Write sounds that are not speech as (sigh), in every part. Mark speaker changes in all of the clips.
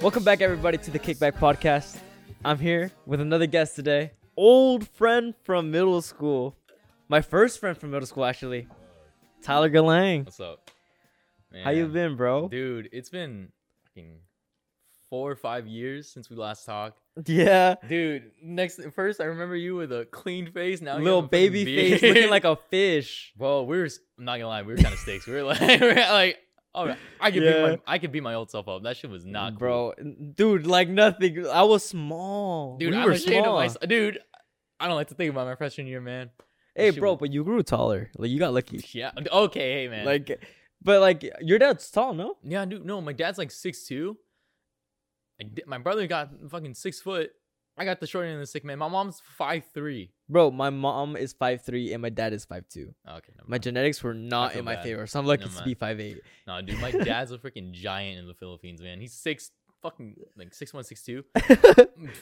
Speaker 1: Welcome back, everybody, to the Kickback Podcast. I'm here with another guest today, old friend from middle school, my first friend from middle school, actually, Tyler Galang.
Speaker 2: What's up?
Speaker 1: How you
Speaker 2: Man,
Speaker 1: been, bro?
Speaker 2: Dude, it's been fucking four or five years since we last talked.
Speaker 1: (laughs) Yeah,
Speaker 2: Dude, next first I remember you with a clean face. Now you
Speaker 1: little
Speaker 2: have a fucking
Speaker 1: baby
Speaker 2: beard.
Speaker 1: face, looking
Speaker 2: (laughs)
Speaker 1: like a fish.
Speaker 2: Bro, we were. s- I'm not gonna lie, we were kind of stakes. We were like, (laughs) we were like, all right, I could beat
Speaker 1: Yeah.
Speaker 2: my, I could beat my old self up. That shit was not cool.
Speaker 1: bro, dude, like nothing. I was small,
Speaker 2: Dude,
Speaker 1: We
Speaker 2: I'm
Speaker 1: were
Speaker 2: ashamed
Speaker 1: small.
Speaker 2: of myself. Dude, I don't like to think about my freshman year, man.
Speaker 1: Hey,
Speaker 2: Shit
Speaker 1: bro,
Speaker 2: was-
Speaker 1: but you grew taller. Like you got lucky.
Speaker 2: Yeah. Okay. Hey, man.
Speaker 1: Like, but like your dad's tall, no?
Speaker 2: Yeah, dude. No, my dad's like six two. my brother got fucking six foot. I got the short end of the stick, man. My mom's five three.
Speaker 1: Bro, my mom is five three and my dad is five two.
Speaker 2: Oh, Okay, never
Speaker 1: My
Speaker 2: mind.
Speaker 1: genetics were not
Speaker 2: feel
Speaker 1: in my
Speaker 2: bad.
Speaker 1: favor, so I'm lucky
Speaker 2: Never
Speaker 1: to
Speaker 2: mind.
Speaker 1: be five eight.
Speaker 2: no, dude.
Speaker 1: (laughs)
Speaker 2: My dad's a freaking giant in the Philippines, man. He's six fucking like six one, six
Speaker 1: (laughs)
Speaker 2: two.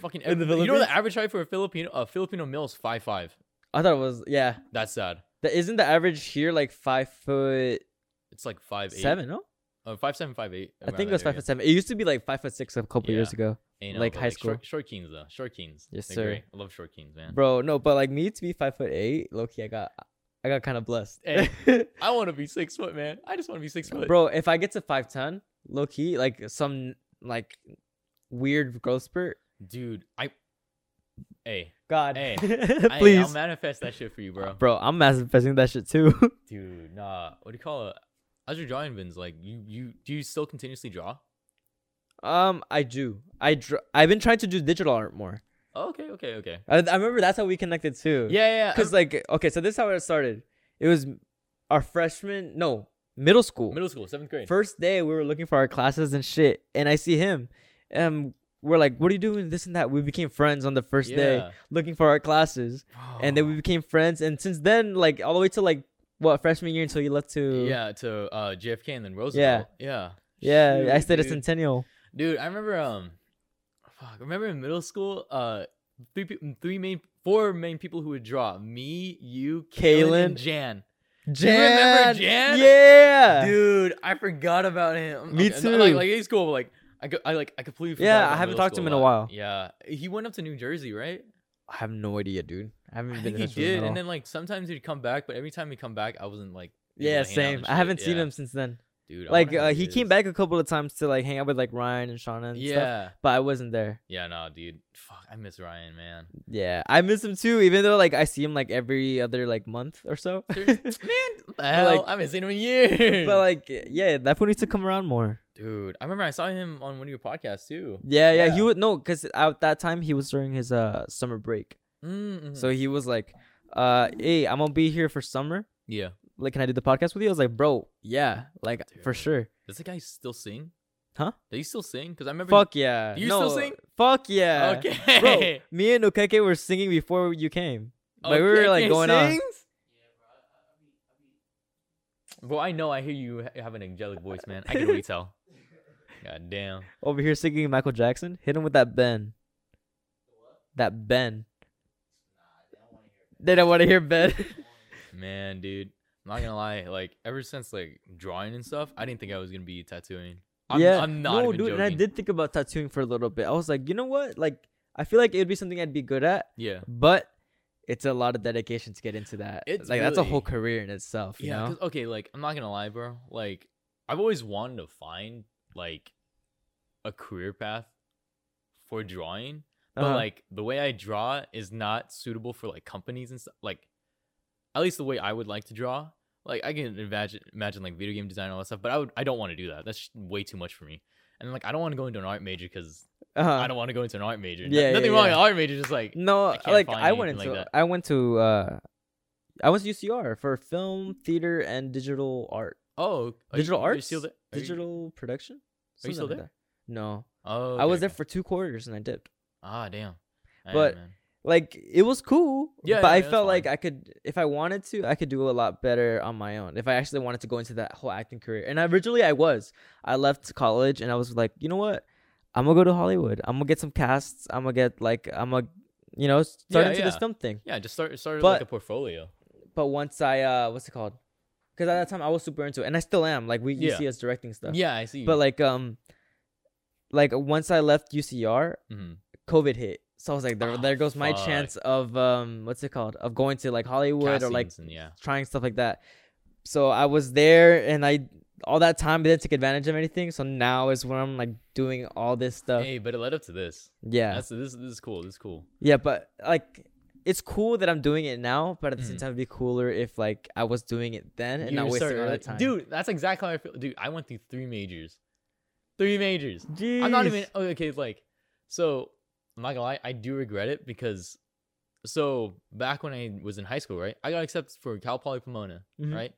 Speaker 2: Fucking
Speaker 1: In the
Speaker 2: you know
Speaker 1: Philippines?
Speaker 2: the average height for a Filipino a Filipino male is five five.
Speaker 1: I thought it was yeah.
Speaker 2: That's sad.
Speaker 1: That isn't the average here like five foot
Speaker 2: It's like five eight.
Speaker 1: seven, no?
Speaker 2: Uh, five seven five eight.
Speaker 1: I think it was five foot seven. It used to be like five foot six a couple years ago, like high school.
Speaker 2: Short, short keens though. Short keens.
Speaker 1: Yes,
Speaker 2: They're
Speaker 1: sir.
Speaker 2: great. I love short keens, man.
Speaker 1: bro. No, but like me to be five foot eight, low key, I got I got kind of blessed, (laughs)
Speaker 2: Hey. I want to be six foot, man. I just want to be six foot.
Speaker 1: bro. If I get to five ten, low key, like some like weird growth spurt.
Speaker 2: Dude, I. Hey,
Speaker 1: God, (laughs)
Speaker 2: Hey. Please. I'll
Speaker 1: please,
Speaker 2: manifest that shit for you, bro.
Speaker 1: bro. I'm manifesting that shit too. (laughs)
Speaker 2: Dude, nah. What do you call it? How's your drawing been? Like, you, you, do you still continuously draw?
Speaker 1: um, I do. I dr- I've been trying to do digital art more.
Speaker 2: Oh, okay, okay, okay.
Speaker 1: I, I remember that's how we connected too.
Speaker 2: Yeah, yeah.
Speaker 1: Cause like okay, so this is how it started. It was our freshman, no, middle school.
Speaker 2: middle school, seventh grade.
Speaker 1: First day we were looking for our classes and shit, and I see him. Um, we're like, what are you doing? This and that. We became friends on the first day,
Speaker 2: Yeah. Oh.
Speaker 1: looking for our classes, and then we became friends. And since then, like all the way to like what freshman year until you left to
Speaker 2: Yeah, to uh, JFK and then Roosevelt. Yeah.
Speaker 1: yeah. I
Speaker 2: Shoot,
Speaker 1: stayed at
Speaker 2: dude.
Speaker 1: Centennial.
Speaker 2: Dude, I remember um, fuck, remember in middle school, uh, three pe- three main four main people who would draw me, you, Kaylin,
Speaker 1: Kalen.
Speaker 2: and Jan.
Speaker 1: Jan,
Speaker 2: you remember Jan?
Speaker 1: Yeah,
Speaker 2: Dude, I forgot about him.
Speaker 1: Me
Speaker 2: no, Like,
Speaker 1: too.
Speaker 2: like he's cool. But like I, go, I like I completely. Forgot
Speaker 1: Yeah,
Speaker 2: about
Speaker 1: I haven't
Speaker 2: middle
Speaker 1: talked to
Speaker 2: school
Speaker 1: him in a
Speaker 2: lot.
Speaker 1: while.
Speaker 2: Yeah, he went up to New Jersey, right?
Speaker 1: I have no idea, dude. I haven't
Speaker 2: I
Speaker 1: been.
Speaker 2: think
Speaker 1: in
Speaker 2: he
Speaker 1: touch with him
Speaker 2: did.
Speaker 1: at all.
Speaker 2: And then like sometimes he'd come back, but every time he'd come back, I wasn't like. able
Speaker 1: yeah,
Speaker 2: to hang out
Speaker 1: same.
Speaker 2: and
Speaker 1: I haven't
Speaker 2: shit.
Speaker 1: seen
Speaker 2: Yeah.
Speaker 1: him since then.
Speaker 2: Dude, I
Speaker 1: like
Speaker 2: wonder how
Speaker 1: uh, he came
Speaker 2: is.
Speaker 1: back a couple of times to like hang out with like Ryan and Shauna and stuff,
Speaker 2: Yeah,
Speaker 1: but I wasn't there.
Speaker 2: yeah, no, dude. Fuck, I miss Ryan, man.
Speaker 1: Yeah, I miss him too, even though like I see him like every other like month or so. (laughs)
Speaker 2: Seriously? man, what the hell,
Speaker 1: like-
Speaker 2: I haven't seen him in years.
Speaker 1: but like, yeah, that fool needs to come around more.
Speaker 2: dude, I remember I saw him on one of your podcasts too.
Speaker 1: Yeah, yeah, he
Speaker 2: Yeah.
Speaker 1: would no, cause at that time he was during his uh summer break,
Speaker 2: Mm-hmm.
Speaker 1: so he was like, uh, hey, I'm gonna be here for summer.
Speaker 2: yeah,
Speaker 1: Like, can I do the podcast with you? I was like, bro, yeah, like for
Speaker 2: Dude.
Speaker 1: sure.
Speaker 2: does the guy still sing?
Speaker 1: Huh?
Speaker 2: Does he still sing? Because I remember.
Speaker 1: Fuck yeah.
Speaker 2: Do you still
Speaker 1: No,
Speaker 2: sing?
Speaker 1: Fuck yeah.
Speaker 2: Okay.
Speaker 1: Bro,
Speaker 2: (laughs)
Speaker 1: me and Okeke were singing before you came. Like we were
Speaker 2: Okay,
Speaker 1: like
Speaker 2: okay,
Speaker 1: going on.
Speaker 2: sings? Bro, I know I hear you ha- have an angelic voice, man. I can
Speaker 1: (laughs)
Speaker 2: really tell. God damn.
Speaker 1: over here singing Michael Jackson. Hit him with that Ben. That Ben. They don't want to hear Ben.
Speaker 2: Man, dude. I'm not gonna lie, like ever since like drawing and stuff, I didn't think I was gonna be tattooing. (laughs) I'm,
Speaker 1: yeah,
Speaker 2: I'm not
Speaker 1: no,
Speaker 2: even
Speaker 1: dude.
Speaker 2: joking.
Speaker 1: And I did think about tattooing for a little bit. I was like, you know what? Like, I feel like it would be something I'd be good at,
Speaker 2: Yeah.
Speaker 1: but it's a lot of dedication to get into that.
Speaker 2: It's
Speaker 1: like that's a whole
Speaker 2: really-
Speaker 1: career in itself. You
Speaker 2: Yeah.
Speaker 1: know?
Speaker 2: 'cause- Okay, like I'm not gonna lie, bro. Like I've always wanted to find like a career path for drawing, but
Speaker 1: Uh-huh.
Speaker 2: like the way I draw is not suitable for like companies and stuff. Like at least the way I would like to draw. Like I can imagine imagine like video game design and all that stuff, but I would I don't want to do that. That's just way too much for me. And like I don't want to go into an art major because
Speaker 1: Uh-huh.
Speaker 2: I don't want to go into an art major. No-
Speaker 1: yeah, yeah,
Speaker 2: nothing wrong
Speaker 1: yeah.
Speaker 2: with art major, just like
Speaker 1: No, uh,
Speaker 2: I can't
Speaker 1: like
Speaker 2: find
Speaker 1: I went
Speaker 2: anything like
Speaker 1: into
Speaker 2: that.
Speaker 1: I went to uh I went to UCR for film, theater, and digital art.
Speaker 2: oh are
Speaker 1: Digital
Speaker 2: you, are you
Speaker 1: arts?
Speaker 2: still there? Are you-
Speaker 1: digital production?
Speaker 2: Are you
Speaker 1: Something
Speaker 2: still
Speaker 1: like
Speaker 2: there?
Speaker 1: that. No.
Speaker 2: oh,
Speaker 1: I
Speaker 2: okay,
Speaker 1: was there
Speaker 2: okay.
Speaker 1: for two quarters and I dipped.
Speaker 2: ah damn. Damn,
Speaker 1: But-
Speaker 2: man.
Speaker 1: Like it was cool,
Speaker 2: Yeah,
Speaker 1: but
Speaker 2: yeah,
Speaker 1: I
Speaker 2: yeah, that's
Speaker 1: felt like
Speaker 2: fine.
Speaker 1: I could, if I wanted to, I could do a lot better on my own. If I actually wanted to go into that whole acting career, and originally I was, I left college and I was like, you know what, I'm gonna go to Hollywood. I'm gonna get some casts. I'm gonna get like, I'm gonna, you know, start
Speaker 2: Yeah,
Speaker 1: into this
Speaker 2: yeah.
Speaker 1: film thing.
Speaker 2: Yeah, just start started
Speaker 1: But-
Speaker 2: like a portfolio.
Speaker 1: But once I, uh what's it called? Because at that time I was super into it, and I still am. Like we, you
Speaker 2: Yeah.
Speaker 1: see us directing stuff.
Speaker 2: Yeah, I see.
Speaker 1: But like, um, like once I left UCR,
Speaker 2: hmm
Speaker 1: COVID hit. So I was like, there,
Speaker 2: Oh,
Speaker 1: there goes my
Speaker 2: fuck.
Speaker 1: chance of um, what's it called? Of going to like Hollywood or like
Speaker 2: Castings and yeah.
Speaker 1: trying stuff like that. So I was there and I all that time didn't take advantage of anything. So now is when I'm like doing all this stuff.
Speaker 2: Hey, but it led up to this.
Speaker 1: yeah.
Speaker 2: That's this. This is cool. This is cool.
Speaker 1: Yeah, but like it's cool that I'm doing it now, but at the same
Speaker 2: Mhm.
Speaker 1: time it'd be cooler if like I was doing it then and not
Speaker 2: You
Speaker 1: wasting
Speaker 2: started
Speaker 1: all
Speaker 2: early-
Speaker 1: that time.
Speaker 2: Dude, that's exactly how I feel. Dude, I went through three majors. Three majors. I'm not even oh, okay. it's Like, so I'm not gonna lie, I do regret it because, so back when I was in high school, right, I got accepted for Cal Poly Pomona,
Speaker 1: Mhm.
Speaker 2: right,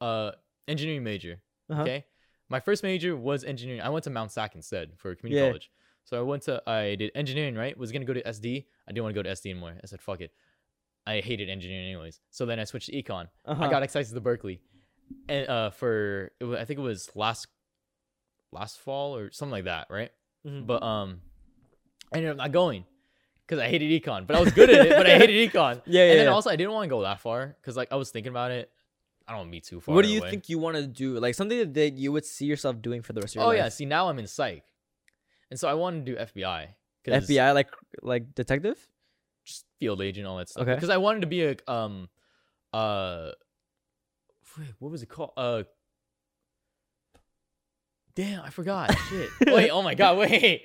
Speaker 2: uh, engineering major.
Speaker 1: Uh-huh.
Speaker 2: Okay, my first major was engineering. I went to Mount Sac instead for community
Speaker 1: Yeah.
Speaker 2: college. So I went to I did engineering, right? Was gonna go to SD. I didn't want to go to SD anymore. I said fuck it. I hated engineering anyways. So then I switched to econ.
Speaker 1: Uh-huh.
Speaker 2: I got accepted to Berkeley, and uh, for it wa- I think it was last last fall or something like that, right?
Speaker 1: Mhm.
Speaker 2: But um, I ended up not going because I hated econ. But I was good at it. But I
Speaker 1: (laughs)
Speaker 2: hated econ.
Speaker 1: Yeah, yeah.
Speaker 2: and then
Speaker 1: yeah.
Speaker 2: also I didn't want to go that far because like I was thinking about it. I don't want to be too far.
Speaker 1: what do you
Speaker 2: away.
Speaker 1: think you want to do? Like something that- that you would see yourself doing for the rest of your
Speaker 2: Oh
Speaker 1: life.
Speaker 2: yeah. See now I'm in psych, and so I want to do FBI. 'cause
Speaker 1: FBI like like detective?
Speaker 2: just field agent, all that stuff.
Speaker 1: Okay.
Speaker 2: Because I wanted to be a um, uh, wait, what was it called? Uh, damn, I forgot.
Speaker 1: (laughs)
Speaker 2: Shit. Wait. Oh my god. Wait.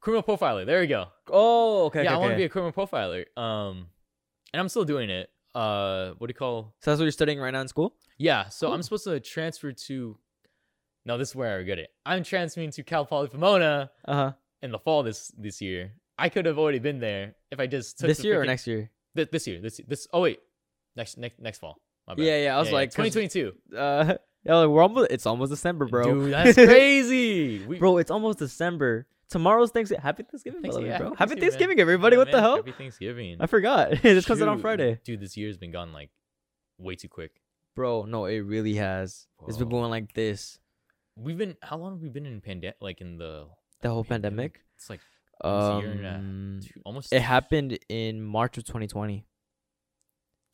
Speaker 2: Criminal profiler. There we go.
Speaker 1: Oh, okay.
Speaker 2: yeah, I
Speaker 1: okay,
Speaker 2: want to
Speaker 1: okay.
Speaker 2: be a criminal profiler. Um, and I'm still doing it. Uh, what do you call?
Speaker 1: So that's what you're studying right now in school?
Speaker 2: Yeah. So I'm
Speaker 1: Cool.
Speaker 2: supposed to transfer to. No, this is where I regret it. I'm transferring to Cal Poly Pomona
Speaker 1: Uh-huh.
Speaker 2: in the fall this this year. I could have already been there if I just took
Speaker 1: This
Speaker 2: the
Speaker 1: year or
Speaker 2: freaking-
Speaker 1: next year?
Speaker 2: Th- this year. This this. Oh wait, next next next fall. My bad.
Speaker 1: Yeah, yeah. I was like 'cause,
Speaker 2: 2022,
Speaker 1: uh (laughs) yeah, like, we're almost it's almost December, bro. (laughs)
Speaker 2: Dude, that's crazy. We,
Speaker 1: bro, it's almost December. Tomorrow's Thanksgiving. Happy Thanksgiving, by the way,
Speaker 2: yeah,
Speaker 1: bro. Happy
Speaker 2: man.
Speaker 1: Thanksgiving, everybody.
Speaker 2: Yeah,
Speaker 1: what the
Speaker 2: man,
Speaker 1: hell?
Speaker 2: Happy Thanksgiving.
Speaker 1: I forgot. (laughs) it just comes out on
Speaker 2: Shoot.
Speaker 1: Friday.
Speaker 2: Dude, this year's been gone like way too quick.
Speaker 1: Bro, no, it really has. It's been
Speaker 2: Whoa.
Speaker 1: going like this
Speaker 2: We've been how long have we been in pandemic? Like in the
Speaker 1: the whole
Speaker 2: Pandemic.
Speaker 1: pandemic.
Speaker 2: it's like Almost a year and a-
Speaker 1: Um,
Speaker 2: two, almost
Speaker 1: it happened in March of 2020,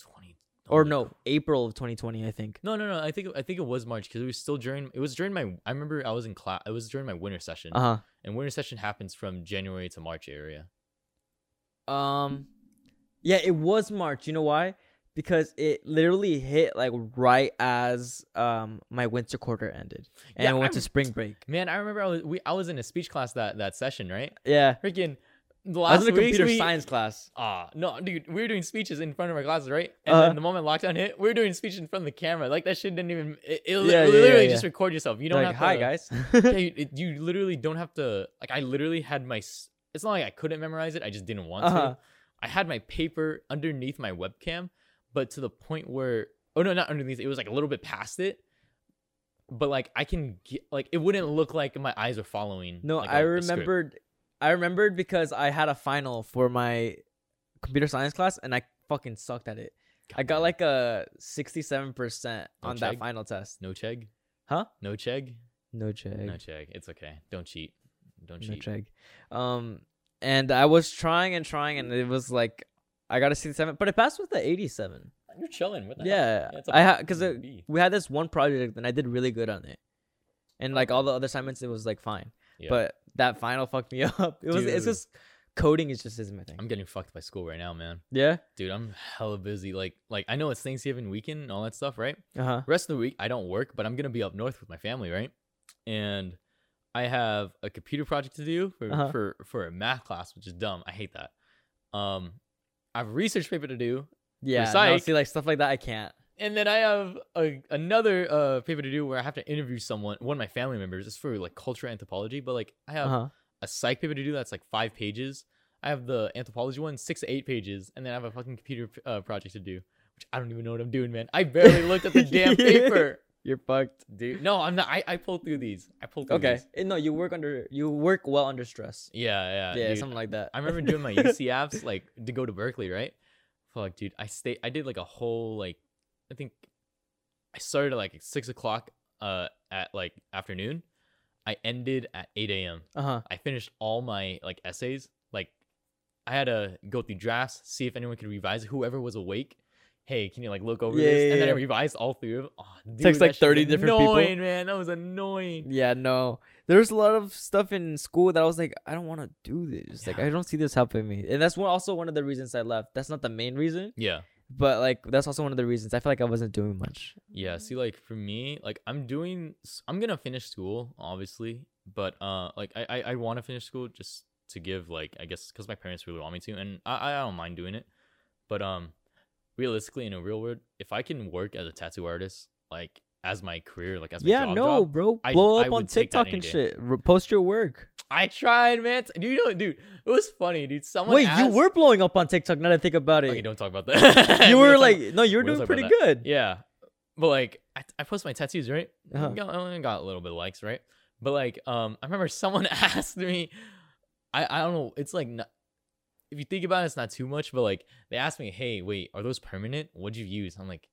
Speaker 2: 20
Speaker 1: or
Speaker 2: holy
Speaker 1: no, April of 2020, I think.
Speaker 2: No, no, no. I think I think it was March because it was still during. It was during my. I remember I was in class. It was during my winter session,
Speaker 1: Uh
Speaker 2: and winter session happens from January to March area.
Speaker 1: huh. Um, yeah, it was March. You know why? Because it literally hit like right as um my winter quarter ended, and
Speaker 2: Yeah,
Speaker 1: I went
Speaker 2: I'm-
Speaker 1: to spring
Speaker 2: (laughs)
Speaker 1: break.
Speaker 2: Man, I remember I was we, I was in a speech class that that session, right?
Speaker 1: Yeah,
Speaker 2: Freaking the
Speaker 1: I
Speaker 2: last
Speaker 1: was in a
Speaker 2: weeks
Speaker 1: computer
Speaker 2: we-
Speaker 1: science class.
Speaker 2: Ah, no, dude, we were doing speeches in front of our classes, right? And
Speaker 1: Uh-huh.
Speaker 2: then the moment lockdown hit, we were doing speeches in front of the camera. Like that shit didn't even. It, it li-
Speaker 1: Yeah, yeah, yeah,
Speaker 2: literally
Speaker 1: yeah.
Speaker 2: just record yourself. You
Speaker 1: You
Speaker 2: don't
Speaker 1: know, like,
Speaker 2: have
Speaker 1: hi
Speaker 2: to,
Speaker 1: guys.
Speaker 2: (laughs)
Speaker 1: (laughs)
Speaker 2: yeah, you, it- you literally don't have to. Like I literally had my. s- It's not like I couldn't memorize it. I just didn't want
Speaker 1: Uh-huh.
Speaker 2: to. I had my paper underneath my webcam, but to the point where oh no, not underneath. It was like a little bit past it. But like I can get like it wouldn't look like my eyes are following.
Speaker 1: No,
Speaker 2: like, a-
Speaker 1: I
Speaker 2: a script.
Speaker 1: remembered. I remembered because I had a final for my computer science class, and I fucking sucked at it. I got
Speaker 2: Goddamn.
Speaker 1: like a sixty-seven percent
Speaker 2: No
Speaker 1: on that
Speaker 2: check?
Speaker 1: final test.
Speaker 2: no cheg,
Speaker 1: Huh?
Speaker 2: No cheg.
Speaker 1: No check.
Speaker 2: No check. It's okay. Don't cheat. Don't
Speaker 1: No
Speaker 2: cheat.
Speaker 1: check. Um, and I was trying and trying, and it was like I got a sixty-seven, but it passed with the eighty-seven.
Speaker 2: You're chilling. What the hell?
Speaker 1: Yeah,
Speaker 2: Yeah, it's a
Speaker 1: I had because
Speaker 2: fucking B.
Speaker 1: we had this one project, and I did really good on it, and like all the other assignments, it was like fine.
Speaker 2: Yeah.
Speaker 1: But that final fucked me (laughs) up. It was. It's
Speaker 2: Dude.
Speaker 1: just coding is just isn't my thing.
Speaker 2: I'm getting fucked by school right now, man.
Speaker 1: yeah.
Speaker 2: Dude, I'm hella busy. Like, like I know it's Thanksgiving weekend and all that stuff, right?
Speaker 1: Uh huh.
Speaker 2: Rest of the week, I don't work, but I'm gonna be up north with my family, right? And I have a computer project to do for
Speaker 1: Uh-huh.
Speaker 2: for for a math class, which is dumb. I hate that. Um, I have a research paper to do,
Speaker 1: Yeah, no,
Speaker 2: psych.
Speaker 1: see, like stuff like that, I can't.
Speaker 2: and then I have a, another uh paper to do where I have to interview someone, one of my family members. It's for like cultural anthropology, but like I have
Speaker 1: Uh-huh.
Speaker 2: a psych paper to do that's like five pages. I have the anthropology one, six to eight pages, and then I have a fucking computer uh, project to do, which I don't even know what I'm doing, man. I barely looked
Speaker 1: (laughs)
Speaker 2: at the damn paper,
Speaker 1: You're fucked.
Speaker 2: dude. No, I'm not. I, I pulled through these. I pulled through
Speaker 1: Okay.
Speaker 2: these.
Speaker 1: Eh, No, you work under you work well under stress.
Speaker 2: Yeah, yeah,
Speaker 1: yeah,
Speaker 2: dude.
Speaker 1: something like that.
Speaker 2: (laughs) I remember doing
Speaker 1: (laughs)
Speaker 2: my UC apps like to go to Berkeley, right? Fuck, dude. I stay. I did like a whole like, I think, I started at like six o'clock uh at like afternoon. I ended at eight a.m.
Speaker 1: Uh huh.
Speaker 2: I finished all my like essays. Like I had to go through drafts, see if anyone could revise. Whoever was awake, hey, can you like look over
Speaker 1: Yeah,
Speaker 2: this?
Speaker 1: yeah,
Speaker 2: and then I
Speaker 1: yeah.
Speaker 2: revised all three of them. Oh, dude,
Speaker 1: Text,
Speaker 2: that
Speaker 1: like,
Speaker 2: shit was
Speaker 1: 30 different people.
Speaker 2: Annoying, man. That was annoying.
Speaker 1: Yeah, no. There was a lot of stuff in school that I was like, I don't want to do this. Like,
Speaker 2: Yeah.
Speaker 1: I don't see this helping me. And that's one, also one of the reasons I left. That's not the main reason,
Speaker 2: Yeah.
Speaker 1: but like, that's also one of the reasons I feel like I wasn't doing much.
Speaker 2: Yeah, see like for me, like I'm doing s- I'm gonna finish school, obviously, but uh like I I, I wanna finish school just to give like I guess because my parents really want me to and I I don't mind doing it. But um realistically in a real world, if I can work as a tattoo artist, like as my career, like as my
Speaker 1: yeah,
Speaker 2: job,
Speaker 1: no,
Speaker 2: job,
Speaker 1: bro.
Speaker 2: I-
Speaker 1: Blow up
Speaker 2: I
Speaker 1: on
Speaker 2: would take that
Speaker 1: TikTok
Speaker 2: any
Speaker 1: and
Speaker 2: day.
Speaker 1: shit. Re- post your work.
Speaker 2: I tried, man. Dude, you know, dude, it was funny, dude. Someone
Speaker 1: Wait, you
Speaker 2: asked-
Speaker 1: were blowing up on TikTok. Now that I think about it, (laughs)
Speaker 2: Okay, don't talk about that. (laughs)
Speaker 1: you
Speaker 2: We don't
Speaker 1: were
Speaker 2: talk
Speaker 1: like,
Speaker 2: about-
Speaker 1: no, you were
Speaker 2: we don't
Speaker 1: doing
Speaker 2: talk about
Speaker 1: pretty
Speaker 2: that.
Speaker 1: good.
Speaker 2: Yeah. But like I, I post my tattoos, right?
Speaker 1: Uh-huh.
Speaker 2: Got- I only got a little bit of likes, right? But like um I remember (laughs) someone asked me I I don't know, it's like not, if you think about it, it's not too much, but like they asked me, "Hey, wait, are those permanent? What'd you use?" I'm like,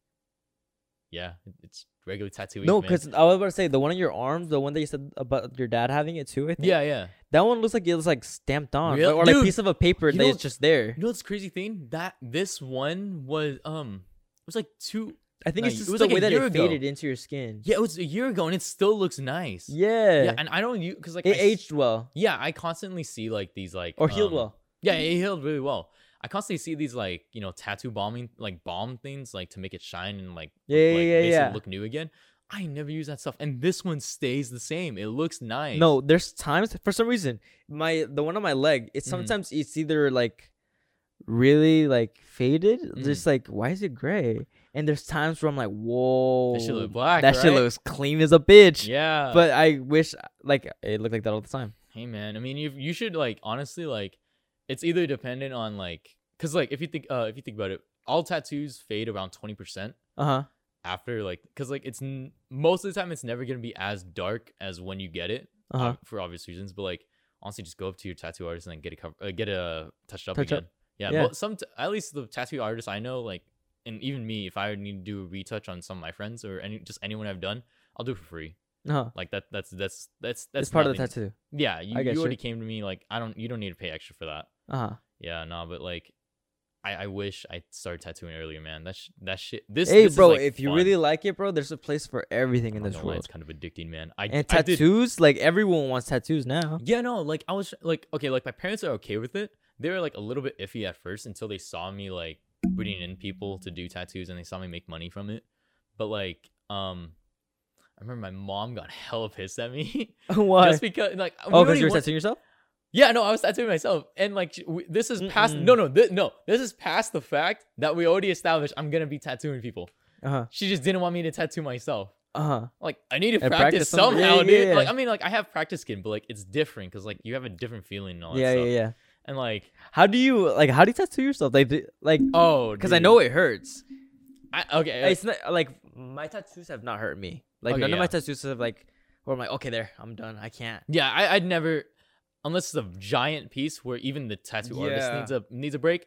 Speaker 2: "Yeah, it's regular tattoo."
Speaker 1: No,
Speaker 2: ink, man."
Speaker 1: because I was about to say the one on your arms, the one that you said about your dad having it too. I think.
Speaker 2: yeah, yeah.
Speaker 1: that one looks like it was like stamped on,
Speaker 2: Real-
Speaker 1: or like a
Speaker 2: Dude,
Speaker 1: piece of a paper
Speaker 2: you
Speaker 1: that
Speaker 2: know-
Speaker 1: is just there.
Speaker 2: You know what's crazy thing? That this one was um it was like two
Speaker 1: I think
Speaker 2: No,
Speaker 1: it's
Speaker 2: you- it
Speaker 1: just
Speaker 2: was
Speaker 1: the
Speaker 2: like a
Speaker 1: way that
Speaker 2: year
Speaker 1: it
Speaker 2: ago.
Speaker 1: faded into your skin.
Speaker 2: yeah, it was a year ago and it still looks nice.
Speaker 1: Yeah.
Speaker 2: Yeah, and I don't use because like
Speaker 1: it
Speaker 2: I s-
Speaker 1: aged well
Speaker 2: Yeah, I constantly see like these like
Speaker 1: or healed
Speaker 2: um,
Speaker 1: well.
Speaker 2: Yeah, it healed really well. I constantly see these like you know tattoo bombing like bomb things like to make it shine and like
Speaker 1: Yeah, yeah,
Speaker 2: like,
Speaker 1: yeah,
Speaker 2: makes
Speaker 1: yeah.
Speaker 2: it look new again. I never use that stuff, and this one stays the same. It looks nice.
Speaker 1: No, there's times for some reason my the one on my leg. It's
Speaker 2: Mhm.
Speaker 1: sometimes it's either like really like faded. Just
Speaker 2: Mm.
Speaker 1: like why is it gray? And there's times where I'm like, whoa,
Speaker 2: that shit look black.
Speaker 1: that shit
Speaker 2: right?
Speaker 1: looks clean as a bitch.
Speaker 2: Yeah,
Speaker 1: But I wish like it looked like that all the time.
Speaker 2: hey man, I mean you you should like honestly like it's either dependent on like because like if you think uh if you think about it, all tattoos fade around twenty percent.
Speaker 1: Uh huh.
Speaker 2: after like because like it's n- most of the time it's never gonna be as dark as when you get it
Speaker 1: Uh-huh.
Speaker 2: ob- for obvious reasons but like honestly just go up to your tattoo artist and then get a cover uh, get a touched up
Speaker 1: Touch up.
Speaker 2: again yeah,
Speaker 1: Yeah.
Speaker 2: Well, some t- at least the tattoo artists i know like and even me if i need to do a retouch on some of my friends or any just anyone i've done i'll do it for free
Speaker 1: Uh huh.
Speaker 2: like that that's that's that's that's
Speaker 1: It's part of the
Speaker 2: nothing.
Speaker 1: tattoo.
Speaker 2: yeah you,
Speaker 1: I get
Speaker 2: you
Speaker 1: you.
Speaker 2: already came to me like i don't you don't need to pay extra for that
Speaker 1: Uh huh.
Speaker 2: yeah no but like I, I wish I started tattooing earlier, man. That sh- that shit. This
Speaker 1: Hey,
Speaker 2: this is,
Speaker 1: bro,
Speaker 2: like,
Speaker 1: if you
Speaker 2: fun.
Speaker 1: really like it, bro, there's a place for everything in
Speaker 2: I'm not
Speaker 1: this
Speaker 2: gonna lie,
Speaker 1: world.
Speaker 2: It's kind of addicting, man. I
Speaker 1: And
Speaker 2: I did-
Speaker 1: tattoos, like everyone wants tattoos now.
Speaker 2: yeah, no, like I was like, okay, like my parents are okay with it. They were like a little bit iffy at first until they saw me like bringing in people to do tattoos and they saw me make money from it. But like, um, I remember my mom got (laughs) hella pissed at me
Speaker 1: (laughs)
Speaker 2: (laughs)
Speaker 1: Why?
Speaker 2: just because like we
Speaker 1: oh, because
Speaker 2: already
Speaker 1: you're
Speaker 2: went-
Speaker 1: tattooing yourself?
Speaker 2: yeah, no, I was tattooing myself, and like sh- we, this is past.
Speaker 1: Mm-mm.
Speaker 2: No, no, thi- no, this is past the fact that we already established I'm gonna be tattooing people.
Speaker 1: Uh huh.
Speaker 2: She just didn't want me to tattoo myself.
Speaker 1: Uh huh.
Speaker 2: Like I need to
Speaker 1: Yeah,
Speaker 2: practice,
Speaker 1: practice some-
Speaker 2: somehow,
Speaker 1: yeah, yeah,
Speaker 2: dude. Like
Speaker 1: yeah.
Speaker 2: I mean, like I have practice skin, but like it's different because like you have a different feeling and all Oh, that
Speaker 1: Yeah, yeah,
Speaker 2: stuff.
Speaker 1: yeah.
Speaker 2: And like
Speaker 1: How do you like? How do you tattoo yourself? Like, do- like,
Speaker 2: oh,
Speaker 1: because I know
Speaker 2: dude.
Speaker 1: it hurts.
Speaker 2: I, okay,
Speaker 1: It's not like my tattoos have not hurt me. Like
Speaker 2: Okay,
Speaker 1: none of my
Speaker 2: Oh, yeah.
Speaker 1: tattoos have like. Where I'm like, okay, there, I'm done. I can't.
Speaker 2: yeah, I, I'd never, unless it's a giant piece where even the tattoo artist
Speaker 1: Yeah.
Speaker 2: needs a needs a break.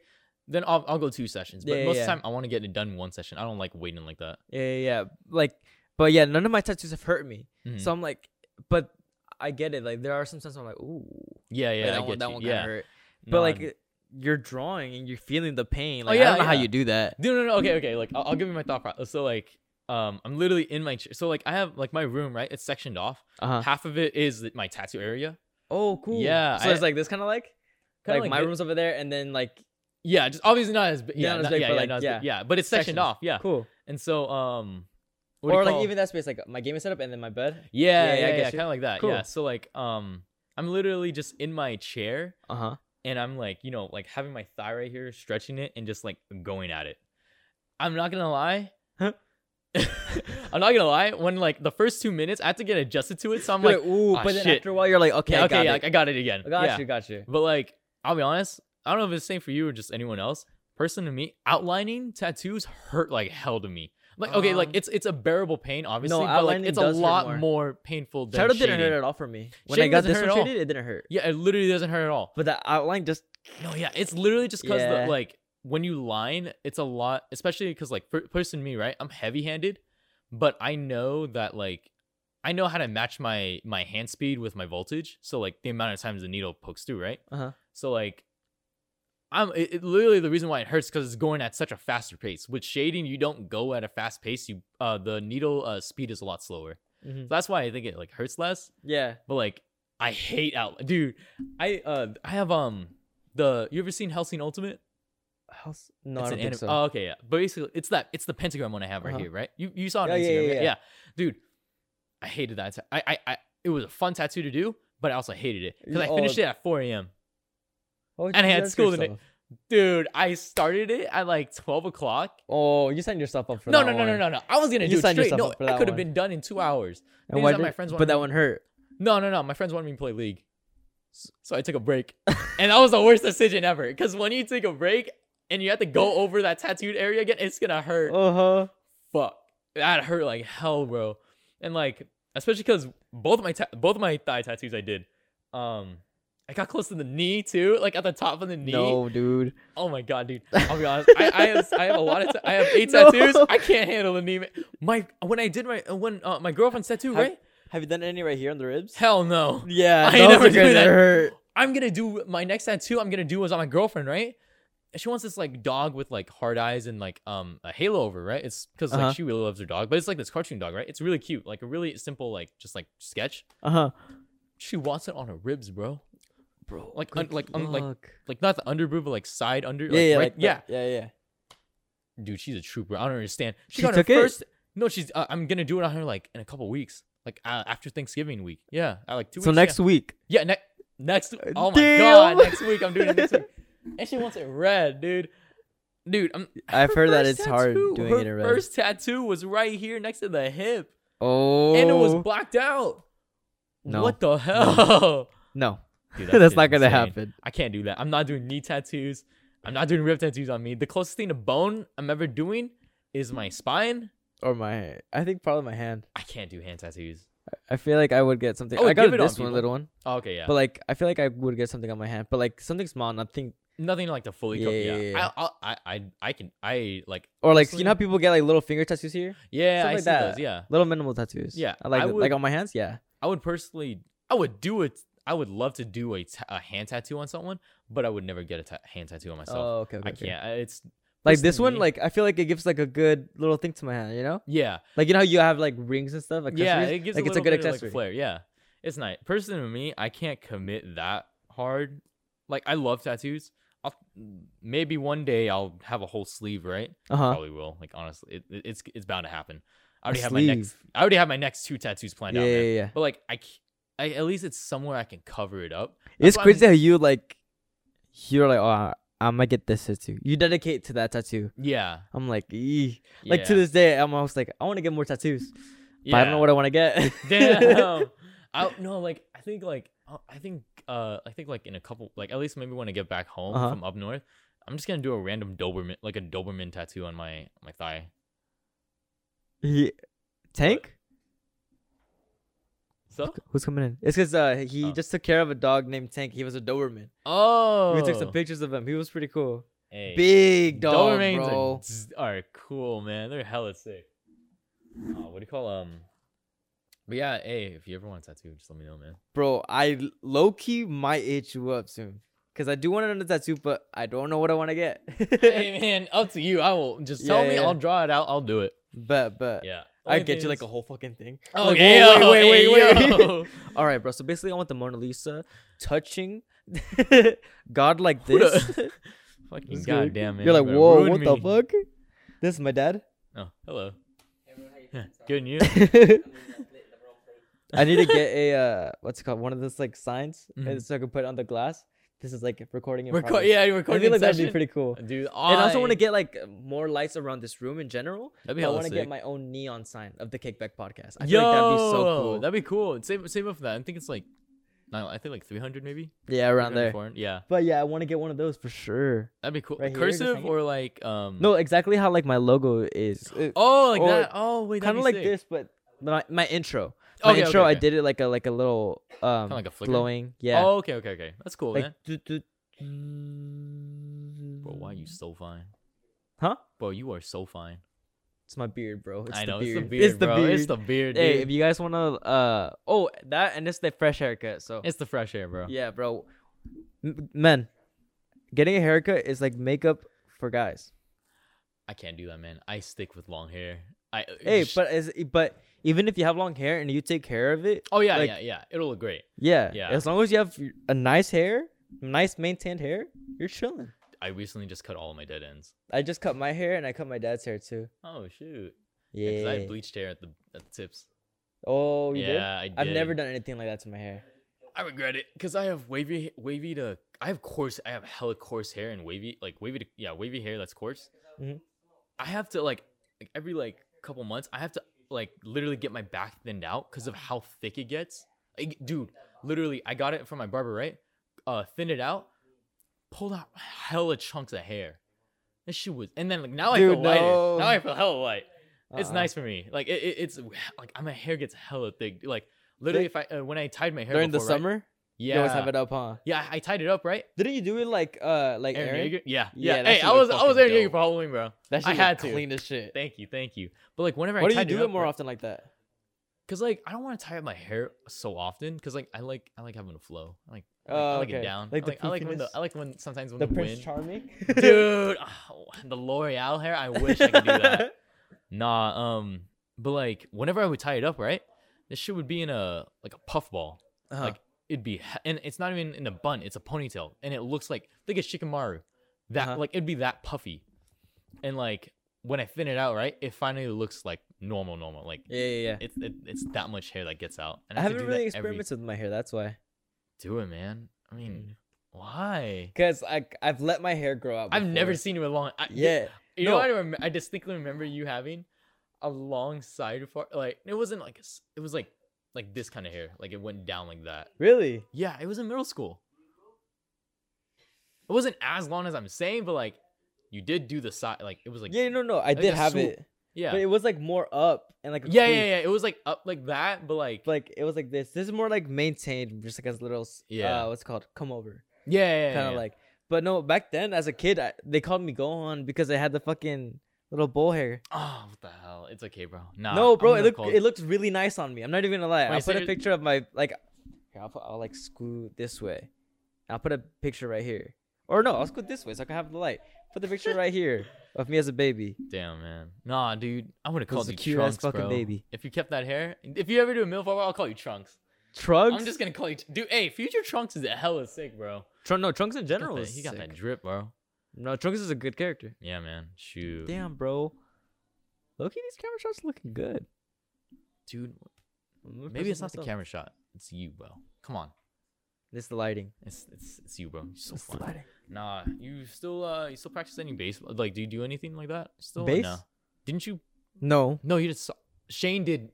Speaker 2: Then I'll, I'll go two sessions, but
Speaker 1: Yeah,
Speaker 2: most
Speaker 1: yeah.
Speaker 2: of the time I want to get it done in one session. I don't like waiting like that.
Speaker 1: Yeah, yeah, yeah. Like, but yeah, none of my tattoos have hurt me.
Speaker 2: Mhm.
Speaker 1: So I'm like, but I get it. Like, there are some times I'm like, ooh,
Speaker 2: yeah, yeah,
Speaker 1: like,
Speaker 2: I
Speaker 1: that
Speaker 2: get
Speaker 1: one, that
Speaker 2: you.
Speaker 1: one
Speaker 2: yeah.
Speaker 1: kind of hurt. But
Speaker 2: No, Oh,
Speaker 1: like, you're drawing and you're feeling the pain. Like, I
Speaker 2: yeah,
Speaker 1: don't know how
Speaker 2: yeah.
Speaker 1: you do that.
Speaker 2: No, no, no. Okay, okay. Like, I'll, I'll give you my thought process. So, like, um, I'm literally in my chair. So, like, I have like my room, right? It's sectioned off.
Speaker 1: Uh huh.
Speaker 2: Half of it is my tattoo area.
Speaker 1: Oh, cool.
Speaker 2: Yeah,
Speaker 1: So
Speaker 2: I-
Speaker 1: it's like this kind of like,
Speaker 2: Kinda
Speaker 1: like, my
Speaker 2: thi-
Speaker 1: room's over there, and then like,
Speaker 2: Yeah, just obviously not as big. Yeah,
Speaker 1: Not as
Speaker 2: not-
Speaker 1: big,
Speaker 2: yeah,
Speaker 1: but,
Speaker 2: yeah,
Speaker 1: like,
Speaker 2: not as big,
Speaker 1: yeah.
Speaker 2: yeah, but it's sectioned
Speaker 1: Sections.
Speaker 2: off. Yeah.
Speaker 1: cool.
Speaker 2: And so, um, what do you
Speaker 1: Or like
Speaker 2: call-
Speaker 1: even that space, like my gaming setup and then my bed. yeah,
Speaker 2: yeah,
Speaker 1: I
Speaker 2: yeah, yeah,
Speaker 1: get you.
Speaker 2: kind of like that. Yeah.
Speaker 1: Cool.
Speaker 2: So, like, um, I'm literally just in my chair,
Speaker 1: Uh huh.
Speaker 2: and I'm like, you know, like having my thigh right here, stretching it, and just like going at it. I'm not gonna lie.
Speaker 1: Huh?
Speaker 2: (laughs) I'm not gonna lie. When like the first two minutes, I had to get adjusted to it, so I'm like,
Speaker 1: ooh,
Speaker 2: "Ah,
Speaker 1: but then
Speaker 2: shit."
Speaker 1: after a while, you're like, okay,
Speaker 2: yeah,
Speaker 1: I
Speaker 2: okay,
Speaker 1: got
Speaker 2: yeah,
Speaker 1: it.
Speaker 2: like, I got it again.
Speaker 1: I got
Speaker 2: yeah.
Speaker 1: you, got you.
Speaker 2: But like, I'll be honest, I don't know if it's the same for you or just anyone else. Person to me, outlining tattoos hurt like hell to me. Like, okay, like
Speaker 1: Um,
Speaker 2: it's it's a bearable pain, obviously, but like
Speaker 1: outlining
Speaker 2: it's a
Speaker 1: does hurt
Speaker 2: lot
Speaker 1: more.
Speaker 2: more. painful than
Speaker 1: Shadow didn't
Speaker 2: shading.
Speaker 1: hurt at all for me. When I
Speaker 2: Shading
Speaker 1: got
Speaker 2: doesn't
Speaker 1: this
Speaker 2: hurt
Speaker 1: one
Speaker 2: at all.
Speaker 1: shaded, it didn't hurt.
Speaker 2: Yeah, it literally doesn't hurt at all.
Speaker 1: But that outline just
Speaker 2: No, yeah, it's literally just because
Speaker 1: Yeah.
Speaker 2: like when you line, it's a lot, especially because like per- person me, right? I'm heavy handed, but I know that like I know how to match my my hand speed with my voltage. So like the amount of times the needle pokes through, right?
Speaker 1: Uh-huh.
Speaker 2: So like I'm it, it- literally the reason why it hurts because it's going at such a faster pace. With shading, you don't go at a fast pace. You uh the needle uh speed is a lot slower.
Speaker 1: Mhm.
Speaker 2: So that's why I think it like hurts less.
Speaker 1: Yeah.
Speaker 2: But like I hate out dude. I uh I have um the you ever seen Hellsing Ultimate?
Speaker 1: House? No,
Speaker 2: it's
Speaker 1: I don't
Speaker 2: an
Speaker 1: think
Speaker 2: anim-
Speaker 1: so.
Speaker 2: Oh, okay, yeah. But basically, it's that it's the pentagram one I have right
Speaker 1: Uh-huh.
Speaker 2: here, right? You you saw it
Speaker 1: Yeah,
Speaker 2: on
Speaker 1: yeah,
Speaker 2: Instagram,
Speaker 1: yeah, yeah.
Speaker 2: right? yeah, dude. I hated that. ta- I, I I it was a fun tattoo to do, but I also hated it because I
Speaker 1: Oh.
Speaker 2: finished it at 4 a.m.
Speaker 1: Why would
Speaker 2: and
Speaker 1: Oh, you
Speaker 2: I had
Speaker 1: do that to
Speaker 2: school the ne-
Speaker 1: yourself?
Speaker 2: Dude, I started it at like 12 o'clock.
Speaker 1: Oh, you signed yourself up for
Speaker 2: No,
Speaker 1: that
Speaker 2: no, no, no,
Speaker 1: one.
Speaker 2: no, no. I was gonna
Speaker 1: You
Speaker 2: do it
Speaker 1: signed
Speaker 2: straight.
Speaker 1: yourself
Speaker 2: No,
Speaker 1: up for
Speaker 2: I
Speaker 1: that
Speaker 2: could have
Speaker 1: one.
Speaker 2: been done in two hours.
Speaker 1: And
Speaker 2: Things
Speaker 1: why
Speaker 2: that my
Speaker 1: did-
Speaker 2: friends
Speaker 1: but
Speaker 2: wanted
Speaker 1: that
Speaker 2: me-
Speaker 1: one
Speaker 2: (laughs)
Speaker 1: hurt.
Speaker 2: No, no, no. My friends wanted me to play League, S- so I took a break, and that was the worst decision ever. Because when you take a break and you have to go over that tattooed area again, it's gonna hurt.
Speaker 1: Uh huh.
Speaker 2: Fuck, that hurt like hell, bro. And like, especially because both of my ta- both of my thigh tattoos I did, um, I got close to the knee too, like at the top of the knee.
Speaker 1: No, dude.
Speaker 2: Oh my god, dude! I'll be honest. I, I have I have a lot of ta- I have eight
Speaker 1: (laughs) No.
Speaker 2: tattoos. I can't handle the knee. ma- My when I did my when uh, my girlfriend's tattoo,
Speaker 1: Have-
Speaker 2: right?
Speaker 1: Have you done any right here on the ribs?
Speaker 2: Hell no.
Speaker 1: Yeah,
Speaker 2: (laughs) I
Speaker 1: those
Speaker 2: never
Speaker 1: are
Speaker 2: do
Speaker 1: gonna
Speaker 2: that.
Speaker 1: hurt.
Speaker 2: I'm gonna do my next tattoo. I'm gonna do is on my girlfriend, right? And She wants this like dog with like hard eyes and like um a halo over, right? It's because
Speaker 1: Uh-huh.
Speaker 2: like she really loves her dog, but it's like this cartoon dog, right? It's really cute, like a really simple like just like sketch.
Speaker 1: Uh huh.
Speaker 2: She wants it on her ribs, bro.
Speaker 1: Bro,
Speaker 2: Like, un-
Speaker 1: good
Speaker 2: like, un- like-
Speaker 1: luck.
Speaker 2: Like not the underboob, but like side under.
Speaker 1: yeah, yeah,
Speaker 2: right-
Speaker 1: like
Speaker 2: yeah.
Speaker 1: that. yeah, yeah.
Speaker 2: dude, she's a trooper. I don't understand.
Speaker 1: She
Speaker 2: She, got
Speaker 1: took it?
Speaker 2: her first. No, she's. Uh, I'm gonna do it on her like in a couple weeks, like uh, after Thanksgiving week. Yeah, uh, like two.
Speaker 1: So
Speaker 2: weeks,
Speaker 1: next
Speaker 2: Yeah,
Speaker 1: week,
Speaker 2: yeah ne- next.
Speaker 1: Uh,
Speaker 2: Oh my
Speaker 1: Damn.
Speaker 2: god, next week I'm doing
Speaker 1: (laughs)
Speaker 2: it next week. And she wants it red, dude. Dude, I'm,
Speaker 1: I've
Speaker 2: her
Speaker 1: heard that
Speaker 2: first
Speaker 1: it's hard
Speaker 2: tattoo-
Speaker 1: doing
Speaker 2: her
Speaker 1: it in red.
Speaker 2: First tattoo was right here next to the hip,
Speaker 1: oh,
Speaker 2: and it was blacked out.
Speaker 1: No.
Speaker 2: What the hell?
Speaker 1: (laughs) no,
Speaker 2: Dude, that
Speaker 1: that's
Speaker 2: shit's
Speaker 1: not gonna
Speaker 2: insane.
Speaker 1: happen.
Speaker 2: I can't do that. I'm not doing knee tattoos. I'm not doing rib tattoos on me. The closest thing to bone I'm ever doing is my spine.
Speaker 1: Or my, I think probably my hand.
Speaker 2: I can't do hand tattoos.
Speaker 1: I feel like I would get something.
Speaker 2: Oh,
Speaker 1: I got
Speaker 2: give it on
Speaker 1: this one
Speaker 2: people.
Speaker 1: little one,
Speaker 2: Oh, okay, yeah.
Speaker 1: but like I feel like I would get something on my hand, but like something small, nothing.
Speaker 2: Nothing like to fully cover.
Speaker 1: Yeah,
Speaker 2: Yeah,
Speaker 1: yeah, yeah.
Speaker 2: I, I, I, I can, I like.
Speaker 1: Or like you
Speaker 2: honestly-
Speaker 1: know how people get like little finger tattoos here,
Speaker 2: Yeah,
Speaker 1: Stuff
Speaker 2: I
Speaker 1: like
Speaker 2: see
Speaker 1: that.
Speaker 2: those. Yeah,
Speaker 1: little minimal tattoos.
Speaker 2: Yeah,
Speaker 1: I like
Speaker 2: I
Speaker 1: th-
Speaker 2: would-
Speaker 1: like on my hands. Yeah,
Speaker 2: I would personally, I would do it. I would love to do a, ta- a hand tattoo on someone, but I would never get a ta- hand tattoo on myself.
Speaker 1: Oh, okay, okay,
Speaker 2: I
Speaker 1: okay.
Speaker 2: can't. I- It's
Speaker 1: Like
Speaker 2: personally
Speaker 1: this one,
Speaker 2: me.
Speaker 1: like I feel like it gives like a good little thing to my hand. You know,
Speaker 2: yeah,
Speaker 1: like you know how you have like rings and stuff.
Speaker 2: yeah.
Speaker 1: accessories?
Speaker 2: It gives
Speaker 1: like
Speaker 2: a
Speaker 1: it's a
Speaker 2: little
Speaker 1: good
Speaker 2: bit of,
Speaker 1: accessory.
Speaker 2: like, flair. Yeah, it's nice. Personally, to me, I can't commit that hard. Like I love tattoos. I'll, maybe one day I'll have a whole sleeve, right?
Speaker 1: uh huh.
Speaker 2: Probably will. Like honestly, it, it- it's it's bound to happen. I already
Speaker 1: A
Speaker 2: have my next. I already have my next two tattoos planned
Speaker 1: Yeah,
Speaker 2: out.
Speaker 1: yeah,
Speaker 2: Man.
Speaker 1: yeah.
Speaker 2: But like I, c- I- at least it's somewhere I can cover it up.
Speaker 1: It's
Speaker 2: That's why I'm-
Speaker 1: crazy how you like, you're like, oh, I might get this tattoo. You dedicate to that tattoo.
Speaker 2: Yeah.
Speaker 1: I'm like, eeh. like to
Speaker 2: yeah,
Speaker 1: this day, I'm almost like, I want to get more tattoos,
Speaker 2: Yeah.
Speaker 1: but I don't know what I want to
Speaker 2: (laughs)
Speaker 1: get. (laughs)
Speaker 2: Damn. um, I no like I think like uh, I think uh I think like in a couple like at least maybe when I get back home
Speaker 1: Uh-huh.
Speaker 2: from up north, I'm just gonna do a random Doberman like a Doberman tattoo on my my thigh.
Speaker 1: He- Tank,
Speaker 2: So
Speaker 1: who's coming in? It's because uh, he
Speaker 2: Oh.
Speaker 1: just took care of a dog named Tank. He was a Doberman.
Speaker 2: oh
Speaker 1: We took some pictures of him. He was pretty cool.
Speaker 2: Hey,
Speaker 1: Big dog,
Speaker 2: Dobermans are
Speaker 1: bro.
Speaker 2: z- Are, cool man. They're hella sick. Oh, what do you call um? But yeah, hey, if you ever want a tattoo, just let me
Speaker 1: (laughs)
Speaker 2: know, man.
Speaker 1: Bro, I low key might hit you up soon. Cause I do want another tattoo, but I don't know what I want to get. (laughs)
Speaker 2: hey man, up to you. I will just tell
Speaker 1: Yeah,
Speaker 2: me.
Speaker 1: yeah.
Speaker 2: I'll draw it out. I'll do it.
Speaker 1: but but
Speaker 2: Yeah,
Speaker 1: I
Speaker 2: Only
Speaker 1: get
Speaker 2: thing
Speaker 1: you like
Speaker 2: is-
Speaker 1: a whole fucking thing.
Speaker 2: Oh,
Speaker 1: Like,
Speaker 2: yeah,
Speaker 1: whoa, wait, wait, wait,
Speaker 2: hey,
Speaker 1: wait.
Speaker 2: yo.
Speaker 1: (laughs) All right, bro. So basically, I want the Mona Lisa touching (laughs) God like
Speaker 2: Who the-
Speaker 1: this.
Speaker 2: (laughs)
Speaker 1: (laughs)
Speaker 2: Fucking
Speaker 1: It's good.
Speaker 2: goddamn man.
Speaker 1: You're
Speaker 2: you
Speaker 1: like,
Speaker 2: better
Speaker 1: whoa,
Speaker 2: ruin
Speaker 1: what the
Speaker 2: me."
Speaker 1: fuck? This is my
Speaker 2: (laughs)
Speaker 1: dad.
Speaker 2: Oh, hello. (laughs) Good and you?
Speaker 1: (laughs) I need to get a uh, what's it called? One of those like signs,
Speaker 2: Mhm.
Speaker 1: and so I can put it on the glass. This is like recording. In
Speaker 2: Record,
Speaker 1: progress.
Speaker 2: yeah, you're
Speaker 1: I
Speaker 2: recording
Speaker 1: feel like that'd be
Speaker 2: session?
Speaker 1: pretty cool.
Speaker 2: Dude, I,
Speaker 1: And I also want to get like more lights around this room in general.
Speaker 2: That'd
Speaker 1: But I
Speaker 2: be hella
Speaker 1: want to get
Speaker 2: sick.
Speaker 1: my own neon sign of the Kickback Podcast. I
Speaker 2: Yo,
Speaker 1: feel like that'd be so cool.
Speaker 2: That'd be cool. Save, save up for that. I think it's like, no, I think like 300 maybe.
Speaker 1: yeah, around there.
Speaker 2: 300, Yeah,
Speaker 1: But yeah, I want to get one of those for sure.
Speaker 2: that'd be cool.
Speaker 1: Right here, just
Speaker 2: Cursive
Speaker 1: hang it.
Speaker 2: or like um.
Speaker 1: No, exactly how like my logo is. It-
Speaker 2: Oh, like
Speaker 1: or
Speaker 2: that. Oh wait,
Speaker 1: kind of like this, but my, my intro. My
Speaker 2: Okay, okay,
Speaker 1: intro, I
Speaker 2: okay.
Speaker 1: did it like a like a little um
Speaker 2: like a flicker?
Speaker 1: glowing. Yeah.
Speaker 2: Oh, okay, okay, okay. That's cool, man.
Speaker 1: like, du- du-
Speaker 2: Bro, why are you so fine?
Speaker 1: Huh?
Speaker 2: Bro, you are so fine.
Speaker 1: It's my beard, bro. It's
Speaker 2: I know
Speaker 1: the beard.
Speaker 2: it's
Speaker 1: It's
Speaker 2: the beard.
Speaker 1: the
Speaker 2: bro.
Speaker 1: beard.
Speaker 2: It's the beard.
Speaker 1: hey,
Speaker 2: dude.
Speaker 1: if you guys wanna uh oh that and it's the fresh haircut. So
Speaker 2: It's the fresh air, bro.
Speaker 1: yeah, bro. M- men, Getting a haircut is like makeup for guys.
Speaker 2: I can't do that, man. I stick with long hair. I uh,
Speaker 1: Hey,
Speaker 2: sh-
Speaker 1: but is but even if you have long hair and you take care of it,
Speaker 2: oh yeah,
Speaker 1: like-
Speaker 2: yeah, yeah. It'll look great.
Speaker 1: yeah,
Speaker 2: Yeah.
Speaker 1: as long as you have a nice hair, nice maintained hair, you're chilling.
Speaker 2: I recently just cut all of my dead ends.
Speaker 1: I just cut my hair and I cut my dad's hair too.
Speaker 2: Oh shoot. Yeah, 'cause
Speaker 1: Yeah.
Speaker 2: I had bleached hair at the at the tips.
Speaker 1: oh, you
Speaker 2: yeah,
Speaker 1: did?
Speaker 2: I did.
Speaker 1: I've never done anything like that to my hair.
Speaker 2: I regret it because I have wavy, wavy to. I have coarse. I have hella coarse hair and wavy, like wavy to. Yeah, wavy hair that's coarse.
Speaker 1: Mhm.
Speaker 2: I have to like, like every like couple months. I have to like literally get my back thinned out because of how thick it gets. Like, dude, literally, I got it from my barber, right? Uh, thinned it out, pulled out hella chunks of hair. That shit was, and then like now I feel
Speaker 1: Dude,
Speaker 2: lighter.
Speaker 1: no.
Speaker 2: Now I feel hella light. It's
Speaker 1: Uh-uh.
Speaker 2: nice for me. Like it, it, it's like my hair gets hella thick. Like literally, if I uh, when I tied my hair
Speaker 1: during the
Speaker 2: before, right?
Speaker 1: summer.
Speaker 2: yeah,
Speaker 1: You always have it up, huh?
Speaker 2: yeah, I tied it up right.
Speaker 1: Didn't you do it like uh like
Speaker 2: Aaron
Speaker 1: Aaron?
Speaker 2: Yeager? Yeah,
Speaker 1: Yeah,
Speaker 2: yeah.
Speaker 1: that
Speaker 2: hey,
Speaker 1: shit
Speaker 2: I was
Speaker 1: looked
Speaker 2: I was
Speaker 1: fucking
Speaker 2: Aaron Yeager
Speaker 1: dope.
Speaker 2: for Halloween, bro.
Speaker 1: That
Speaker 2: I
Speaker 1: shit
Speaker 2: had
Speaker 1: had
Speaker 2: to.
Speaker 1: clean as shit.
Speaker 2: Thank you, thank you. But like whenever
Speaker 1: Why
Speaker 2: I
Speaker 1: do you
Speaker 2: tied
Speaker 1: do
Speaker 2: it,
Speaker 1: it
Speaker 2: up,
Speaker 1: more
Speaker 2: right,
Speaker 1: often like that?
Speaker 2: Cause like I don't want to tie up my hair so often. Cause like I like I like having a flow. I like I like, I
Speaker 1: Oh,
Speaker 2: like it
Speaker 1: okay.
Speaker 2: down.
Speaker 1: Like
Speaker 2: I
Speaker 1: the
Speaker 2: like, I like when the
Speaker 1: poofiness?
Speaker 2: I like when sometimes when
Speaker 1: The
Speaker 2: the
Speaker 1: Prince (laughs)
Speaker 2: wind,
Speaker 1: Charming?
Speaker 2: (laughs) dude, oh, the L'Oreal hair. I wish I could do
Speaker 1: (laughs)
Speaker 2: that. Nah, um, but like whenever I would tie it up, right, this shit would be in a like a puff ball.
Speaker 1: Uh-huh.
Speaker 2: Like it'd be, he- and it's not even in a bun; it's a ponytail, and it looks like think it's shikamaru. That
Speaker 1: Uh-huh.
Speaker 2: like it'd be that puffy, and like when I thin it out, right, it finally looks like normal, normal. Like
Speaker 1: yeah, yeah, yeah.
Speaker 2: it's it, it's that much hair that gets out. And
Speaker 1: I
Speaker 2: have to
Speaker 1: haven't
Speaker 2: do that
Speaker 1: really
Speaker 2: every-
Speaker 1: experimented with my hair. That's why.
Speaker 2: do it, man. I
Speaker 1: Mm.
Speaker 2: mean, why?
Speaker 1: Because I I've let my hair grow out.
Speaker 2: I've never
Speaker 1: before.
Speaker 2: seen you with long. I,
Speaker 1: Yeah.
Speaker 2: You know,
Speaker 1: No.
Speaker 2: what I, rem- I distinctly remember you having a long side far, like it wasn't like a s it was like like this kind of hair, like it went down like that.
Speaker 1: Really?
Speaker 2: Yeah, it was in middle school. It wasn't as long as I'm saying, but like you did do the side, like it was like yeah,
Speaker 1: yeah. No, no. I
Speaker 2: like
Speaker 1: did
Speaker 2: a
Speaker 1: have
Speaker 2: swoop,
Speaker 1: it,
Speaker 2: yeah,
Speaker 1: but it was like more up and like. a
Speaker 2: yeah, yeah,
Speaker 1: crease.
Speaker 2: yeah. It was like up like that, but like,
Speaker 1: Like it was like this. This is more like maintained, just like as little. s-
Speaker 2: Yeah.
Speaker 1: Uh, what's it called come over,
Speaker 2: yeah, yeah, yeah,
Speaker 1: kind of
Speaker 2: yeah.
Speaker 1: like. But no, back then as a kid, I, they called me Gohan because I had the fucking little bowl hair.
Speaker 2: oh what the hell? It's okay, bro. Nah,
Speaker 1: no,
Speaker 2: I'm
Speaker 1: bro, it
Speaker 2: gonna
Speaker 1: looked
Speaker 2: call-
Speaker 1: it looked really nice on me. I'm not even gonna lie.
Speaker 2: Wait,
Speaker 1: I'll
Speaker 2: so
Speaker 1: put a
Speaker 2: you're-
Speaker 1: picture of my like. Here, I'll, put, I'll like screw this way. I'll put a picture right here. Or no, I'll screw this way so I can have the light. Put the
Speaker 2: (laughs)
Speaker 1: picture right here of me as a baby.
Speaker 2: Damn, man. Nah, dude. I would have called
Speaker 1: was a
Speaker 2: you
Speaker 1: cute-ass
Speaker 2: Trunks,
Speaker 1: fucking
Speaker 2: bro.
Speaker 1: baby.
Speaker 2: If you kept that hair, if you ever do a milf, I'll call you Trunks.
Speaker 1: Trunks.
Speaker 2: I'm just gonna call you, dude. Hey, future Trunks is hella sick, bro.
Speaker 1: Trun- no Trunks in
Speaker 2: He got
Speaker 1: general.
Speaker 2: that,
Speaker 1: is
Speaker 2: he got that
Speaker 1: sick.
Speaker 2: drip, bro.
Speaker 1: No, Trunks is a good character.
Speaker 2: Yeah, man. Shoot,
Speaker 1: Damn, bro. Loki, these camera shots looking good.
Speaker 2: dude.
Speaker 1: I'm impressed
Speaker 2: Maybe
Speaker 1: with
Speaker 2: it's not the
Speaker 1: myself.
Speaker 2: camera shot. It's you, bro. Come on.
Speaker 1: It's the lighting.
Speaker 2: It's it's it's you, bro. You're so
Speaker 1: It's the
Speaker 2: fun.
Speaker 1: lighting.
Speaker 2: Nah, you still uh you still practice any baseball? Like, do you do anything like that? Still or
Speaker 1: Bass?
Speaker 2: No. Didn't you?
Speaker 1: No.
Speaker 2: No, you just saw- Shane did.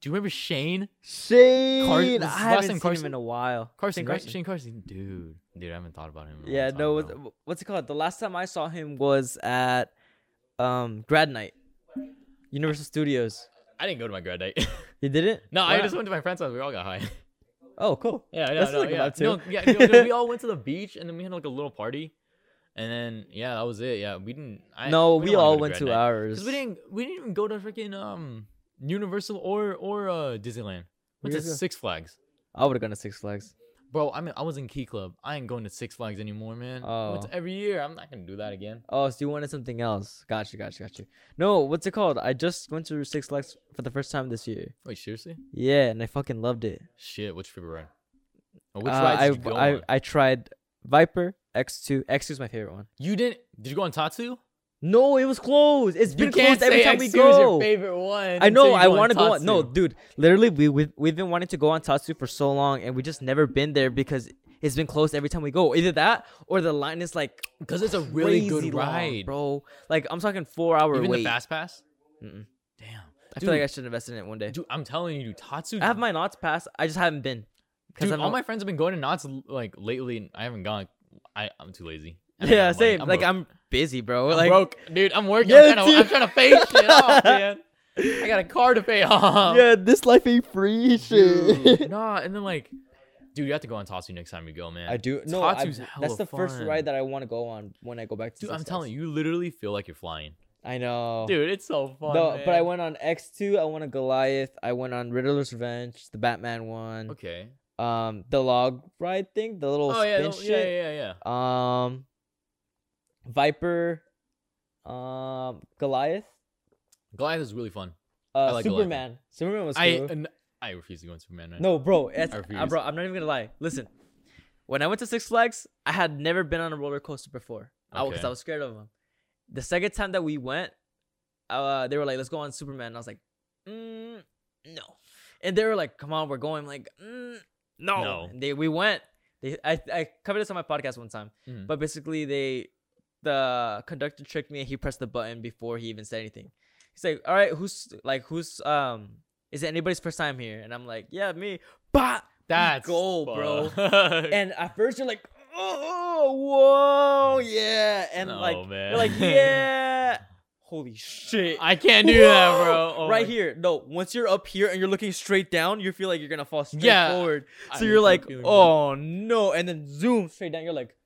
Speaker 2: Do you remember Shane
Speaker 1: Shane.
Speaker 2: was
Speaker 1: I
Speaker 2: his last
Speaker 1: haven't
Speaker 2: name
Speaker 1: seen
Speaker 2: Carson?
Speaker 1: him in a while.
Speaker 2: Carson?
Speaker 1: Shane
Speaker 2: right? Shane Carson, dude. Dude, I haven't thought about him. in a long
Speaker 1: Yeah,
Speaker 2: time,
Speaker 1: no,
Speaker 2: bro.
Speaker 1: what's, what's it called? The last time I saw him was at um grad night, Universal Studios.
Speaker 2: I didn't go to my grad night. (laughs)
Speaker 1: You did it?
Speaker 2: no,
Speaker 1: Why
Speaker 2: I
Speaker 1: not?
Speaker 2: just went to my friend's house. We all got high. (laughs)
Speaker 1: Oh, cool.
Speaker 2: Yeah,
Speaker 1: That's
Speaker 2: yeah, no,
Speaker 1: like
Speaker 2: yeah.
Speaker 1: about two.
Speaker 2: No, yeah, no, no, we
Speaker 1: (laughs)
Speaker 2: all went to the beach and then we had like a little party, and then yeah, that was it. Yeah, we didn't. I,
Speaker 1: no, we, all went to
Speaker 2: because
Speaker 1: ours.
Speaker 2: we didn't we didn't even go to freaking um Universal or or uh Disneyland. Went to
Speaker 1: Where's the-
Speaker 2: Six Flags,
Speaker 1: I would have gone to Six Flags.
Speaker 2: bro. I mean, I was in Key Club. I ain't going to Six Flags anymore, man. I went
Speaker 1: Oh.
Speaker 2: to every year. I'm not gonna do that again.
Speaker 1: Oh, so you wanted something else? Gotcha, gotcha, gotcha. No, what's it called? I just went to Six Flags for the first time this year.
Speaker 2: Wait, seriously?
Speaker 1: Yeah, and I fucking loved it.
Speaker 2: Shit, which favorite ride? Or which
Speaker 1: Uh,
Speaker 2: rides
Speaker 1: I,
Speaker 2: did you go
Speaker 1: I,
Speaker 2: on?
Speaker 1: I tried Viper X2. X2 is my favorite one.
Speaker 2: you didn't? Did you go on Tatsu?
Speaker 1: No, it was closed. It's been
Speaker 2: you
Speaker 1: closed every
Speaker 2: say
Speaker 1: time
Speaker 2: X2
Speaker 1: we
Speaker 2: is
Speaker 1: go.
Speaker 2: your favorite one.
Speaker 1: I
Speaker 2: until
Speaker 1: know.
Speaker 2: you
Speaker 1: I want to go on.
Speaker 2: Tatsu.
Speaker 1: No, dude. Literally, we we've, we've been wanting to go on Tatsu for so long, and we just never been there because it's been closed every time we go. Either that or the line is like
Speaker 2: because it's a
Speaker 1: crazy
Speaker 2: really good
Speaker 1: long,
Speaker 2: ride,
Speaker 1: bro. Like I'm talking four hour
Speaker 2: Even
Speaker 1: wait.
Speaker 2: the fast pass.
Speaker 1: Mm-mm.
Speaker 2: Damn,
Speaker 1: I
Speaker 2: dude,
Speaker 1: feel like I should invest in it one day.
Speaker 2: dude, I'm telling you, dude, Tatsu.
Speaker 1: I have my knots pass. I just haven't been.
Speaker 2: dude,
Speaker 1: I'm
Speaker 2: all
Speaker 1: not-
Speaker 2: my friends have been going to Knots like lately, and I haven't gone. I I'm too lazy. I don't
Speaker 1: (laughs) yeah,
Speaker 2: have money.
Speaker 1: same. like I'm busy, bro.
Speaker 2: I'm
Speaker 1: like
Speaker 2: broke, dude. I'm working.
Speaker 1: Yeah,
Speaker 2: I'm, trying to,
Speaker 1: dude.
Speaker 2: I'm trying to pay shit
Speaker 1: (laughs)
Speaker 2: off, man. I got a car to pay off.
Speaker 1: yeah, this life ain't free, (laughs)
Speaker 2: dude. nah, and then like, dude, you have to go on Tatsu next time you go, man.
Speaker 1: I do. No, I,
Speaker 2: Tatsu's
Speaker 1: that's
Speaker 2: hella
Speaker 1: the first
Speaker 2: fun.
Speaker 1: ride that I want to go on when I go back to.
Speaker 2: Dude,
Speaker 1: Six
Speaker 2: I'm
Speaker 1: Flags.
Speaker 2: telling you, you literally feel like you're flying,
Speaker 1: I know,
Speaker 2: dude. It's so fun.
Speaker 1: Oh. No, but I
Speaker 2: man.
Speaker 1: went on X2, I went on Goliath, I went on Riddler's Revenge, the Batman one,
Speaker 2: Okay.
Speaker 1: um, the log ride thing, the little
Speaker 2: Oh
Speaker 1: spin
Speaker 2: yeah, the- yeah,
Speaker 1: shit.
Speaker 2: yeah, yeah.
Speaker 1: Um, Viper, um, Goliath,
Speaker 2: Goliath is really fun.
Speaker 1: uh,
Speaker 2: like Goliath.
Speaker 1: Superman. Superman was
Speaker 2: I
Speaker 1: cool.
Speaker 2: n- I refuse to go in Superman. Right?
Speaker 1: no, bro, it's,
Speaker 2: I
Speaker 1: uh,
Speaker 2: refuse.
Speaker 1: bro, I'm not even gonna lie. Listen, when I went to Six Flags, I had never been on a roller coaster before because I,
Speaker 2: Okay.
Speaker 1: was scared of them. The second time that we went, uh, they were like, "Let's go on Superman," and I was like, mm, "No," and they were like, "Come on, we're going." I'm like, mm, "No."
Speaker 2: No.
Speaker 1: And they we went. They I I covered this on my podcast one time,
Speaker 2: Mhm.
Speaker 1: but basically they the conductor tricked me and he pressed the button before he even said anything. He's like, "All right, who's like who's um is it anybody's first time here?" And I'm like, "Yeah, me." But
Speaker 2: that's
Speaker 1: go, bro.
Speaker 2: bro.
Speaker 1: (laughs) and at first you're like, "Oh, whoa, yeah," and like
Speaker 2: man.
Speaker 1: you're (laughs) like, "Yeah." Holy shit.
Speaker 2: I can't do that, bro.
Speaker 1: Whoa!
Speaker 2: Oh
Speaker 1: right
Speaker 2: my-
Speaker 1: here. No, once you're up here and you're looking straight down, you feel like you're going to fall straight
Speaker 2: Yeah.
Speaker 1: forward.
Speaker 2: I
Speaker 1: So
Speaker 2: know
Speaker 1: you're
Speaker 2: that
Speaker 1: like,
Speaker 2: feeling, bro.
Speaker 1: "Oh no." And then zoom straight down. You're like,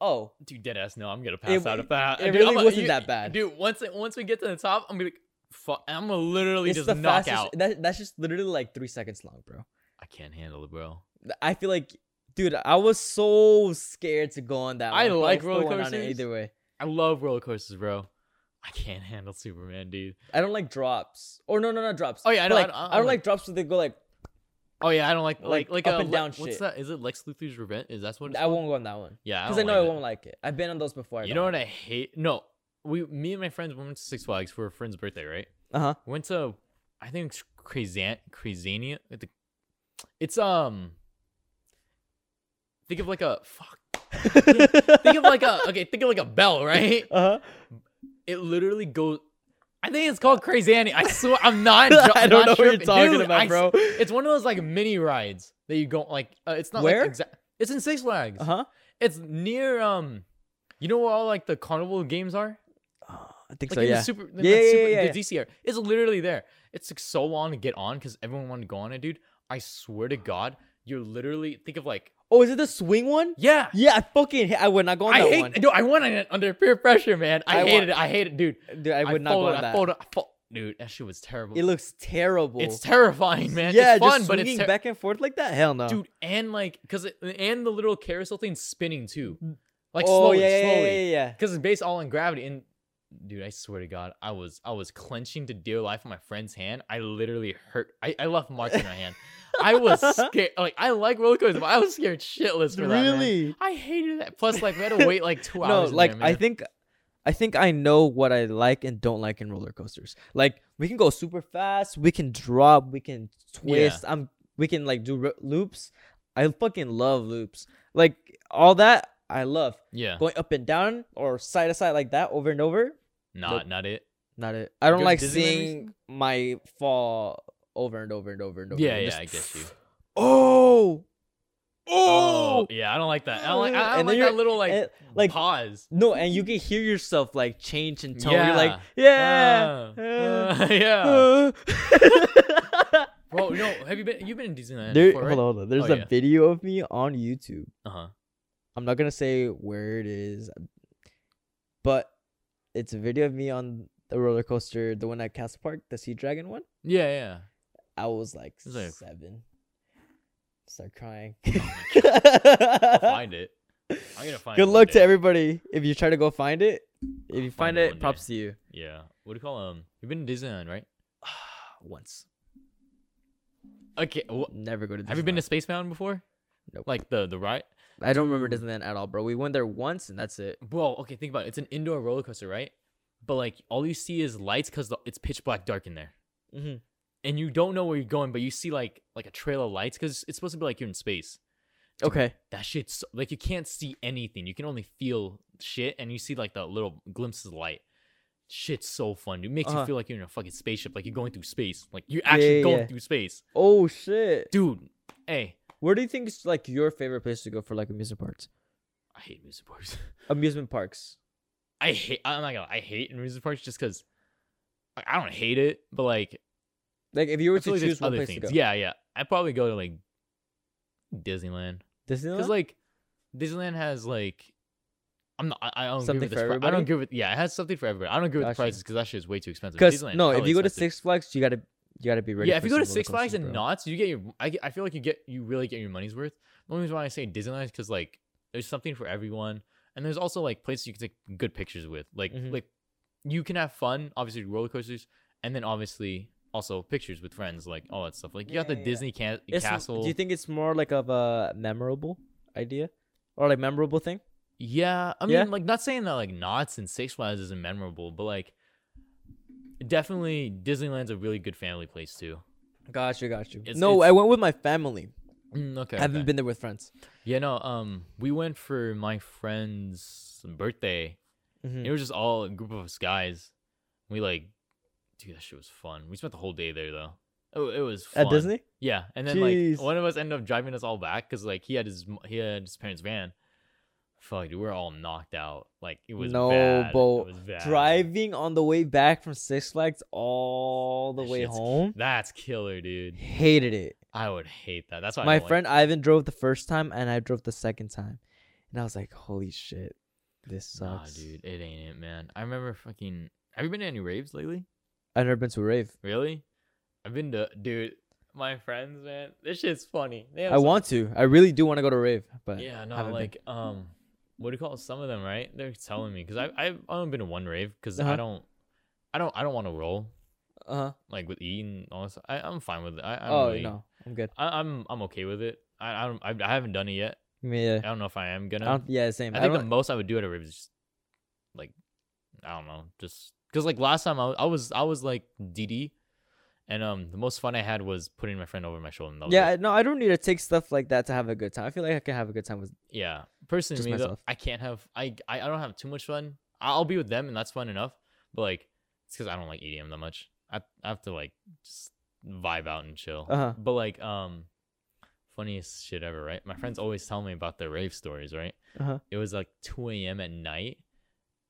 Speaker 1: "Oh,
Speaker 2: dude, dead ass. No, I'm gonna pass out of that.
Speaker 1: it
Speaker 2: Uh, Dude,
Speaker 1: really
Speaker 2: I'm a-
Speaker 1: wasn't
Speaker 2: you-
Speaker 1: that bad.
Speaker 2: dude. Once it- once we get to the top, I'm gonna be like, fuck. I'm gonna literally
Speaker 1: it's
Speaker 2: just
Speaker 1: the
Speaker 2: knock
Speaker 1: fastest
Speaker 2: out.
Speaker 1: that that's just literally like 3 seconds long, bro."
Speaker 2: I can't handle it, bro.
Speaker 1: Th- I feel like dude, I was so scared to go on that.
Speaker 2: I
Speaker 1: one, but
Speaker 2: like
Speaker 1: still
Speaker 2: roller
Speaker 1: went on it
Speaker 2: coasters.
Speaker 1: Either way,
Speaker 2: I love roller coasters, bro. I can't (laughs) handle Superman, dude.
Speaker 1: I don't like drops. Or no, no, not drops.
Speaker 2: Oh, yeah,
Speaker 1: But,
Speaker 2: I know, I
Speaker 1: like
Speaker 2: don't-
Speaker 1: I
Speaker 2: I
Speaker 1: don't,
Speaker 2: don't
Speaker 1: like
Speaker 2: like-
Speaker 1: drops where they go like
Speaker 2: Oh yeah, I don't like
Speaker 1: Like,
Speaker 2: like like,
Speaker 1: up
Speaker 2: uh,
Speaker 1: and down
Speaker 2: what- what's
Speaker 1: shit.
Speaker 2: that? Is it Lex Luthor's revenge? Is that what? It's
Speaker 1: I won't go on that one
Speaker 2: yeah,
Speaker 1: because I,
Speaker 2: don't
Speaker 1: know
Speaker 2: like
Speaker 1: I
Speaker 2: that.
Speaker 1: won't like it. I've been on those before. I
Speaker 2: You know what I hate? No, we, me and my friends we went to Six Flags for a friend's birthday, right?
Speaker 1: Uh huh.
Speaker 2: We went to, I think it's Crazan, Crazania. the- It's um, think of like a fuck.
Speaker 1: Uh-huh.
Speaker 2: (laughs)
Speaker 1: (laughs)
Speaker 2: Think of like a okay. Think of like a bell, right?
Speaker 1: Uh huh.
Speaker 2: It literally goes. I think it's called Crazania. I swear,
Speaker 1: (laughs)
Speaker 2: I'm not. jo-
Speaker 1: I
Speaker 2: I'm
Speaker 1: don't
Speaker 2: not
Speaker 1: know what
Speaker 2: sure
Speaker 1: you're
Speaker 2: if-
Speaker 1: talking
Speaker 2: dude,
Speaker 1: about,
Speaker 2: I s-
Speaker 1: bro.
Speaker 2: It's one of those like mini rides that you go like. Uh, it's not
Speaker 1: Where?
Speaker 2: Like exa- it's in Six Flags.
Speaker 1: Uh huh.
Speaker 2: It's near um, you know where all like the carnival games are.
Speaker 1: I think
Speaker 2: Like
Speaker 1: so.
Speaker 2: in
Speaker 1: Yeah.
Speaker 2: the super,
Speaker 1: Yeah,
Speaker 2: yeah,
Speaker 1: yeah, yeah,
Speaker 2: super,
Speaker 1: yeah.
Speaker 2: the DC area. It's literally there. It took so long to get on because everyone wanted to go on it, dude. I swear to God, you're literally think of like,
Speaker 1: oh, is it the swing one?
Speaker 2: yeah,
Speaker 1: Yeah, I fucking hate, I would not go on
Speaker 2: I
Speaker 1: that
Speaker 2: hate,
Speaker 1: one.
Speaker 2: dude. I went on it under peer pressure, man. I,
Speaker 1: I wa-
Speaker 2: hated it. I hated it, dude.
Speaker 1: Dude, I would not go
Speaker 2: folded,
Speaker 1: on
Speaker 2: I
Speaker 1: that.
Speaker 2: folded, I fold, dude. That shit was terrible.
Speaker 1: It looks terrible.
Speaker 2: it's terrifying, man.
Speaker 1: yeah,
Speaker 2: it's fun,
Speaker 1: just
Speaker 2: but
Speaker 1: swinging
Speaker 2: it's ter-
Speaker 1: back and forth like that. Hell no.
Speaker 2: dude. And like, cause it, and the little carousel thing spinning too, like
Speaker 1: oh
Speaker 2: slowly,
Speaker 1: yeah, yeah,
Speaker 2: slowly.
Speaker 1: yeah, yeah, yeah.
Speaker 2: because it's based all on gravity and dude i swear to god i was i was clenching to dear life in my friend's hand i literally hurt i, I left marks in my hand
Speaker 1: (laughs)
Speaker 2: i was scared like i like roller coasters but i was scared shitless for that man.
Speaker 1: Really?
Speaker 2: i hated that plus like we had to wait like two
Speaker 1: no,
Speaker 2: hours in
Speaker 1: like
Speaker 2: there,
Speaker 1: I
Speaker 2: man.
Speaker 1: think, I think I know what I like and don't like in roller coasters. Like we can go super fast, we can drop, we can twist. I'm we can like do r- loops. I fucking love loops. Like all that I love
Speaker 2: yeah
Speaker 1: going up and down or side to side like that over and over.
Speaker 2: not
Speaker 1: Nope.
Speaker 2: not it
Speaker 1: Not it. I don't
Speaker 2: go to
Speaker 1: like
Speaker 2: Disneyland
Speaker 1: seeing
Speaker 2: recently?
Speaker 1: my fall over and over and over and over.
Speaker 2: yeah
Speaker 1: and just-
Speaker 2: yeah i get you
Speaker 1: (sighs) Oh. Oh.
Speaker 2: oh yeah i don't like that i don't like, I don't
Speaker 1: And then
Speaker 2: like
Speaker 1: you're-
Speaker 2: that little like,
Speaker 1: and, like-
Speaker 2: pause
Speaker 1: No, and you can hear yourself like change in tone. You're like, (laughs) yeah.
Speaker 2: yeah uh, (laughs)
Speaker 1: yeah,
Speaker 2: uh, yeah
Speaker 1: (laughs) Uh.
Speaker 2: bro no have you been you've been in disneyland
Speaker 1: there,
Speaker 2: before,
Speaker 1: hold on,
Speaker 2: right?
Speaker 1: hold on. There's
Speaker 2: Oh,
Speaker 1: a
Speaker 2: yeah.
Speaker 1: video of me on YouTube.
Speaker 2: uh-huh
Speaker 1: I'm not gonna say where it is, but it's a video of me on the roller coaster, the one at Castle Park, the Sea Dragon one. (laughs)
Speaker 2: yeah yeah
Speaker 1: I was like
Speaker 2: It's like- Oh
Speaker 1: seven. Start crying. (laughs)
Speaker 2: find it. I'm gonna find. it
Speaker 1: Good
Speaker 2: one
Speaker 1: luck to
Speaker 2: day.
Speaker 1: everybody. If you try to go find it, if you
Speaker 2: I'll
Speaker 1: find
Speaker 2: find it one
Speaker 1: it,
Speaker 2: day.
Speaker 1: props to you.
Speaker 2: Yeah. What do you call um? You've been to Disneyland, right? Uh,
Speaker 1: Once,
Speaker 2: Okay. wh-
Speaker 1: never go to.
Speaker 2: have you been
Speaker 1: Disneyland.
Speaker 2: to Space Mountain before?
Speaker 1: Nope.
Speaker 2: Like the the ride?
Speaker 1: I don't remember Disneyland at all, bro. We went there once and that's it.
Speaker 2: Well, okay. Think about it. It's an indoor roller coaster, right? But like all you see is lights because it's pitch black dark in there, Mm-hmm.
Speaker 1: Mhm.
Speaker 2: and you don't know where you're going, but you see like like a trail of lights because it's supposed to be like you're in space.
Speaker 1: Okay.
Speaker 2: That shit's so- like you can't see anything. You can only feel shit, and you see like the little glimpses of light. Shit's so fun. dude. It makes
Speaker 1: Uh-huh.
Speaker 2: you feel like you're in a fucking spaceship, like you're going through space, like you're actually
Speaker 1: yeah,
Speaker 2: going
Speaker 1: yeah.
Speaker 2: through space,
Speaker 1: Oh shit.
Speaker 2: dude. Hey,
Speaker 1: Where do you think is like your favorite place to go for like amusement parks?
Speaker 2: I hate amusement parks. (laughs)
Speaker 1: Amusement parks.
Speaker 2: I hate. I'm not gonna. lie, I hate amusement parks just because like, I don't hate it, but like
Speaker 1: Like if you were
Speaker 2: I feel
Speaker 1: to
Speaker 2: like
Speaker 1: choose
Speaker 2: there's
Speaker 1: one
Speaker 2: other
Speaker 1: place
Speaker 2: things.
Speaker 1: to go.
Speaker 2: Yeah, yeah. I probably go to like Disneyland
Speaker 1: Disneyland.
Speaker 2: because like Disneyland has like I'm not. I, I don't
Speaker 1: Something
Speaker 2: agree with this
Speaker 1: for
Speaker 2: pri- I
Speaker 1: everybody?
Speaker 2: don't agree with. Yeah, it has something for everybody. I don't agree with
Speaker 1: Gotcha.
Speaker 2: the prices because that shit is way too expensive.
Speaker 1: Because
Speaker 2: Disneyland,
Speaker 1: no, if
Speaker 2: hella
Speaker 1: you go to
Speaker 2: expensive.
Speaker 1: Six Flags, you gotta you gotta be ready.
Speaker 2: yeah, if
Speaker 1: for
Speaker 2: you go to
Speaker 1: some roller
Speaker 2: Six Flags
Speaker 1: coasters,
Speaker 2: and
Speaker 1: bro.
Speaker 2: Knott's, you get your. I, get- I feel like you get you really get your money's worth. The only reason why I say Disneyland is because like there's something for everyone, And there's also like places you can take good pictures with. Like
Speaker 1: Mhm.
Speaker 2: like you can have fun, obviously roller coasters, and then obviously also pictures with friends, like all that stuff. Like you got
Speaker 1: Yeah,
Speaker 2: the
Speaker 1: yeah, yeah.
Speaker 2: Disney ca-
Speaker 1: It's-
Speaker 2: castle.
Speaker 1: Do you think it's more like of a memorable idea, or like memorable thing?
Speaker 2: Yeah, I mean,
Speaker 1: Yeah?
Speaker 2: like, not saying that like Knott's and Six Flags isn't memorable, but like, definitely Disneyland's a really good family place too.
Speaker 1: Got you, got you.
Speaker 2: It's-
Speaker 1: no,
Speaker 2: it's-
Speaker 1: I went with my family.
Speaker 2: Mm, okay,
Speaker 1: I haven't
Speaker 2: okay.
Speaker 1: been there with friends.
Speaker 2: Yeah, no. Um, we went for my friend's birthday.
Speaker 1: Mhm.
Speaker 2: It was just all a group of us guys. We like, dude, that shit was fun. We spent the whole day there though. Oh, it was fun.
Speaker 1: At Disney?
Speaker 2: Yeah, and then
Speaker 1: Jeez.
Speaker 2: like one of us ended up driving us all back because like he had his m- he had his parents' van. Fuck, dude, we were all knocked out. Like it was
Speaker 1: No,
Speaker 2: bad.
Speaker 1: bro.
Speaker 2: It was bad.
Speaker 1: Driving on the way back from Six Flags all the
Speaker 2: That
Speaker 1: way
Speaker 2: shit's-
Speaker 1: home,
Speaker 2: That's killer, dude.
Speaker 1: hated it.
Speaker 2: I would hate that. That's why I
Speaker 1: my
Speaker 2: don't like-
Speaker 1: friend Ivan drove the first time, and I drove the second time, and I was like, "Holy shit, this
Speaker 2: Nah,
Speaker 1: sucks."
Speaker 2: dude, it ain't it, man. I remember fucking. Have you been to any raves lately?
Speaker 1: I've never been to a rave.
Speaker 2: Really? I've been to, dude. My friends, man. This shit's funny. They have
Speaker 1: I
Speaker 2: some-
Speaker 1: want to. I really do want to go to a rave, but
Speaker 2: Yeah, no,
Speaker 1: haven't been.
Speaker 2: like um, what do you call it? some of them? Right? They're telling me because I I've only been to one rave because
Speaker 1: Uh-huh.
Speaker 2: I don't, I don't, I don't want to roll
Speaker 1: uh-huh.
Speaker 2: like with E and all this. I I'm fine with it. I, I don't
Speaker 1: oh
Speaker 2: really,
Speaker 1: no, I'm good.
Speaker 2: I, I'm I'm okay with it. I I, don't, I I haven't done it yet.
Speaker 1: Yeah,
Speaker 2: I don't know if I am
Speaker 1: uh, I
Speaker 2: gonna.
Speaker 1: don't, yeah, same.
Speaker 2: I
Speaker 1: I
Speaker 2: think the
Speaker 1: don't-
Speaker 2: most I would do at a rave is just like I don't know, just because like last time I was, I was I was like DD, and um the most fun I had was putting my friend over my shoulder. And that was
Speaker 1: Oh, yeah,
Speaker 2: it.
Speaker 1: I- no, I don't need to take stuff like that to have a good time. I feel like I can have a good time with.
Speaker 2: yeah. Personally,
Speaker 1: Just
Speaker 2: me, though,
Speaker 1: myself.
Speaker 2: I can't have I, I I don't have too much fun. I- I'll be with them and that's fun enough, but like it's because I don't like EDM that much. I I have to like just vibe out and chill.
Speaker 1: Uh-huh.
Speaker 2: But like um. Funniest shit ever, right? My friends always tell me about their rave stories, right?
Speaker 1: Uh-huh.
Speaker 2: it was like 2 a.m. at night,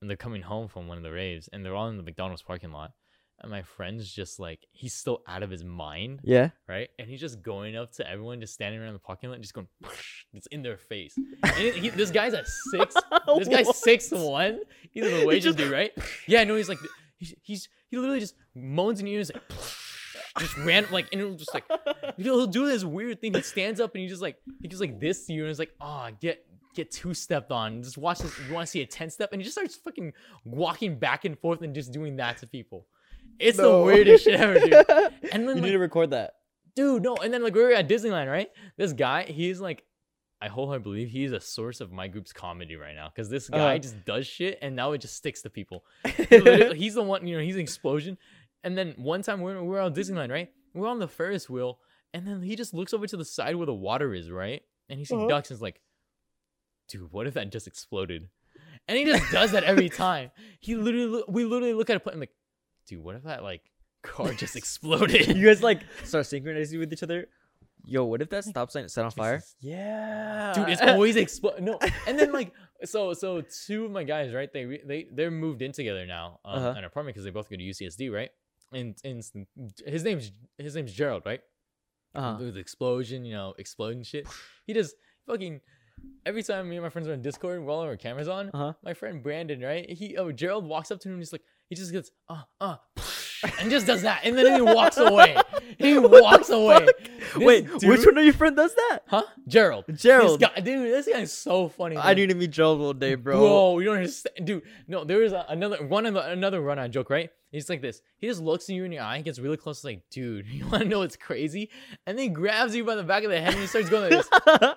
Speaker 2: and they're coming home from one of the raves, and they're all in the McDonald's parking lot. And my friend's just like, he's still out of his mind,
Speaker 1: (laughs) Yeah.
Speaker 2: right? And he's just going up to everyone, just standing around the parking lot, and just going, it's in their face. And it- he, this guy's a
Speaker 1: (laughs)
Speaker 2: six, this guy's
Speaker 1: What?
Speaker 2: six one. He's a Norwegian
Speaker 1: just-
Speaker 2: dude, right? Yeah, no, he's like, he's, he's he literally just moans in your ears, like, just random, like, and it was just like, He'll do this weird thing. He stands up and he just like he just like this to you and is like, oh, get get two stepped on. Just watch this. You want to see a ten step? And he just starts fucking walking back and forth and just doing that to people. It's
Speaker 1: No.
Speaker 2: the weirdest shit ever,
Speaker 1: (laughs)
Speaker 2: dude. And
Speaker 1: you
Speaker 2: then
Speaker 1: need
Speaker 2: like,
Speaker 1: to record (laughs) that.
Speaker 2: dude, no. And then like we were at Disneyland, right? This guy, he's like, I wholeheartedly believe he's a source of my group's comedy right now because this guy
Speaker 1: Uh-huh.
Speaker 2: just does shit and now it just sticks to people.
Speaker 1: (laughs)
Speaker 2: He literally- he's the one, you know, he's an explosion. And then one time we're, we're on Disneyland, right? We're on the Ferris wheel, and then he just looks over to the side where the water is, right? And he sees
Speaker 1: Uh-huh.
Speaker 2: ducks and is like, dude, what if that just exploded? And he just does
Speaker 1: (laughs)
Speaker 2: that every time. He literally, loo- we literally look at a plane and like, dude, what if that like car
Speaker 1: (laughs)
Speaker 2: just exploded?
Speaker 1: you guys like start synchronizing with each other. Yo, what if that stop sign is set on fire?
Speaker 2: Jesus.
Speaker 1: Yeah, (laughs)
Speaker 2: dude it's always explode no and then like so so two of my guys right they re- they they're moved in together now um,
Speaker 1: Uh-huh.
Speaker 2: an apartment because they both go to ucsd right and, and s- his name's his name's gerald right
Speaker 1: Uh-huh.
Speaker 2: with explosion you know exploding shit he just fucking every time me and my friends are on discord we're all have our cameras on
Speaker 1: Uh-huh.
Speaker 2: my friend brandon right he oh gerald walks up to him and he's like he just gets uh uh and just does that and then he walks away he
Speaker 1: (laughs) What the
Speaker 2: walks away
Speaker 1: fuck?
Speaker 2: This
Speaker 1: Wait,
Speaker 2: dude-
Speaker 1: which one of your friend does that?
Speaker 2: huh gerald
Speaker 1: Gerald.
Speaker 2: this guy, dude, this guy is so funny.
Speaker 1: I
Speaker 2: dude.
Speaker 1: need to meet Gerald one day, bro. (laughs)
Speaker 2: Whoa, you don't understand, dude. No, there is a, another one of the, another run on joke, right? He's like this. He just looks at you in your eye, gets really close, like, dude, (laughs) you want to know what's crazy? And then he grabs you by the back of the head and he starts going like this,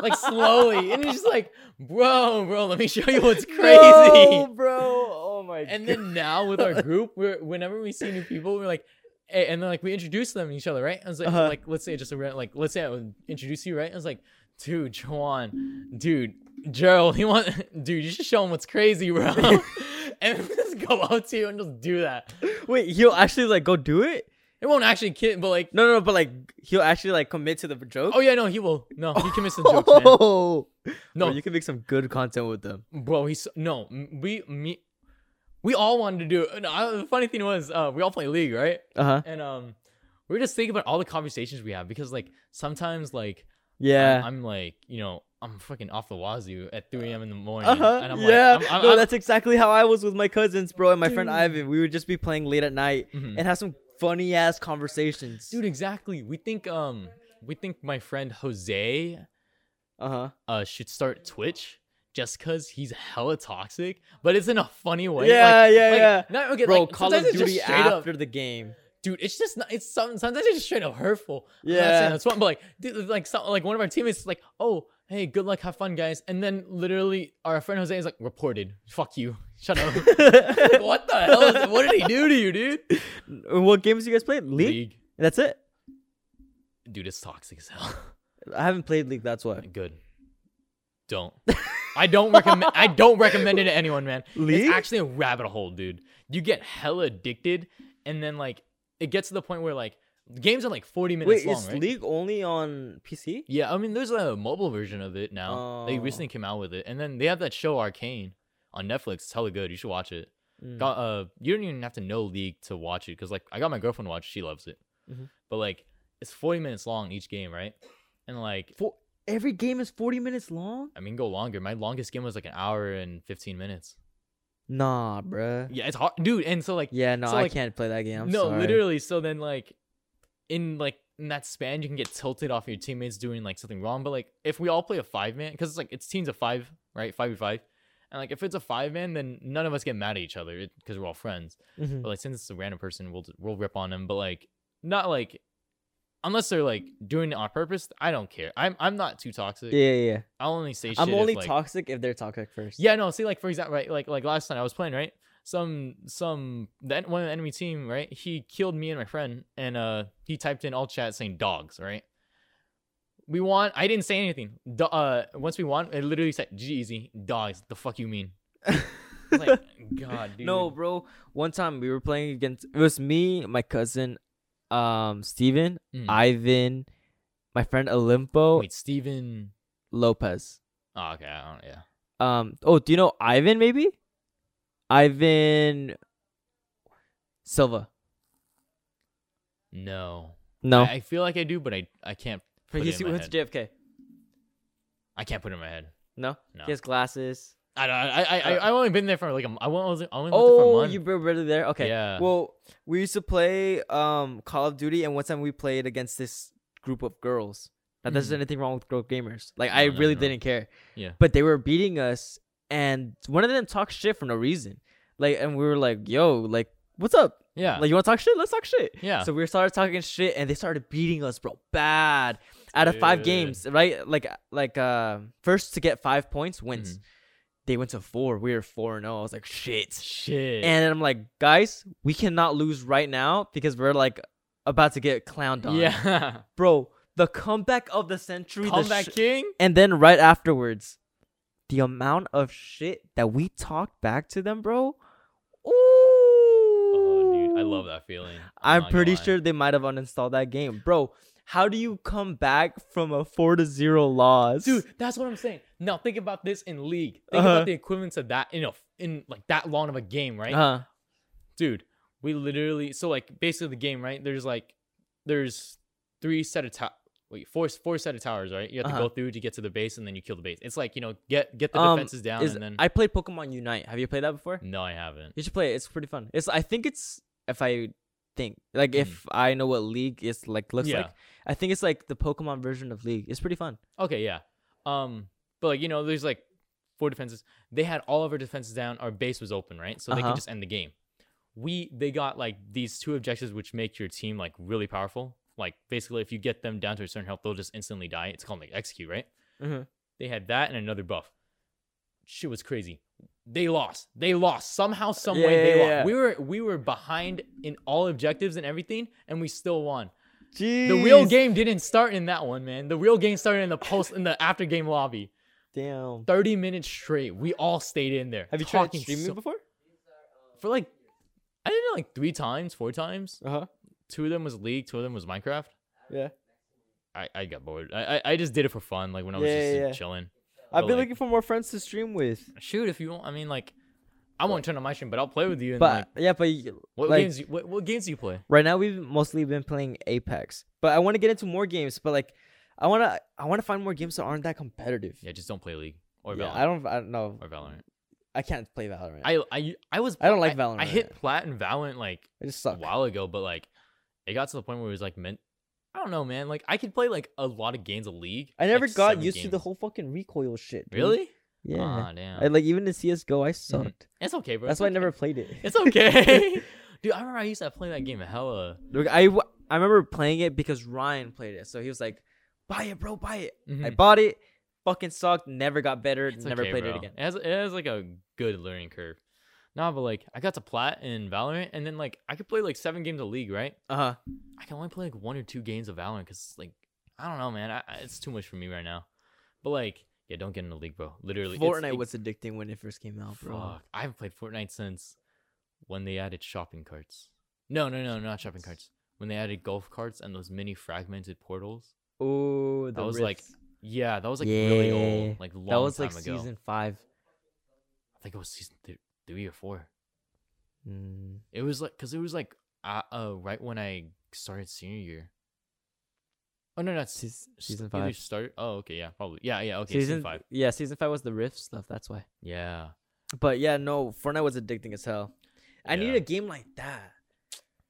Speaker 2: like slowly, and he's just like, bro, bro, let me show you what's
Speaker 1: (laughs)
Speaker 2: crazy.
Speaker 1: No, bro. Oh my
Speaker 2: And
Speaker 1: god.
Speaker 2: then now with our group, we're whenever we see new people, we're like, hey, and then like we introduce them to each other, right? I was like,
Speaker 1: Uh-huh.
Speaker 2: like let's say just a random, like let's say I would introduce you, right? I was like, dude, Juan, dude, Gerald, he want, (laughs) dude, you should show him what's crazy, bro. (laughs) and (laughs) just go out to you and just do that.
Speaker 1: Wait, he'll actually like go do it?
Speaker 2: It won't actually kid, but like,
Speaker 1: No, no, no, but like he'll actually like commit to the joke.
Speaker 2: oh yeah, no, he will. No, he commits the
Speaker 1: (laughs)
Speaker 2: jokes, man.
Speaker 1: Oh,
Speaker 2: No,
Speaker 1: Bro, you can make some good content with them.
Speaker 2: Bro, he's no. m- We me, we all wanted to do. No, I- the funny thing was, uh, we all play league, right?
Speaker 1: Uh huh.
Speaker 2: And um, we were just thinking about all the conversations we have because like sometimes like I'm-
Speaker 1: Yeah.
Speaker 2: I'm, like you know I'm fucking off the wazoo at 3 a.m. in the morning,
Speaker 1: Uh huh.
Speaker 2: and I'm
Speaker 1: Yeah.
Speaker 2: like, I'm, I'm,
Speaker 1: no,
Speaker 2: I'm-
Speaker 1: that's exactly how I was with my cousins, bro, and my friend
Speaker 2: Dude.
Speaker 1: Ivan. We would just be playing late at night
Speaker 2: Mhm.
Speaker 1: and have some funny ass conversations.
Speaker 2: dude, exactly. We think um, we think my friend Jose
Speaker 1: Uh huh.
Speaker 2: uh should start Twitch just because he's hella toxic, but it's in a funny way.
Speaker 1: yeah,
Speaker 2: like,
Speaker 1: yeah,
Speaker 2: like,
Speaker 1: yeah.
Speaker 2: Not okay,
Speaker 1: Bro,
Speaker 2: like,
Speaker 1: Call of
Speaker 2: sometimes it's just
Speaker 1: Duty
Speaker 2: straight up-
Speaker 1: after the game.
Speaker 2: dude. It's just not. It's some, sometimes it's just straight up hurtful. I'm not saying
Speaker 1: Yeah.
Speaker 2: that's fun, but like, dude, like some, like one of our teammates is like, oh, hey, good luck, have fun, guys, and then literally our friend Jose is like, reported. Fuck you. Shut
Speaker 1: (laughs)
Speaker 2: up. (laughs) Like, what the hell? Is, what did he do to you, dude?
Speaker 1: what games you guys played? League?
Speaker 2: League,
Speaker 1: That's it.
Speaker 2: dude, it's toxic as hell. (laughs)
Speaker 1: I haven't played League. That's why.
Speaker 2: Good. Don't. I don't recommend. I don't recommend it to anyone, man.
Speaker 1: League?
Speaker 2: It's actually a rabbit hole, dude. You get hella addicted, and then like it gets to the point where like games are like forty minutes
Speaker 1: Wait,
Speaker 2: long,
Speaker 1: is
Speaker 2: right?
Speaker 1: League only on PC?
Speaker 2: Yeah, I mean, there's a mobile version of it now. They
Speaker 1: Oh.
Speaker 2: recently came out with it, and then they have that show Arcane on Netflix. It's hella good. You should watch it.
Speaker 1: Mm.
Speaker 2: Got, uh, you don't even have to know League to watch it because like I got my girlfriend to watch. She loves it.
Speaker 1: Mhm.
Speaker 2: But like it's forty minutes long each game, right? And like
Speaker 1: For every game is forty minutes long.
Speaker 2: I mean, go longer. My longest game was like an hour and
Speaker 1: (laughs)
Speaker 2: fifteen minutes.
Speaker 1: Nah, bruh.
Speaker 2: Yeah, it's hard, dude. And so like
Speaker 1: Yeah, no,
Speaker 2: So,
Speaker 1: I
Speaker 2: like-
Speaker 1: can't play that game. I'm
Speaker 2: no,
Speaker 1: sorry. (laughs)
Speaker 2: literally. So then, like, in like in that span, you can get tilted off your teammates doing like something wrong. But like, if we all play a five man, because it's like it's teams of five, right? Five v five, and like if it's a five man, then none of us get mad at each other because we're all friends.
Speaker 1: Mhm.
Speaker 2: But like, since it's a random person, we'll we'll rip on them. But like, not like unless they're like doing it on purpose. I don't care. I'm I'm not too toxic.
Speaker 1: Yeah, yeah. yeah.
Speaker 2: I'll only say. Shit
Speaker 1: I'm
Speaker 2: if,
Speaker 1: only
Speaker 2: like-
Speaker 1: toxic if they're toxic first.
Speaker 2: yeah, no. See, like for example, right, like like last time I was playing, right? Some some the en- one of the enemy team, right? He killed me and my friend, and uh, he typed in all chat saying dogs, right? We want. I didn't say anything. Do- uh, once we won, it literally said G-Eazy, dogs. The fuck you
Speaker 1: (laughs)
Speaker 2: mean? I was like, God, dude.
Speaker 1: No, bro. One time we were playing against it was me, my cousin, um, Steven,
Speaker 2: Mm.
Speaker 1: Ivan, my friend Olympo
Speaker 2: wait, Steven.
Speaker 1: Lopez.
Speaker 2: Oh, okay, I don't, yeah.
Speaker 1: Um. Oh, do you know Ivan? Maybe Ivan Silva.
Speaker 2: No,
Speaker 1: No.
Speaker 2: I, I feel like I do, but I I can't. Put
Speaker 1: he's
Speaker 2: it in my
Speaker 1: with
Speaker 2: head.
Speaker 1: JFK.
Speaker 2: I can't put it in my head.
Speaker 1: No?
Speaker 2: No.
Speaker 1: He has glasses.
Speaker 2: I don't. I I I
Speaker 1: Uh,
Speaker 2: I've only been there for like a, m- I went I only went there for a
Speaker 1: Oh,
Speaker 2: month.
Speaker 1: you were really there? Okay.
Speaker 2: Yeah.
Speaker 1: Well, we used to play um Call of Duty, and one time we played against this group of girls. Now, there's
Speaker 2: Mhm.
Speaker 1: anything wrong with girl gamers. Like, I
Speaker 2: No, no,
Speaker 1: really
Speaker 2: no.
Speaker 1: didn't care.
Speaker 2: Yeah.
Speaker 1: But they were beating us, and one of them talked shit for no reason. Like, and we were like, "Yo, like, what's up?
Speaker 2: yeah.
Speaker 1: Like, you want to talk shit? Let's talk shit."
Speaker 2: Yeah.
Speaker 1: So we started talking shit, and they started beating us, bro, bad. Out of five
Speaker 2: Dude.
Speaker 1: games, right? Like, like uh, first to get five points wins.
Speaker 2: Mhm.
Speaker 1: They went to four. We were four and zero. I was like, shit.
Speaker 2: shit.
Speaker 1: And I'm like, guys, we cannot lose right now because we're like about to get clowned on. (laughs)
Speaker 2: yeah.
Speaker 1: bro, the comeback of the century. the
Speaker 2: Comeback
Speaker 1: sh-
Speaker 2: King.
Speaker 1: and then right afterwards, the amount of shit that we talked back to them, bro. Ooh.
Speaker 2: Oh, dude, I love that feeling.
Speaker 1: I'm
Speaker 2: not gonna
Speaker 1: pretty
Speaker 2: lie.
Speaker 1: sure they might have uninstalled that game, bro. How do you come back from a four to zero loss,
Speaker 2: Dude, that's what I'm saying. Now think about this in league. Think
Speaker 1: Uh-huh.
Speaker 2: about the equivalence of that in a in like that long of a game, right?
Speaker 1: Uh,
Speaker 2: Dude, we literally so like basically the game, right? There's like there's three set of towers. Wait, four four set of towers, right? You have to
Speaker 1: Uh-huh.
Speaker 2: go through to get to the base, and then you kill the base. It's like you know, get get the
Speaker 1: Um,
Speaker 2: defenses down,
Speaker 1: is,
Speaker 2: and then
Speaker 1: I played Pokemon Unite. Have you played that before?
Speaker 2: no, I haven't.
Speaker 1: You should play it. It's pretty fun. It's I think it's if I think like if I know what League is like looks
Speaker 2: Yeah.
Speaker 1: like. I think it's like the Pokemon version of League. It's pretty fun.
Speaker 2: Okay, yeah. Um, but like you know, there's like four defenses. They had all of our defenses down. Our base was open, right? So they
Speaker 1: Uh-huh.
Speaker 2: could just end the game. We they got like these two objectives, which make your team like really powerful. Like basically, if you get them down to a certain health, they'll just instantly die. It's called like execute, right?
Speaker 1: Mhm.
Speaker 2: They had that and another buff. Shit was crazy. They lost. They lost somehow, some way.
Speaker 1: Yeah,
Speaker 2: They
Speaker 1: yeah,
Speaker 2: lost.
Speaker 1: yeah.
Speaker 2: We were we were behind in all objectives and everything, and we still won. The real game didn't start in that one, man. The real game started in the post in the after game lobby.
Speaker 1: Damn.
Speaker 2: Thirty minutes straight. We all stayed in there.
Speaker 1: Have you tried
Speaker 2: talking
Speaker 1: streaming
Speaker 2: so-
Speaker 1: before?
Speaker 2: for like? I did it like three times, four times.
Speaker 1: Uh huh.
Speaker 2: Two of them was League, two of them was Minecraft.
Speaker 1: Yeah.
Speaker 2: I, I got bored. I, I I just did it for fun, like when I was
Speaker 1: Yeah,
Speaker 2: just
Speaker 1: yeah,
Speaker 2: like,
Speaker 1: yeah.
Speaker 2: chilling.
Speaker 1: I've
Speaker 2: But,
Speaker 1: been
Speaker 2: like-
Speaker 1: looking for more friends to stream with.
Speaker 2: Shoot, if you want, I mean, like, I won't turn on my stream, but I'll play with you. And like,
Speaker 1: But yeah, but you-
Speaker 2: what
Speaker 1: like-
Speaker 2: games? You, what, what games do you play?
Speaker 1: right now we've mostly been playing Apex. But I want to get into more games. But like, I wanna I wanna find more games that aren't that competitive.
Speaker 2: Yeah, just don't play League or Valorant.
Speaker 1: Yeah, I don't I don't know.
Speaker 2: or Valorant.
Speaker 1: I can't play Valorant. I,
Speaker 2: I I I was.
Speaker 1: I don't like
Speaker 2: I
Speaker 1: Valorant.
Speaker 2: hit plat and Valorant like
Speaker 1: I just
Speaker 2: a
Speaker 1: suck.
Speaker 2: while ago, but like it got to the point where it was like meant. I don't know, man. Like I could play like a lot of games of League.
Speaker 1: I never
Speaker 2: like,
Speaker 1: got
Speaker 2: seven
Speaker 1: used to the
Speaker 2: games.
Speaker 1: whole fucking recoil shit. dude.
Speaker 2: Really?
Speaker 1: Yeah.
Speaker 2: Aw, damn.
Speaker 1: I, like even in CS:GO, I sucked.
Speaker 2: it's okay, bro.
Speaker 1: That's
Speaker 2: it's
Speaker 1: why I
Speaker 2: okay.
Speaker 1: never played it.
Speaker 2: It's
Speaker 1: (laughs)
Speaker 2: okay. (laughs) Dude, I remember I used to play that game hella.
Speaker 1: Look, I w- I remember playing it because Ryan played it, so he was like, "Buy it, bro, buy it." Mm-hmm. I
Speaker 2: Mhm.
Speaker 1: bought it. Fucking sucked. Never got better.
Speaker 2: It's
Speaker 1: never
Speaker 2: okay,
Speaker 1: played it
Speaker 2: bro.
Speaker 1: again.
Speaker 2: It has, it has like a good learning curve. Nah, but like I got to plat in Valorant, and then like I could play like seven games of League, right?
Speaker 1: Uh huh.
Speaker 2: I can only play like one or two games of Valorant because like I don't know, man. I, I- it's too much for me right now. But like, yeah, don't get in the league, bro. Literally, it's-
Speaker 1: Fortnite
Speaker 2: it-
Speaker 1: was addicting when it first came out, Oh, bro.
Speaker 2: Fuck, I haven't played Fortnite since when they added shopping carts. No, no, no, not shopping carts. When they added golf carts and those mini fragmented portals.
Speaker 1: Oh, the
Speaker 2: was like
Speaker 1: rifts.
Speaker 2: Yeah, that was like really
Speaker 1: Yeah,
Speaker 2: old, like long
Speaker 1: that was
Speaker 2: time
Speaker 1: like
Speaker 2: ago.
Speaker 1: season five.
Speaker 2: I think it was season th- three or four.
Speaker 1: Mm.
Speaker 2: It was like because it was like uh, uh right when I started senior year. Oh no, not se-
Speaker 1: Seas- season
Speaker 2: st- either
Speaker 1: five.
Speaker 2: Started. Oh okay, yeah, probably. Yeah, yeah. Okay, season five.
Speaker 1: Yeah, season five was the rift stuff. That's why.
Speaker 2: Yeah.
Speaker 1: But yeah, no, Fortnite was addicting as hell. I need
Speaker 2: Yeah.
Speaker 1: a game like that.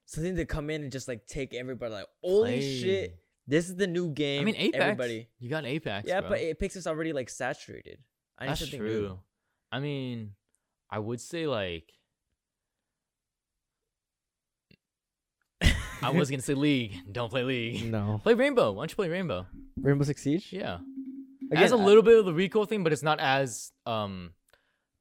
Speaker 1: Something to come in and just like take everybody. Like, holy shit, this is the new game.
Speaker 2: I mean, Apex.
Speaker 1: Everybody.
Speaker 2: You got Apex.
Speaker 1: Yeah,
Speaker 2: bro.
Speaker 1: but Apex is already like saturated. I need
Speaker 2: that's
Speaker 1: something
Speaker 2: true.
Speaker 1: new.
Speaker 2: I mean, I would say like I was gonna say League. Don't play League.
Speaker 1: no
Speaker 2: Play Rainbow. Why don't you play Rainbow?
Speaker 1: Rainbow Six Siege.
Speaker 2: Yeah, it
Speaker 1: Again,
Speaker 2: has a
Speaker 1: I-
Speaker 2: little bit of the recoil thing, but it's not as um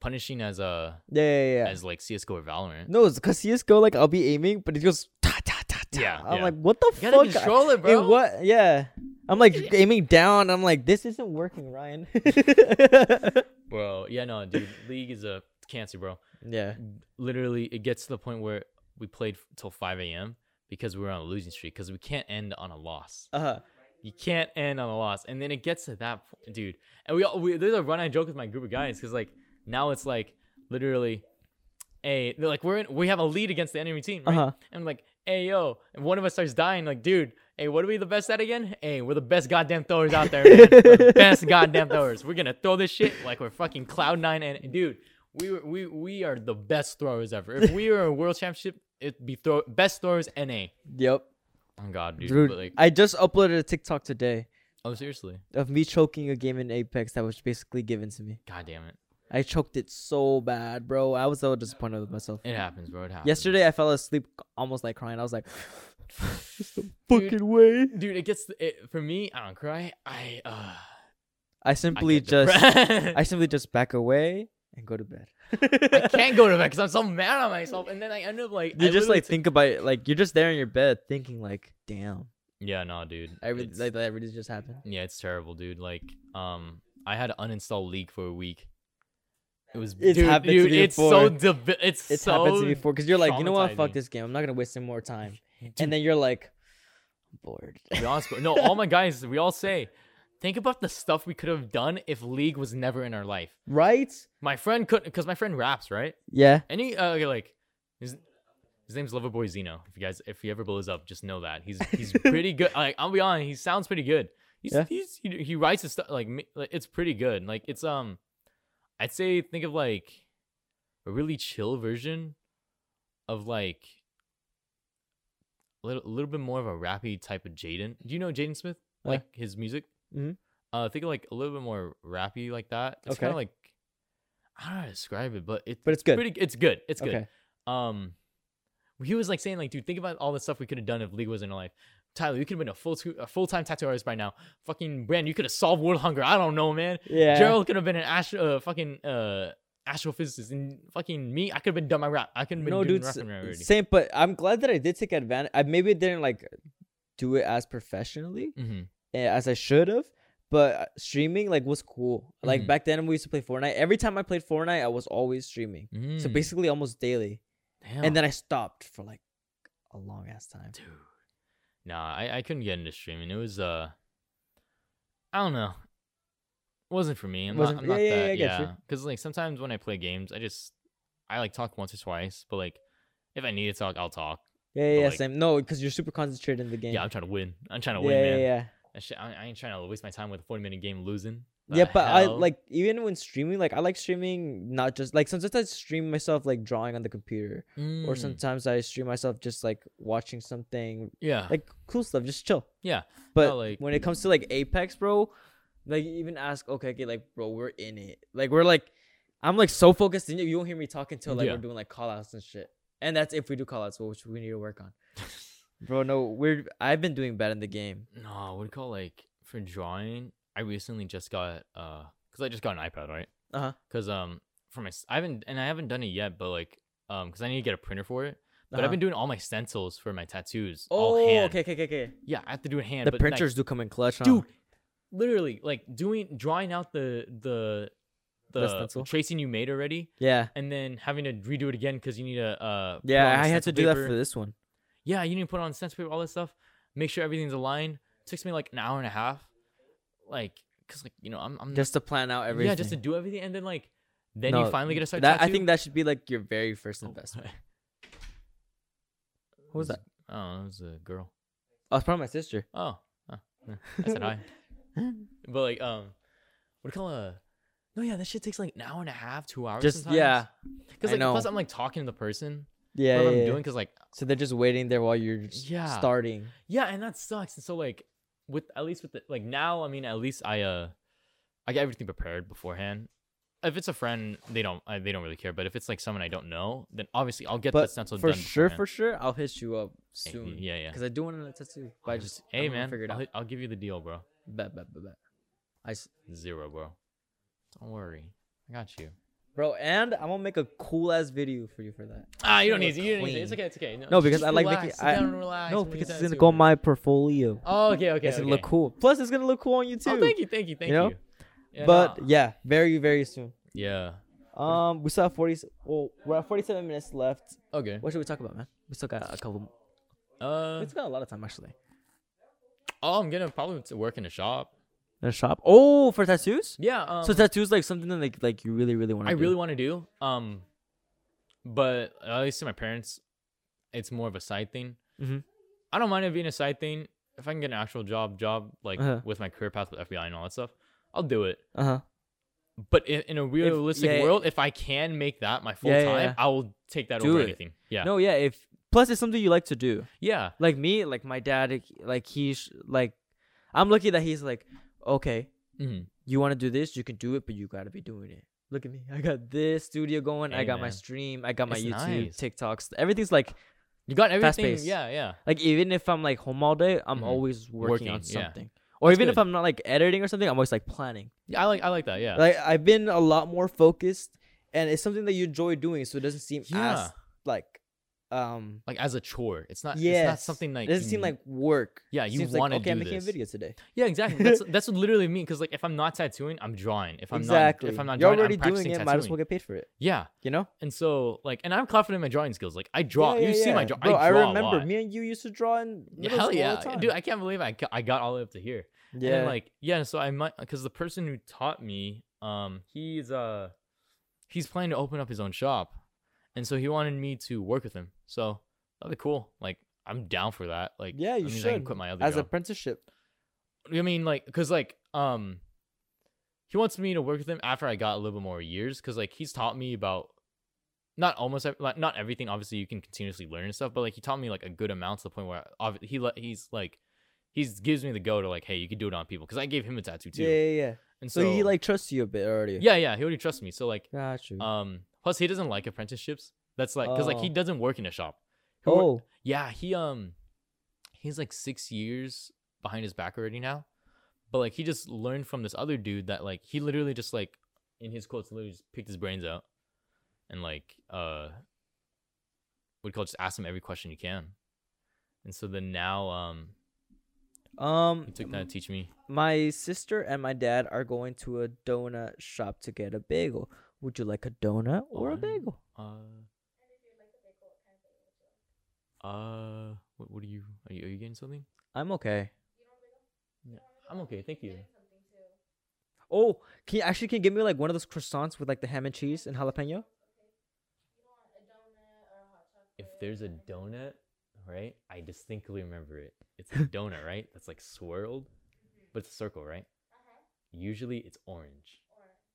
Speaker 2: punishing as uh
Speaker 1: Yeah, yeah, yeah.
Speaker 2: as like CS:GO or Valorant.
Speaker 1: No, it's because CS:GO, like I'll be aiming, but it goes ta ta ta ta.
Speaker 2: Yeah,
Speaker 1: I'm
Speaker 2: yeah.
Speaker 1: like, what the
Speaker 2: You
Speaker 1: fuck?
Speaker 2: gotta control it,
Speaker 1: I-
Speaker 2: bro.
Speaker 1: It, what? Yeah. I'm like aiming down. I'm like, this isn't working, Ryan. (laughs)
Speaker 2: Bro, yeah, no, dude, League is a cancer, bro.
Speaker 1: yeah.
Speaker 2: Literally, it gets to the point where we played f- till 5 a.m. because we were on a losing streak because we can't end on a loss.
Speaker 1: Uh huh.
Speaker 2: You can't end on a loss, and then it gets to that point, dude. And we all we, there's a run I joke with my group of guys because like now it's like literally, a they're like we're in, we have a lead against the enemy team,
Speaker 1: Uh
Speaker 2: right?
Speaker 1: huh.
Speaker 2: And I'm like, hey yo, and one of us starts dying. Like, dude, hey, what are we the best at again? Hey, we're the best goddamn throwers out there, man. We're the best goddamn throwers. We're gonna throw this shit like we're fucking cloud nine. And dude, we were, we we are the best throwers ever. If we were a world championship, it'd be throw best throwers NA.
Speaker 1: Yep.
Speaker 2: Oh god, dude.
Speaker 1: Dude,
Speaker 2: But like,
Speaker 1: I just uploaded a TikTok today
Speaker 2: oh seriously,
Speaker 1: of me choking a game in Apex that was basically given to me.
Speaker 2: god damn it,
Speaker 1: I choked it so bad, bro. I was so disappointed with myself.
Speaker 2: it happens, bro. It happens.
Speaker 1: Yesterday, I fell asleep almost like crying. I was like, "It's the
Speaker 2: (laughs)
Speaker 1: (laughs)
Speaker 2: Dude.
Speaker 1: fucking way."
Speaker 2: dude, it gets it, for me. I don't cry. I uh,
Speaker 1: I
Speaker 2: I
Speaker 1: simply
Speaker 2: get
Speaker 1: just,
Speaker 2: depressed.
Speaker 1: (laughs)
Speaker 2: (laughs)
Speaker 1: I simply just back away and go to bed.
Speaker 2: I can't go to bed because I'm so mad at myself, and then I end up like
Speaker 1: (laughs) You
Speaker 2: I
Speaker 1: just
Speaker 2: literally
Speaker 1: like think about it, like you're just there in your bed thinking like, "Damn,
Speaker 2: Yeah, no, dude.
Speaker 1: I really,
Speaker 2: It's-
Speaker 1: like that really just happened."
Speaker 2: yeah, it's terrible, dude. Like, um, I had to uninstall League for a week. It was
Speaker 1: It's
Speaker 2: dude,
Speaker 1: happened to
Speaker 2: dude,
Speaker 1: me
Speaker 2: it's so
Speaker 1: before.
Speaker 2: debi- it's
Speaker 1: It's
Speaker 2: so
Speaker 1: happened to
Speaker 2: (laughs)
Speaker 1: me before because you're like, you know what? Fuck
Speaker 2: traumatizing.
Speaker 1: this game. I'm not gonna waste any more
Speaker 2: (laughs)
Speaker 1: time.
Speaker 2: Dude.
Speaker 1: And then you're like, I'm bored.
Speaker 2: To be honest, bro- no, all my guys, we all say, think about the stuff we could have done if League was never in our life.
Speaker 1: right?
Speaker 2: My friend couldn't, because my friend raps, right?
Speaker 1: Yeah.
Speaker 2: Any uh, okay, like his his name's Loverboy Zeno. If you guys, if he ever blows up, just know that he's
Speaker 1: (laughs)
Speaker 2: he's pretty good. Like I'll be honest, he sounds pretty good. He's,
Speaker 1: Yeah.
Speaker 2: he's he, he writes his stuff like, me- like it's pretty good. Like it's um, I'd say think of like a really chill version of like a little, a little bit more of a rappy type of Jaden. Do you know Jaden Smith?
Speaker 1: Yeah.
Speaker 2: Like his music.
Speaker 1: Mhm.
Speaker 2: Uh, think of like a little bit more rappy like that. It's
Speaker 1: Okay.
Speaker 2: kind of like I don't know how to describe it, but it,
Speaker 1: But it's good.
Speaker 2: Pretty, it's good. It's good.
Speaker 1: Okay.
Speaker 2: Um, he was like saying like, dude, think about all the stuff we could have done if League was in our life. Tyler, you could have been a full two, a full time tattoo artist by now. Fucking Brand, you could have solved world hunger. I don't know, man.
Speaker 1: Yeah.
Speaker 2: Gerald could have been an astro, uh, fucking uh, astrophysicist, and fucking me, I could have been done my rap. I could have been
Speaker 1: no, dude.
Speaker 2: doing dude,
Speaker 1: s-
Speaker 2: rapping already.
Speaker 1: Same, but I'm glad that I did take advantage. I maybe didn't like do it as professionally
Speaker 2: hmm
Speaker 1: eh, as I should have. But uh, streaming like was cool. Like
Speaker 2: Mhm.
Speaker 1: back then, we used to play Fortnite. Every time I played Fortnite, I was always streaming. So
Speaker 2: Mm-hmm. Mm.
Speaker 1: basically, almost daily. And then I stopped for like a long ass time.
Speaker 2: dude nah I, I couldn't get into streaming it was uh i don't know it wasn't for me i'm
Speaker 1: Wasn't-
Speaker 2: not, I'm not
Speaker 1: yeah, yeah, yeah, I
Speaker 2: that
Speaker 1: get you.
Speaker 2: yeah because like sometimes when i play games i just i like talk once or twice but like if i need to talk i'll talk
Speaker 1: Yeah, yeah,
Speaker 2: But,
Speaker 1: yeah
Speaker 2: like-
Speaker 1: same. No, because you're super concentrated in the game.
Speaker 2: yeah i'm trying to win i'm trying to
Speaker 1: yeah,
Speaker 2: win man
Speaker 1: yeah, yeah.
Speaker 2: That shit- I, I ain't trying to waste my time with a 40 minute game losing
Speaker 1: Yeah,
Speaker 2: The
Speaker 1: but I
Speaker 2: hell?
Speaker 1: like even when streaming, like I like streaming not just like sometimes I stream myself like drawing on the computer, or
Speaker 2: Mm,
Speaker 1: sometimes I stream myself just like watching something
Speaker 2: yeah
Speaker 1: like cool stuff, just chill.
Speaker 2: Yeah,
Speaker 1: But
Speaker 2: like- mm.
Speaker 1: when it comes to like Apex, bro, like even ask okay, okay, like bro, we're in it. Like we're like, I'm like so focused in it. You won't hear me talk until like
Speaker 2: Yeah.
Speaker 1: we're doing like call outs and shit. And that's if we do call outs, which we need to
Speaker 2: (laughs)
Speaker 1: work on. bro, no, we're I've been doing bad in the game.
Speaker 2: No, what do you call like for drawing? I recently just got uh, cause I just got an iPad, right?
Speaker 1: Uh-huh.
Speaker 2: Cause um, for my s- I haven't and I haven't done it yet, but like um, cause I need to get a printer for it. But I've
Speaker 1: Uh-huh.
Speaker 2: been doing all my stencils for my tattoos. all
Speaker 1: Oh,
Speaker 2: hand.
Speaker 1: okay, okay, okay, okay.
Speaker 2: Yeah, I have to do it hand.
Speaker 1: The
Speaker 2: but, like,
Speaker 1: printers do come in clutch, huh?
Speaker 2: dude literally like doing drawing out the the
Speaker 1: The
Speaker 2: the
Speaker 1: stencil?
Speaker 2: tracing you made already
Speaker 1: Yeah,
Speaker 2: and then having to redo it again because you need to uh put on
Speaker 1: yeah.
Speaker 2: the
Speaker 1: I had to
Speaker 2: stencil
Speaker 1: do that
Speaker 2: paper.
Speaker 1: for this one.
Speaker 2: yeah you need to put on stencil paper all that stuff make sure everything's aligned took me like an hour and a half like because like you know i'm, I'm
Speaker 1: Just to plan out everything.
Speaker 2: Hmm. yeah just to do everything and then like then you
Speaker 1: No,
Speaker 2: finally get to start
Speaker 1: that, I
Speaker 2: tattoo?
Speaker 1: think that should be like your very first
Speaker 2: Oh, (laughs)
Speaker 1: investment.
Speaker 2: Who
Speaker 1: was
Speaker 2: that? Oh, it was a girl.
Speaker 1: Oh, it's probably my sister.
Speaker 2: Oh, oh, yeah,
Speaker 1: (laughs)
Speaker 2: I said hi. But like, um, what do you call a? No, yeah, that shit takes like an hour and a half, two hours.
Speaker 1: Just
Speaker 2: sometimes.
Speaker 1: yeah,
Speaker 2: because
Speaker 1: I
Speaker 2: like plus
Speaker 1: know.
Speaker 2: I'm like talking to the person.
Speaker 1: yeah,
Speaker 2: what
Speaker 1: yeah,
Speaker 2: I'm
Speaker 1: yeah.
Speaker 2: doing because like
Speaker 1: So they're just waiting there while you're s-
Speaker 2: Yeah.
Speaker 1: starting.
Speaker 2: yeah, and that sucks. And so like with at least with the, like now, I mean, at least I uh, I get everything prepared beforehand. If it's a friend, they don't I, they don't really care. But if it's like someone I don't know, then obviously I'll get the
Speaker 1: But
Speaker 2: stencil
Speaker 1: for
Speaker 2: done
Speaker 1: sure, for
Speaker 2: beforehand.
Speaker 1: sure, I'll hit you up
Speaker 2: Hey,
Speaker 1: soon.
Speaker 2: Yeah, yeah.
Speaker 1: Because I do want to tattoo, but I just
Speaker 2: hey
Speaker 1: I'm gonna
Speaker 2: man,
Speaker 1: figure it
Speaker 2: I'll,
Speaker 1: out.
Speaker 2: hit- I'll give you the deal, bro.
Speaker 1: Bet, bet, bet, bet. I s-
Speaker 2: Zero, bro. Don't worry, I got you.
Speaker 1: bro, and I'm gonna make a cool ass video for you for that.
Speaker 2: Ah, you
Speaker 1: You're
Speaker 2: don't need to. You don't need to.
Speaker 1: clean.
Speaker 2: It's okay. It's okay. No,
Speaker 1: No, because
Speaker 2: just
Speaker 1: I like
Speaker 2: relax,
Speaker 1: making-
Speaker 2: Sit
Speaker 1: I-
Speaker 2: down and relax
Speaker 1: no,
Speaker 2: when you
Speaker 1: because it's
Speaker 2: tattoo,
Speaker 1: gonna go on
Speaker 2: bro.
Speaker 1: my portfolio.
Speaker 2: Oh, okay, okay.
Speaker 1: it's
Speaker 2: okay.
Speaker 1: gonna look cool. Plus, it's gonna look cool on you too.
Speaker 2: Oh, thank you, thank you, thank you.
Speaker 1: know?
Speaker 2: Yeah,
Speaker 1: but
Speaker 2: nah.
Speaker 1: yeah, very, very soon.
Speaker 2: yeah.
Speaker 1: Um, we still have forty. Well, we're at forty-seven minutes left.
Speaker 2: Okay.
Speaker 1: What should we talk about, man? We still got a couple.
Speaker 2: Uh,
Speaker 1: We still got a lot of time actually.
Speaker 2: oh, I'm gonna probably t- work in a shop.
Speaker 1: In a shop. Oh, for tattoos.
Speaker 2: Yeah. Um,
Speaker 1: so tattoos like something that like like you really really want.
Speaker 2: I really want to do. Um, but at least to my parents, it's more of a side thing.
Speaker 1: Mhm.
Speaker 2: I don't mind it being a side thing if I can get an actual job, job like
Speaker 1: Uh-huh.
Speaker 2: with my career path with FBI and all that stuff. I'll do it.
Speaker 1: Uh huh.
Speaker 2: But in, in a realistic
Speaker 1: yeah, yeah.
Speaker 2: world, if I can make that my full
Speaker 1: Yeah, yeah,
Speaker 2: time,
Speaker 1: yeah.
Speaker 2: I will take that
Speaker 1: Do
Speaker 2: over
Speaker 1: it.
Speaker 2: anything. Yeah.
Speaker 1: No, yeah. If plus it's something you like to do.
Speaker 2: Yeah.
Speaker 1: Like me, like my dad, like- like he's like, I'm lucky that he's like, okay,
Speaker 2: hmm
Speaker 1: you want to do this, you can do it, but you gotta be doing it. Look at me, I got this studio going. I
Speaker 2: Hey,
Speaker 1: got my
Speaker 2: man.
Speaker 1: stream. I got my
Speaker 2: It's
Speaker 1: YouTube,
Speaker 2: nice.
Speaker 1: TikToks. Everything's like,
Speaker 2: You got everything.
Speaker 1: Fast-paced.
Speaker 2: Yeah. Yeah.
Speaker 1: like even if I'm like home all day, I'm
Speaker 2: Mhm.
Speaker 1: always working, on
Speaker 2: Working, yeah.
Speaker 1: something. Or
Speaker 2: That's
Speaker 1: even if
Speaker 2: good.
Speaker 1: I'm not like editing or something, I'm always like planning.
Speaker 2: Yeah. I like. I like that. Yeah.
Speaker 1: Like I've been a lot more focused, and it's something that you enjoy doing, so it doesn't seem
Speaker 2: Yeah.
Speaker 1: as like, um,
Speaker 2: like as a chore. It's not.
Speaker 1: yeah,
Speaker 2: It's not something like.
Speaker 1: it doesn't
Speaker 2: you
Speaker 1: seem
Speaker 2: need-
Speaker 1: like work.
Speaker 2: Yeah,
Speaker 1: It
Speaker 2: you
Speaker 1: seems like,
Speaker 2: wanna
Speaker 1: okay, I'm
Speaker 2: do
Speaker 1: making
Speaker 2: this.
Speaker 1: a video today.
Speaker 2: Yeah, exactly. That's that's what literally mean. Because like, if I'm not tattooing, I'm drawing. If I'm
Speaker 1: exactly.
Speaker 2: not, if I'm not
Speaker 1: You're
Speaker 2: drawing,
Speaker 1: already
Speaker 2: I'm
Speaker 1: doing
Speaker 2: practicing
Speaker 1: it.
Speaker 2: tattooing.
Speaker 1: Might as well get paid for it.
Speaker 2: yeah,
Speaker 1: You know.
Speaker 2: and so like, and I'm confident in my drawing skills. Like, I draw.
Speaker 1: Yeah,
Speaker 2: you
Speaker 1: yeah,
Speaker 2: see my
Speaker 1: yeah.
Speaker 2: draw.
Speaker 1: Bro,
Speaker 2: I draw
Speaker 1: remember
Speaker 2: a lot.
Speaker 1: me and you used to draw in.
Speaker 2: Yeah,
Speaker 1: middle
Speaker 2: Hell
Speaker 1: school all
Speaker 2: yeah,
Speaker 1: the time.
Speaker 2: dude! I can't believe I got, I got all the way up to here.
Speaker 1: yeah.
Speaker 2: And then, like yeah, so I might because the person who taught me, um, he's uh, he's planning to open up his own shop, and so he wanted me to work with him. So that'd be cool. Like I'm down for that. Like
Speaker 1: yeah,
Speaker 2: that
Speaker 1: you
Speaker 2: means
Speaker 1: should
Speaker 2: I can quit my other
Speaker 1: as
Speaker 2: job.
Speaker 1: apprenticeship.
Speaker 2: I mean, like, cause like, um, he wants me to work with him after I got a little bit more years, cause like he's taught me about not almost ev- like not everything. Obviously, you can continuously learn and stuff, but like he taught me like a good amount to the point where I, obvi- he let he's like he's gives me the go to like, hey, you can do it on people, cause I gave him a tattoo too,
Speaker 1: Yeah, yeah, yeah.
Speaker 2: and so,
Speaker 1: So, he like trusts you a bit already.
Speaker 2: yeah, yeah, he already trusts me, so like,
Speaker 1: Got you.
Speaker 2: um, plus he doesn't like apprenticeships. That's like, cause like he
Speaker 1: Oh.
Speaker 2: doesn't work in a shop. He wor-
Speaker 1: oh,
Speaker 2: yeah, he um he's like six years behind his back already now. But like he just learned from this other dude that like he literally just like in his quotes literally just picked his brains out and like uh would call just ask him every question you can. And so then now um
Speaker 1: um,
Speaker 2: he took that to teach me.
Speaker 1: my sister and my dad are going to a donut shop to get a bagel. Would you like a donut or a
Speaker 2: Alright.
Speaker 1: bagel?
Speaker 2: Uh uh, what, what are you? Are you are you getting something?
Speaker 1: I'm okay.
Speaker 2: I'm okay, thank you.
Speaker 1: Oh, can you actually can you give me like one of those croissants with like the ham and cheese and jalapeno?
Speaker 2: if there's a donut, right? I distinctly remember it.
Speaker 1: (laughs)
Speaker 2: It's a donut, right? That's like swirled, but it's a circle, right? Usually it's orange.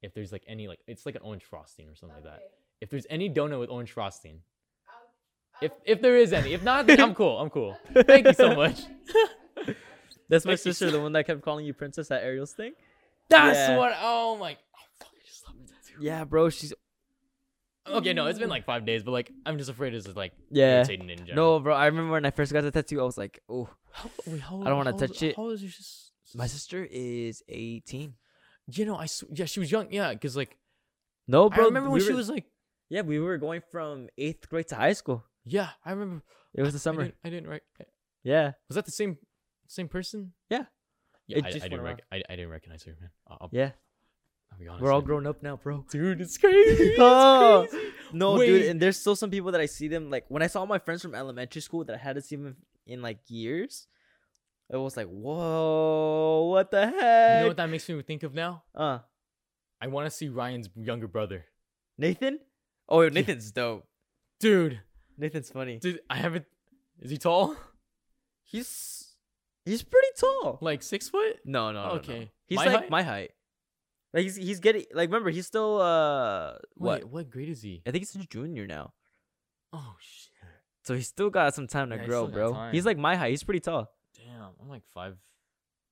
Speaker 2: If there's like any like it's like an orange frosting or something like that. If there's any donut with orange frosting, if if there is any, if not, then I'm cool. I'm cool. Thank you so much.
Speaker 1: That's my
Speaker 2: Thank you
Speaker 1: sister,
Speaker 2: so-
Speaker 1: the one that kept calling you princess at Ariel's thing.
Speaker 2: That's
Speaker 1: Yeah.
Speaker 2: what. Oh my. Oh, fuck, I just slapped my tattoo.
Speaker 1: Yeah, bro. She's
Speaker 2: Okay, no, it's been like five days, but like I'm just afraid it's like
Speaker 1: Yeah.
Speaker 2: irritating in general.
Speaker 1: no, bro. I remember when I first got the tattoo, I was like, oh,
Speaker 2: How, wait, how,
Speaker 1: I don't wanna
Speaker 2: how old-
Speaker 1: touch it.
Speaker 2: How old is your sis-
Speaker 1: my sister is eighteen.
Speaker 2: You know, I sw- yeah, she was young. Yeah, because like
Speaker 1: No, Oh, bro.
Speaker 2: I remember
Speaker 1: we
Speaker 2: when she
Speaker 1: were-
Speaker 2: was like
Speaker 1: Yeah, we were going from eighth grade to high school.
Speaker 2: yeah, I remember.
Speaker 1: It was the
Speaker 2: I
Speaker 1: summer.
Speaker 2: didn't, I didn't rec- eh,
Speaker 1: Yeah.
Speaker 2: Was that the same same person?
Speaker 1: Yeah.
Speaker 2: Yeah,
Speaker 1: It
Speaker 2: I, I
Speaker 1: just
Speaker 2: didn't
Speaker 1: went
Speaker 2: rec- I, I didn't recognize her, man. I'll, I'll-
Speaker 1: Yeah.
Speaker 2: I'll be honest.
Speaker 1: We're all
Speaker 2: (laughs) I-
Speaker 1: grown up now, bro.
Speaker 2: Dude, it's crazy.
Speaker 1: (laughs)
Speaker 2: It's
Speaker 1: Oh,
Speaker 2: crazy.
Speaker 1: No,
Speaker 2: Wait.
Speaker 1: dude, and there's still some people that I see them like when I saw my friends from elementary school that I hadn't seen them in like years. It was like, whoa, what the
Speaker 2: You
Speaker 1: heck?
Speaker 2: know what that makes me think of now?
Speaker 1: uh,
Speaker 2: I want to see Ryan's younger brother.
Speaker 1: Nathan? Oh, yo, Nathan's dope.
Speaker 2: Dude,
Speaker 1: Nathan's funny.
Speaker 2: dude, I haven't. Is he tall? (laughs)
Speaker 1: He's he's pretty tall.
Speaker 2: Like six foot?
Speaker 1: No, no, no, no.
Speaker 2: Okay.
Speaker 1: He's
Speaker 2: My
Speaker 1: like
Speaker 2: height?
Speaker 1: my height. Like he's he's getting like remember he's still uh what
Speaker 2: Wait, what grade is he?
Speaker 1: I think he's a junior now.
Speaker 2: Oh shit!
Speaker 1: So he's still got some time to
Speaker 2: Yeah, he's
Speaker 1: grow,
Speaker 2: still got
Speaker 1: bro. He's
Speaker 2: time.
Speaker 1: like my height. He's pretty tall.
Speaker 2: Damn, I'm like five.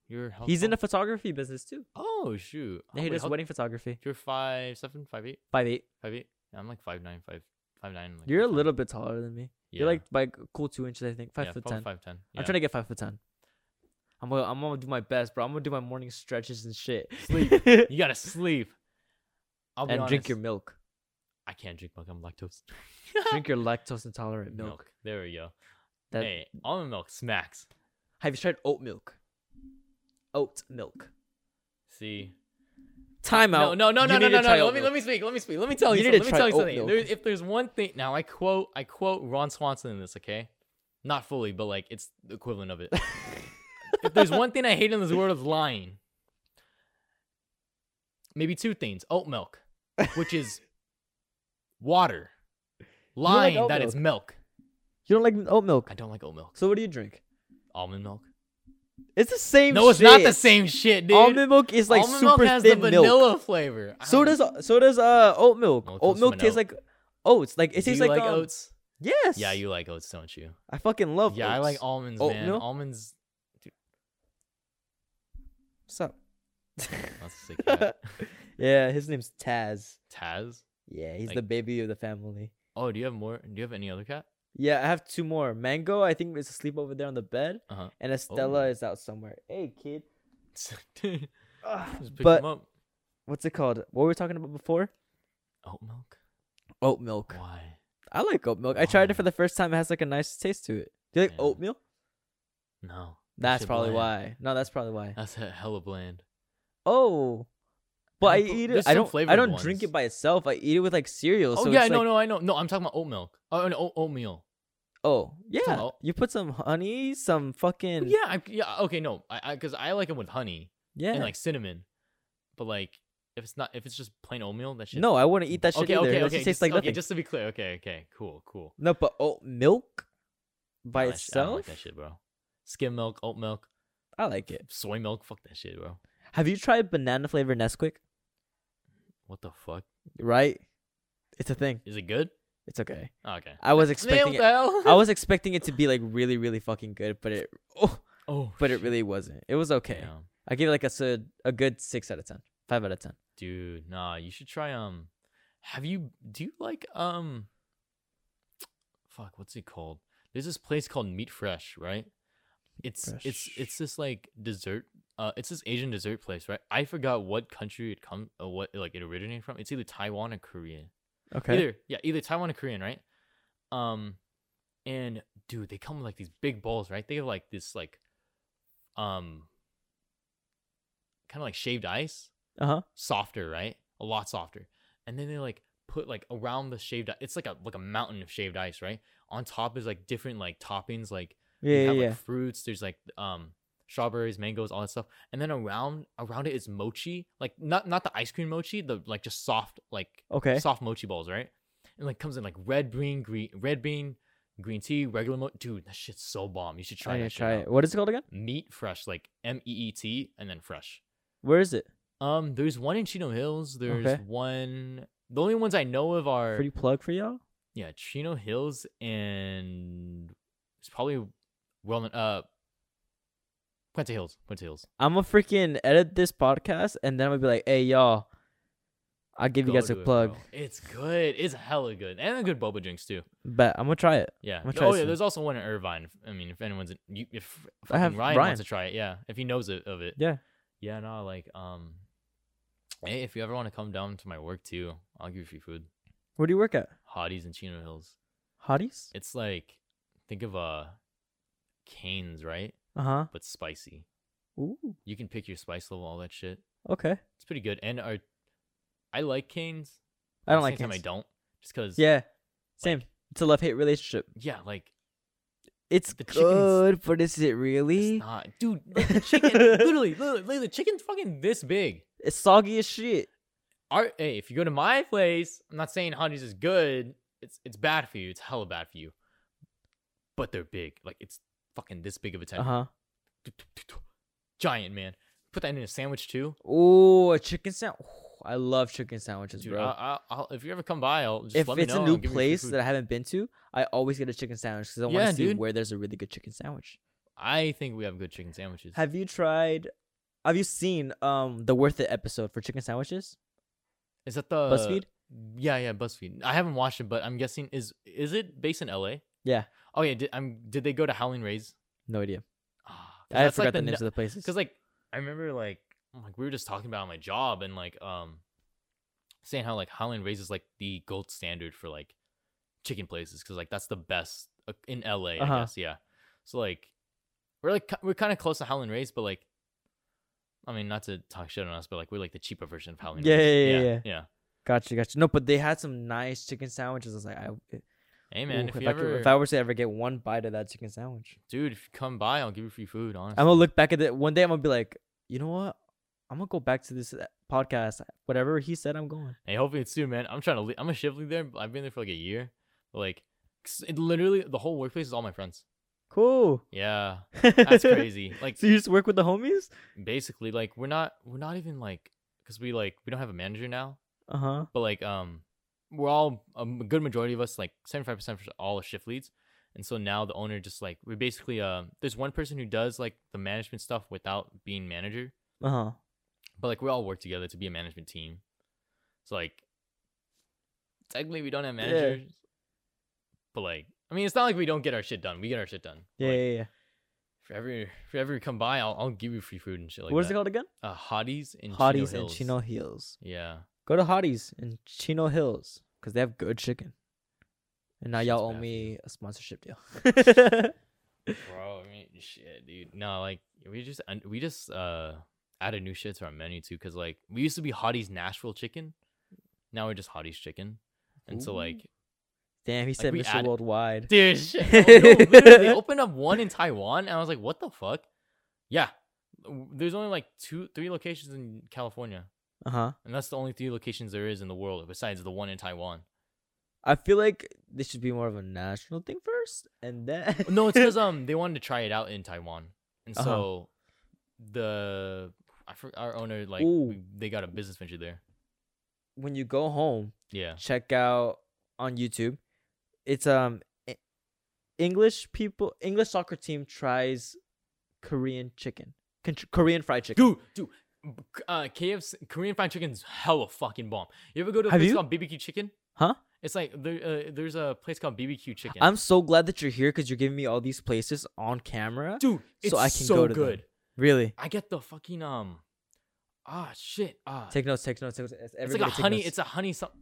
Speaker 2: You're how
Speaker 1: he's in the
Speaker 2: tall?
Speaker 1: photography business too.
Speaker 2: Oh shoot!
Speaker 1: Yeah, he
Speaker 2: Oh, wait,
Speaker 1: does
Speaker 2: how-
Speaker 1: wedding photography.
Speaker 2: You're five seven, five eight,
Speaker 1: Five eight.
Speaker 2: five eight. Yeah, I'm like five nine, five five nine. Like
Speaker 1: You're a
Speaker 2: five,
Speaker 1: little bit taller than me. You're like by a cool two inches, I think. Five foot ten.
Speaker 2: Five ten.
Speaker 1: I'm trying to get five foot ten. I'm gonna I'm gonna do my best, bro. I'm gonna do my morning stretches and shit.
Speaker 2: Sleep.
Speaker 1: (laughs) and
Speaker 2: You gotta sleep. I'll be
Speaker 1: drink your
Speaker 2: honest,
Speaker 1: milk.
Speaker 2: I can't drink milk. I'm lactose.
Speaker 1: Drink your lactose intolerant milk.
Speaker 2: There we go.
Speaker 1: That
Speaker 2: Hey, almond milk smacks.
Speaker 1: have you tried oat milk? Oat milk.
Speaker 2: See.
Speaker 1: Time
Speaker 2: No,
Speaker 1: out.
Speaker 2: no, no,
Speaker 1: You
Speaker 2: no, no,
Speaker 1: need to
Speaker 2: no, no.
Speaker 1: try
Speaker 2: Let
Speaker 1: oat
Speaker 2: me
Speaker 1: milk.
Speaker 2: let me speak. Let me speak. Let me tell you.
Speaker 1: You need to
Speaker 2: something. Let
Speaker 1: try
Speaker 2: me tell you
Speaker 1: oat
Speaker 2: something.
Speaker 1: milk.
Speaker 2: There, if there's one thing now, I quote I quote Ron Swanson in this. Okay, not fully, but like it's the equivalent
Speaker 1: (laughs)
Speaker 2: of it. if there's one thing I hate in this world, is lying. Maybe two things: oat milk, which is
Speaker 1: (laughs)
Speaker 2: water,
Speaker 1: like
Speaker 2: lying
Speaker 1: oat
Speaker 2: that it's milk.
Speaker 1: You don't like oat milk.
Speaker 2: I don't like oat milk.
Speaker 1: So what do you drink?
Speaker 2: Almond milk.
Speaker 1: It's the same.
Speaker 2: No, it's not the
Speaker 1: shit.
Speaker 2: same shit, dude.
Speaker 1: Almond milk is like
Speaker 2: Almond
Speaker 1: super
Speaker 2: milk has
Speaker 1: thin
Speaker 2: the
Speaker 1: milk.
Speaker 2: vanilla flavor. I
Speaker 1: So
Speaker 2: don't-
Speaker 1: does so does uh oat milk.
Speaker 2: No, it comes
Speaker 1: oat
Speaker 2: from
Speaker 1: milk
Speaker 2: an
Speaker 1: tastes
Speaker 2: oat.
Speaker 1: like oats. Like it
Speaker 2: Do
Speaker 1: tastes
Speaker 2: you
Speaker 1: like, um,
Speaker 2: oats.
Speaker 1: Yes.
Speaker 2: Yeah, you like oats, don't you?
Speaker 1: I fucking love.
Speaker 2: Yeah, I
Speaker 1: oats. Oh,
Speaker 2: like almonds,
Speaker 1: Oat
Speaker 2: man.
Speaker 1: milk?
Speaker 2: Almonds.
Speaker 1: What's up? (laughs)
Speaker 2: That's a sick cat.
Speaker 1: yeah, his name's Taz.
Speaker 2: Taz.
Speaker 1: Yeah, he's
Speaker 2: Like-
Speaker 1: the baby of the family.
Speaker 2: Oh, do you have more? Do you have any other cat? (laughs)
Speaker 1: Yeah, I have two more. Mango, I think is asleep over there on the bed,
Speaker 2: Uh
Speaker 1: and Estella is out somewhere. Hey, kid.
Speaker 2: huh. Just
Speaker 1: Ugh,
Speaker 2: pick
Speaker 1: but
Speaker 2: them up.
Speaker 1: what's it called? What were we talking about before?
Speaker 2: Oat milk.
Speaker 1: Oat milk.
Speaker 2: Why?
Speaker 1: I like oat milk. I tried it
Speaker 2: Why?
Speaker 1: for the first time. It has like a nice taste to it. Do you like
Speaker 2: Yeah.
Speaker 1: oatmeal?
Speaker 2: No. that
Speaker 1: That's
Speaker 2: shit
Speaker 1: probably
Speaker 2: bland.
Speaker 1: why. No, that's probably why.
Speaker 2: That's he- hella bland.
Speaker 1: Oh. But I
Speaker 2: don't put-
Speaker 1: eat it.
Speaker 2: there's
Speaker 1: I
Speaker 2: some
Speaker 1: don't. I
Speaker 2: flavored
Speaker 1: don't drink
Speaker 2: ones.
Speaker 1: it by itself. I eat it with like cereal.
Speaker 2: oh
Speaker 1: so
Speaker 2: yeah,
Speaker 1: it's
Speaker 2: no,
Speaker 1: like,
Speaker 2: no, I know. No, I'm talking about oat milk. Oh, no, oat oatmeal.
Speaker 1: Oh yeah,
Speaker 2: oat-
Speaker 1: you put some honey, some fucking
Speaker 2: Yeah, I, yeah. Okay, no, I because I, like them with honey
Speaker 1: yeah.
Speaker 2: and like cinnamon, but like if it's not if it's just plain oatmeal, that shit.
Speaker 1: no, I wouldn't eat that shit
Speaker 2: Okay,
Speaker 1: either.
Speaker 2: okay,
Speaker 1: That
Speaker 2: okay.
Speaker 1: shit
Speaker 2: just,
Speaker 1: tastes like
Speaker 2: okay,
Speaker 1: nothing.
Speaker 2: Just to be clear. Okay, okay. Cool, cool.
Speaker 1: No, but oat milk by
Speaker 2: Nah, that shit- I don't
Speaker 1: itself,
Speaker 2: like that shit, bro. Skim milk, oat milk,
Speaker 1: I like it.
Speaker 2: soy milk. Fuck that shit, bro.
Speaker 1: Have you tried banana flavored Nesquik?
Speaker 2: What the fuck?
Speaker 1: Right, it's a thing.
Speaker 2: Is it good?
Speaker 1: It's okay.
Speaker 2: Oh, okay.
Speaker 1: I was
Speaker 2: Man, what
Speaker 1: expecting
Speaker 2: the
Speaker 1: it.
Speaker 2: hell?
Speaker 1: I was expecting it to be like really, really fucking good, but it, oh,
Speaker 2: (laughs) oh,
Speaker 1: but it
Speaker 2: shit.
Speaker 1: really wasn't. It was okay.
Speaker 2: Damn.
Speaker 1: I give it like a s- a good six out of ten, five out of ten.
Speaker 2: dude. Nah, you should try. Um, have you? Do you like um? Fuck, what's it called? There's this place called Meat Fresh, right? It's it's
Speaker 1: Fresh.
Speaker 2: it's this like dessert. Uh, it's this Asian dessert place, right? I forgot what country it come, uh, what like it originated from. It's either Taiwan or Korea.
Speaker 1: Okay.
Speaker 2: Either yeah, either Taiwan or Korean, right? Um, and dude, they come with like these big balls, right? They have like this like, um, kind of like shaved ice,
Speaker 1: Uh huh.
Speaker 2: softer, right? A lot softer. And then they like put like around the shaved. i- It's like a like a mountain of shaved ice, right? On top is like different like toppings, like
Speaker 1: Yeah,
Speaker 2: they
Speaker 1: yeah,
Speaker 2: have
Speaker 1: yeah.
Speaker 2: like fruits. There's like um strawberries, mangoes, all that stuff. And then around around it is mochi, like not not the ice cream mochi, the like just soft like
Speaker 1: okay.
Speaker 2: soft mochi balls, right? And like comes in like red bean, green red bean, green tea, regular mo. Dude, that shit's so bomb. You should
Speaker 1: I
Speaker 2: try
Speaker 1: need
Speaker 2: that.
Speaker 1: to
Speaker 2: shit
Speaker 1: try
Speaker 2: out.
Speaker 1: it. What is it called again?
Speaker 2: Meat fresh, like M E E T, and then fresh.
Speaker 1: Where is it?
Speaker 2: Um, there's one in Chino Hills. There's
Speaker 1: Okay.
Speaker 2: one. The only ones I know of are
Speaker 1: Free plug for y'all.
Speaker 2: yeah, Chino Hills and it's probably well uh Puente Hills. Puente Hills.
Speaker 1: I'm gonna freaking edit this podcast and then I'm gonna be like, hey y'all, I'll give
Speaker 2: Go
Speaker 1: you guys a
Speaker 2: do it,
Speaker 1: plug.
Speaker 2: bro. It's good. It's hella good, and a good boba drinks too.
Speaker 1: But I'm gonna try it.
Speaker 2: Yeah.
Speaker 1: I'ma try
Speaker 2: Oh
Speaker 1: it
Speaker 2: yeah.
Speaker 1: soon.
Speaker 2: There's also one in Irvine. if- I mean, if anyone's in, you, if
Speaker 1: I have
Speaker 2: fucking Ryan,
Speaker 1: Ryan.
Speaker 2: wants to try it, yeah. If he knows it, of it,
Speaker 1: Yeah.
Speaker 2: yeah. No, like um, hey, if you ever want to come down to my work too, I'll give you free food.
Speaker 1: Where do you work at?
Speaker 2: Hotties in Chino Hills.
Speaker 1: Hotties?
Speaker 2: It's like think of uh, Canes, right?
Speaker 1: Uh huh.
Speaker 2: But spicy.
Speaker 1: Ooh.
Speaker 2: You can pick your spice level, all that shit.
Speaker 1: Okay.
Speaker 2: It's pretty good. And our, I like Canes.
Speaker 1: I don't
Speaker 2: At the
Speaker 1: like
Speaker 2: same time,
Speaker 1: Cane's.
Speaker 2: I don't just because
Speaker 1: Yeah. Same. it's a love hate relationship.
Speaker 2: yeah like
Speaker 1: It's
Speaker 2: The chicken's-
Speaker 1: good, but is it really?
Speaker 2: it's
Speaker 1: It's,
Speaker 2: not dude like the chicken
Speaker 1: (laughs)
Speaker 2: literally, literally like, the chicken's fucking this big.
Speaker 1: soggy as shit.
Speaker 2: Our, hey, if you go to my place, I'm not saying Honey's is good. It's it's bad for you. It's hella bad for you. But they're big. Like it's fucking this big of a
Speaker 1: Uh
Speaker 2: tender.
Speaker 1: huh.
Speaker 2: Giant man. Put that in a sandwich too,
Speaker 1: Ooh, a chicken sandwich. I love chicken sandwiches,
Speaker 2: dude.
Speaker 1: bro.
Speaker 2: I, I, I'll, if you ever come by, I'll just
Speaker 1: if
Speaker 2: let me
Speaker 1: it's
Speaker 2: know.
Speaker 1: a
Speaker 2: and
Speaker 1: new
Speaker 2: I'll give you free
Speaker 1: place
Speaker 2: food.
Speaker 1: that I haven't been to, I always get a chicken sandwich because I want
Speaker 2: Yeah,
Speaker 1: to see
Speaker 2: dude.
Speaker 1: where there's a really good chicken sandwich.
Speaker 2: I think we have good chicken sandwiches.
Speaker 1: Have you tried? Have you seen um the Worth It episode for chicken sandwiches?
Speaker 2: is that the
Speaker 1: BuzzFeed?
Speaker 2: Yeah, yeah, BuzzFeed. I haven't watched it, but I'm guessing is is it based in L.A.?
Speaker 1: Yeah.
Speaker 2: Oh yeah. Did, I'm, did they go to Howling Rays?
Speaker 1: No idea.
Speaker 2: Ah, 'cause
Speaker 1: I
Speaker 2: that's,
Speaker 1: forgot
Speaker 2: like,
Speaker 1: the,
Speaker 2: the
Speaker 1: names of the places.
Speaker 2: because like I remember like like we were just talking about my job and like um saying how like Holland raises like the gold standard for like chicken places because like that's the best uh, in LA
Speaker 1: Uh-huh.
Speaker 2: I guess yeah so like we're like ki- we're kind of close to Holland Rays but like I mean not to talk shit on us but like we're like the cheaper version of Howling
Speaker 1: Yeah,
Speaker 2: Rays
Speaker 1: yeah, yeah,
Speaker 2: yeah
Speaker 1: yeah. gotcha, gotcha. No, but they had some nice chicken sandwiches. I was like, I,
Speaker 2: hey man
Speaker 1: ooh,
Speaker 2: if, you
Speaker 1: I
Speaker 2: ever
Speaker 1: could, if I were to ever get one bite of that chicken sandwich,
Speaker 2: dude if you come by I'll give you free food honestly
Speaker 1: I'm gonna look back at it one day. I'm gonna be like, you know what? I'm gonna go back to this uh, podcast. Whatever he said, I'm going.
Speaker 2: Hey, hopefully it's soon, man. I'm trying to. Leave. I'm a shift lead there. but I've been there for like a year. But like, 'cause it literally the whole workplace is all my friends.
Speaker 1: Cool.
Speaker 2: Yeah,
Speaker 1: (laughs)
Speaker 2: that's crazy. Like,
Speaker 1: so you just work with the homies?
Speaker 2: basically, like we're not we're not even like because we like we don't have a manager now.
Speaker 1: Uh huh.
Speaker 2: But like, um, we're all um, a good majority of us like seventy five percent of us are all shift leads. And so now the owner just like we basically uh there's one person who does like the management stuff without being manager.
Speaker 1: Uh huh.
Speaker 2: but like we all work together to be a management team. So like technically we don't have
Speaker 1: Yeah.
Speaker 2: managers. But like I mean it's not like we don't get our shit done. We get our shit done. But,
Speaker 1: Yeah,
Speaker 2: like,
Speaker 1: yeah, yeah.
Speaker 2: If ever if ever you come by, I'll I'll give you free food and shit like
Speaker 1: what is
Speaker 2: that.
Speaker 1: it called again?
Speaker 2: Uh Hotties in
Speaker 1: Hotties
Speaker 2: Chino
Speaker 1: and
Speaker 2: Hills.
Speaker 1: Chino Hills. (laughs)
Speaker 2: Yeah.
Speaker 1: Go to Hotties and Chino Hills because they have good chicken. And now
Speaker 2: Shit's
Speaker 1: y'all owe
Speaker 2: bad for
Speaker 1: me a sponsorship
Speaker 2: (laughs)
Speaker 1: deal. (laughs)
Speaker 2: Bro, I mean shit, dude. No, like we just and we just uh added new shit to our menu too cuz like we used to be Hotties Nashville chicken. Now we're just Hotties chicken. And so
Speaker 1: Ooh.
Speaker 2: like
Speaker 1: Damn, he said
Speaker 2: we
Speaker 1: Mr.
Speaker 2: added-
Speaker 1: Worldwide.
Speaker 2: (laughs) dude. Shit. Oh, no,
Speaker 1: (laughs)
Speaker 2: literally, they opened up one in Taiwan, and I was like, "What the fuck?" Yeah, w- there's only like two, three locations in California,
Speaker 1: Uh huh.
Speaker 2: and that's the only three locations there is in the world besides the one in Taiwan.
Speaker 1: I feel like this should be more of a national thing first, and then
Speaker 2: (laughs) No, it's because um they wanted to try it out in Taiwan, and
Speaker 1: Uh-huh.
Speaker 2: so the I for, our owner like
Speaker 1: Ooh.
Speaker 2: we, they got a business venture there.
Speaker 1: (laughs) when you go home,
Speaker 2: Yeah,
Speaker 1: check out on YouTube. It's um E- English people English soccer team tries Korean chicken, Con- Korean fried chicken.
Speaker 2: dude, dude. b- k- Uh, KFC Korean fried chicken's hella fucking bomb. You ever go to a
Speaker 1: Have
Speaker 2: place
Speaker 1: you?
Speaker 2: called BBQ Chicken?
Speaker 1: Huh?
Speaker 2: It's like there, uh, there's a place called BBQ Chicken.
Speaker 1: I'm so glad that you're here because you're giving me all these places on camera.
Speaker 2: dude, it's so,
Speaker 1: I can go to them.
Speaker 2: good.
Speaker 1: Really?
Speaker 2: I get the fucking um, ah shit, ah,
Speaker 1: Take notes. Take notes. Take notes.
Speaker 2: it's like a honey, it's a honey something.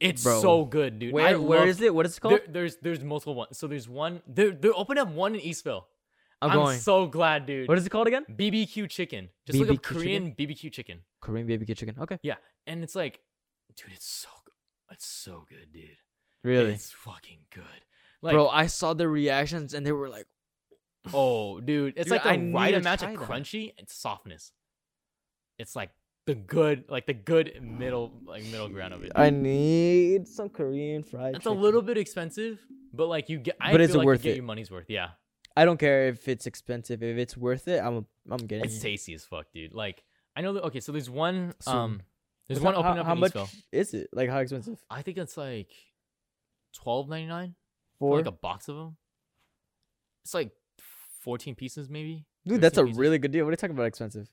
Speaker 2: It's
Speaker 1: Bro.
Speaker 2: so good, dude.
Speaker 1: where?
Speaker 2: I
Speaker 1: where
Speaker 2: love-
Speaker 1: is it? What is it called?
Speaker 2: There, thereast there's multiple ones. So there's one. They're they're opening up one in Eastville.
Speaker 1: I'm going.
Speaker 2: so glad, dude.
Speaker 1: what is it called again?
Speaker 2: BBQ chicken. Just look up
Speaker 1: BBQ chicken?
Speaker 2: Korean BBQ chicken,
Speaker 1: Korean BBQ chicken. Okay.
Speaker 2: and it's like, dude, it's so good. It's so good, dude.
Speaker 1: Really,
Speaker 2: It's fucking good. Like,
Speaker 1: bro. I saw the reactions and they were like,
Speaker 2: Oh, dude, it's
Speaker 1: Dude,
Speaker 2: like
Speaker 1: I
Speaker 2: a
Speaker 1: need
Speaker 2: right
Speaker 1: to
Speaker 2: amount of
Speaker 1: try that.
Speaker 2: crunchy and softness. It's like the good, like the good middle, like middle ground of it.
Speaker 1: "I need some Korean fried."
Speaker 2: It's a
Speaker 1: chicken.
Speaker 2: little bit expensive, but like you get, I
Speaker 1: But
Speaker 2: feel
Speaker 1: is it
Speaker 2: like
Speaker 1: worth
Speaker 2: you get
Speaker 1: it?
Speaker 2: your money's worth. Yeah,
Speaker 1: I don't care if it's expensive. If it's worth it, I'm I'm getting.
Speaker 2: it's
Speaker 1: it.
Speaker 2: tasty as fuck, dude. Like I know. That, okay, so there's one.
Speaker 1: Soon.
Speaker 2: Um, there's
Speaker 1: What's-
Speaker 2: one
Speaker 1: how-
Speaker 2: opening up
Speaker 1: How
Speaker 2: in
Speaker 1: much
Speaker 2: Eastville.
Speaker 1: is it? Like how expensive?
Speaker 2: I think it's like twelve ninety nine for
Speaker 1: Four.
Speaker 2: like a box of them. It's like 14 pieces maybe.
Speaker 1: Dude, that's a
Speaker 2: 13 pieces.
Speaker 1: really good deal. What are you talking about? Expensive?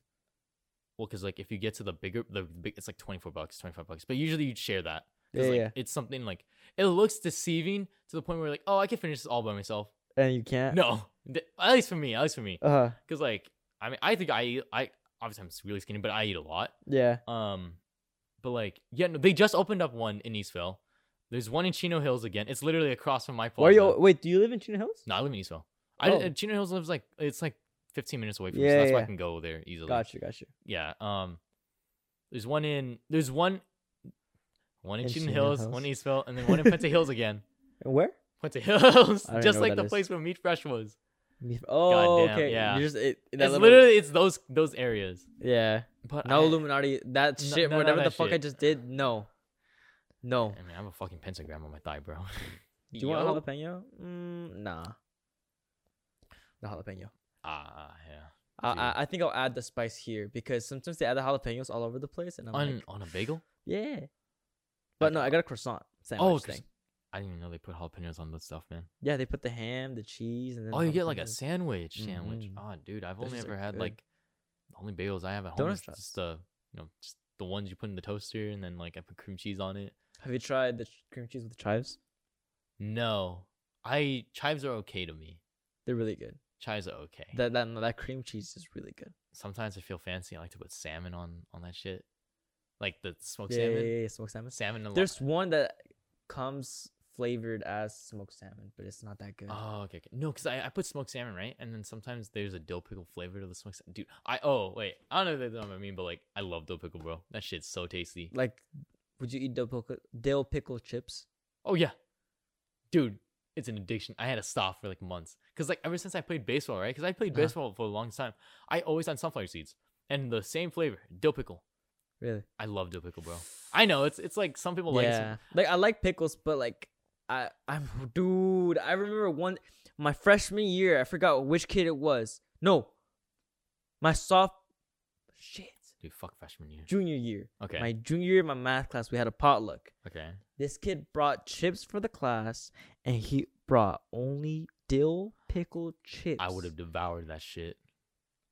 Speaker 2: Well, because like if you get to the bigger, the big, it's like twenty four bucks, twenty five bucks. But usually you'd share that. 'Cause,
Speaker 1: Yeah,
Speaker 2: like,
Speaker 1: yeah.
Speaker 2: It's something like it looks deceiving to the point where like, oh, I can finish this all by myself.
Speaker 1: And you can't.
Speaker 2: No, (laughs) Th- at least for me, at least for me,
Speaker 1: Uh huh.
Speaker 2: because like I mean, I think I eat- I obviously I'm really skinny, but I eat a lot.
Speaker 1: Yeah.
Speaker 2: Um, but like yeah, no, they just opened up one in Eastville. There's one in Chino Hills again. It's literally across from my
Speaker 1: Why are
Speaker 2: plaza.
Speaker 1: you? Wait, do you live in Chino Hills?
Speaker 2: No, I live in Eastville. I d-
Speaker 1: Oh.
Speaker 2: uh, Chino Hills lives like it's like 15 minutes away from me, so
Speaker 1: Yeah,
Speaker 2: that's why I
Speaker 1: yeah.
Speaker 2: can go there easily.
Speaker 1: Gotcha, gotcha.
Speaker 2: Yeah. Um, there's one in there's one one in
Speaker 1: In
Speaker 2: Chino
Speaker 1: Chino
Speaker 2: Hills,
Speaker 1: Hills.
Speaker 2: one in Eastville,
Speaker 1: (laughs)
Speaker 2: and then one in Puente Hills again.
Speaker 1: And where?
Speaker 2: Puente Hills,
Speaker 1: I don't
Speaker 2: just
Speaker 1: know what
Speaker 2: like the
Speaker 1: that is.
Speaker 2: place where Meat Fresh was.
Speaker 1: Me- Oh,
Speaker 2: Goddamn,
Speaker 1: okay.
Speaker 2: yeah.
Speaker 1: You just it, that
Speaker 2: It's
Speaker 1: little-
Speaker 2: literally it's those those areas.
Speaker 1: yeah.
Speaker 2: But
Speaker 1: No
Speaker 2: I,
Speaker 1: Illuminati. That
Speaker 2: No-
Speaker 1: shit.
Speaker 2: no, no,
Speaker 1: whatever
Speaker 2: that
Speaker 1: the fuck I
Speaker 2: shit.
Speaker 1: just did. No. No.
Speaker 2: I mean, I have a fucking pentagram on my thigh, bro.
Speaker 1: Do you want
Speaker 2: Yo.
Speaker 1: jalapeno? Mm, nah. The jalapeno.
Speaker 2: Ah, yeah.
Speaker 1: I,
Speaker 2: Dude.
Speaker 1: I I think I'll add the spice here because sometimes they add the jalapenos all over the place, and I'm
Speaker 2: On
Speaker 1: like,
Speaker 2: on a bagel?
Speaker 1: yeah. But no, I got a croissant sandwich
Speaker 2: Oh, 'cause-
Speaker 1: thing.
Speaker 2: I didn't even know they put jalapenos on that stuff, man.
Speaker 1: Yeah, they put the ham, the cheese, and then
Speaker 2: Oh, you get like a
Speaker 1: jalapenos.
Speaker 2: sandwich. Sandwich.
Speaker 1: Mhm.
Speaker 2: Ah, dude, I've
Speaker 1: Those
Speaker 2: only
Speaker 1: shits are
Speaker 2: ever had
Speaker 1: good.
Speaker 2: like the only bagels I have at home
Speaker 1: Donut
Speaker 2: is
Speaker 1: shops.
Speaker 2: just the you know just the ones you put in the toaster and then like I put cream cheese on it.
Speaker 1: Have you tried the ch- cream cheese with the chives?
Speaker 2: No, I chives are okay to me.
Speaker 1: They're really good.
Speaker 2: Chives are okay.
Speaker 1: That that no, that cream cheese is really good.
Speaker 2: Sometimes I feel fancy. I like to put salmon on on that shit, like the smoked
Speaker 1: Yeah, yeah,
Speaker 2: salmon.
Speaker 1: yeah, yeah, smoked salmon.
Speaker 2: Salmon. and lo-
Speaker 1: There's one that comes flavored as smoked salmon, but it's not that good.
Speaker 2: Oh, okay, okay. No, because I, I put smoked salmon, right? And then sometimes there's a dill pickle flavor to the smoked salmon. Dude, I, oh, wait. I don't know if that's what I mean, but like, I love dill pickle, bro. That shit's so tasty.
Speaker 1: Like, would you eat dill pickle, dill pickle chips?
Speaker 2: Oh yeah, dude, it's an addiction. I had to stop for like months because like ever since I played baseball, right? Because I played
Speaker 1: Uh-huh.
Speaker 2: baseball for a long time. I always had sunflower seeds and the same flavor, dill pickle.
Speaker 1: Really?
Speaker 2: I love dill pickle, bro. I know it's it's like some people like it.
Speaker 1: yeah.
Speaker 2: some-
Speaker 1: Like I like pickles, but like I I'm dude. I remember one my freshman year. I forgot which kid it was. No, my soph shit
Speaker 2: dude. Fuck freshman year.
Speaker 1: junior year.
Speaker 2: Okay,
Speaker 1: My junior year, in my math class, we had a potluck.
Speaker 2: okay.
Speaker 1: This kid brought chips for the class, and he brought only dill pickle chips.
Speaker 2: I would have devoured that shit.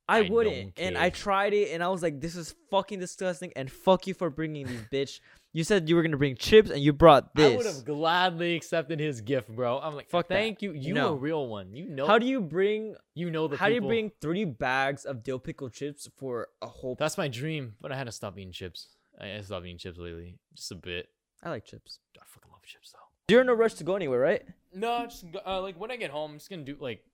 Speaker 1: I,
Speaker 2: I don't
Speaker 1: wouldn't. And I
Speaker 2: care.
Speaker 1: tried it, and I was like, "This is fucking disgusting." And fuck you for bringing these, bitch. You said you were gonna bring chips, and you brought
Speaker 2: I would
Speaker 1: this.
Speaker 2: have gladly accepted his gift, bro. I'm like,
Speaker 1: Fuck that.
Speaker 2: thank you. You
Speaker 1: No.
Speaker 2: a real one. You know.
Speaker 1: How do you bring?
Speaker 2: you know the
Speaker 1: How do you
Speaker 2: people.
Speaker 1: bring three bags of dill pickle chips for a whole?
Speaker 2: That's my dream, but I had to stop eating chips. I I stopped eating chips lately, just a bit.
Speaker 1: I like chips.
Speaker 2: I fucking love chips though.
Speaker 1: You're in a rush to go anywhere, right?
Speaker 2: No, just go- uh, like when I get home, I'm just gonna do like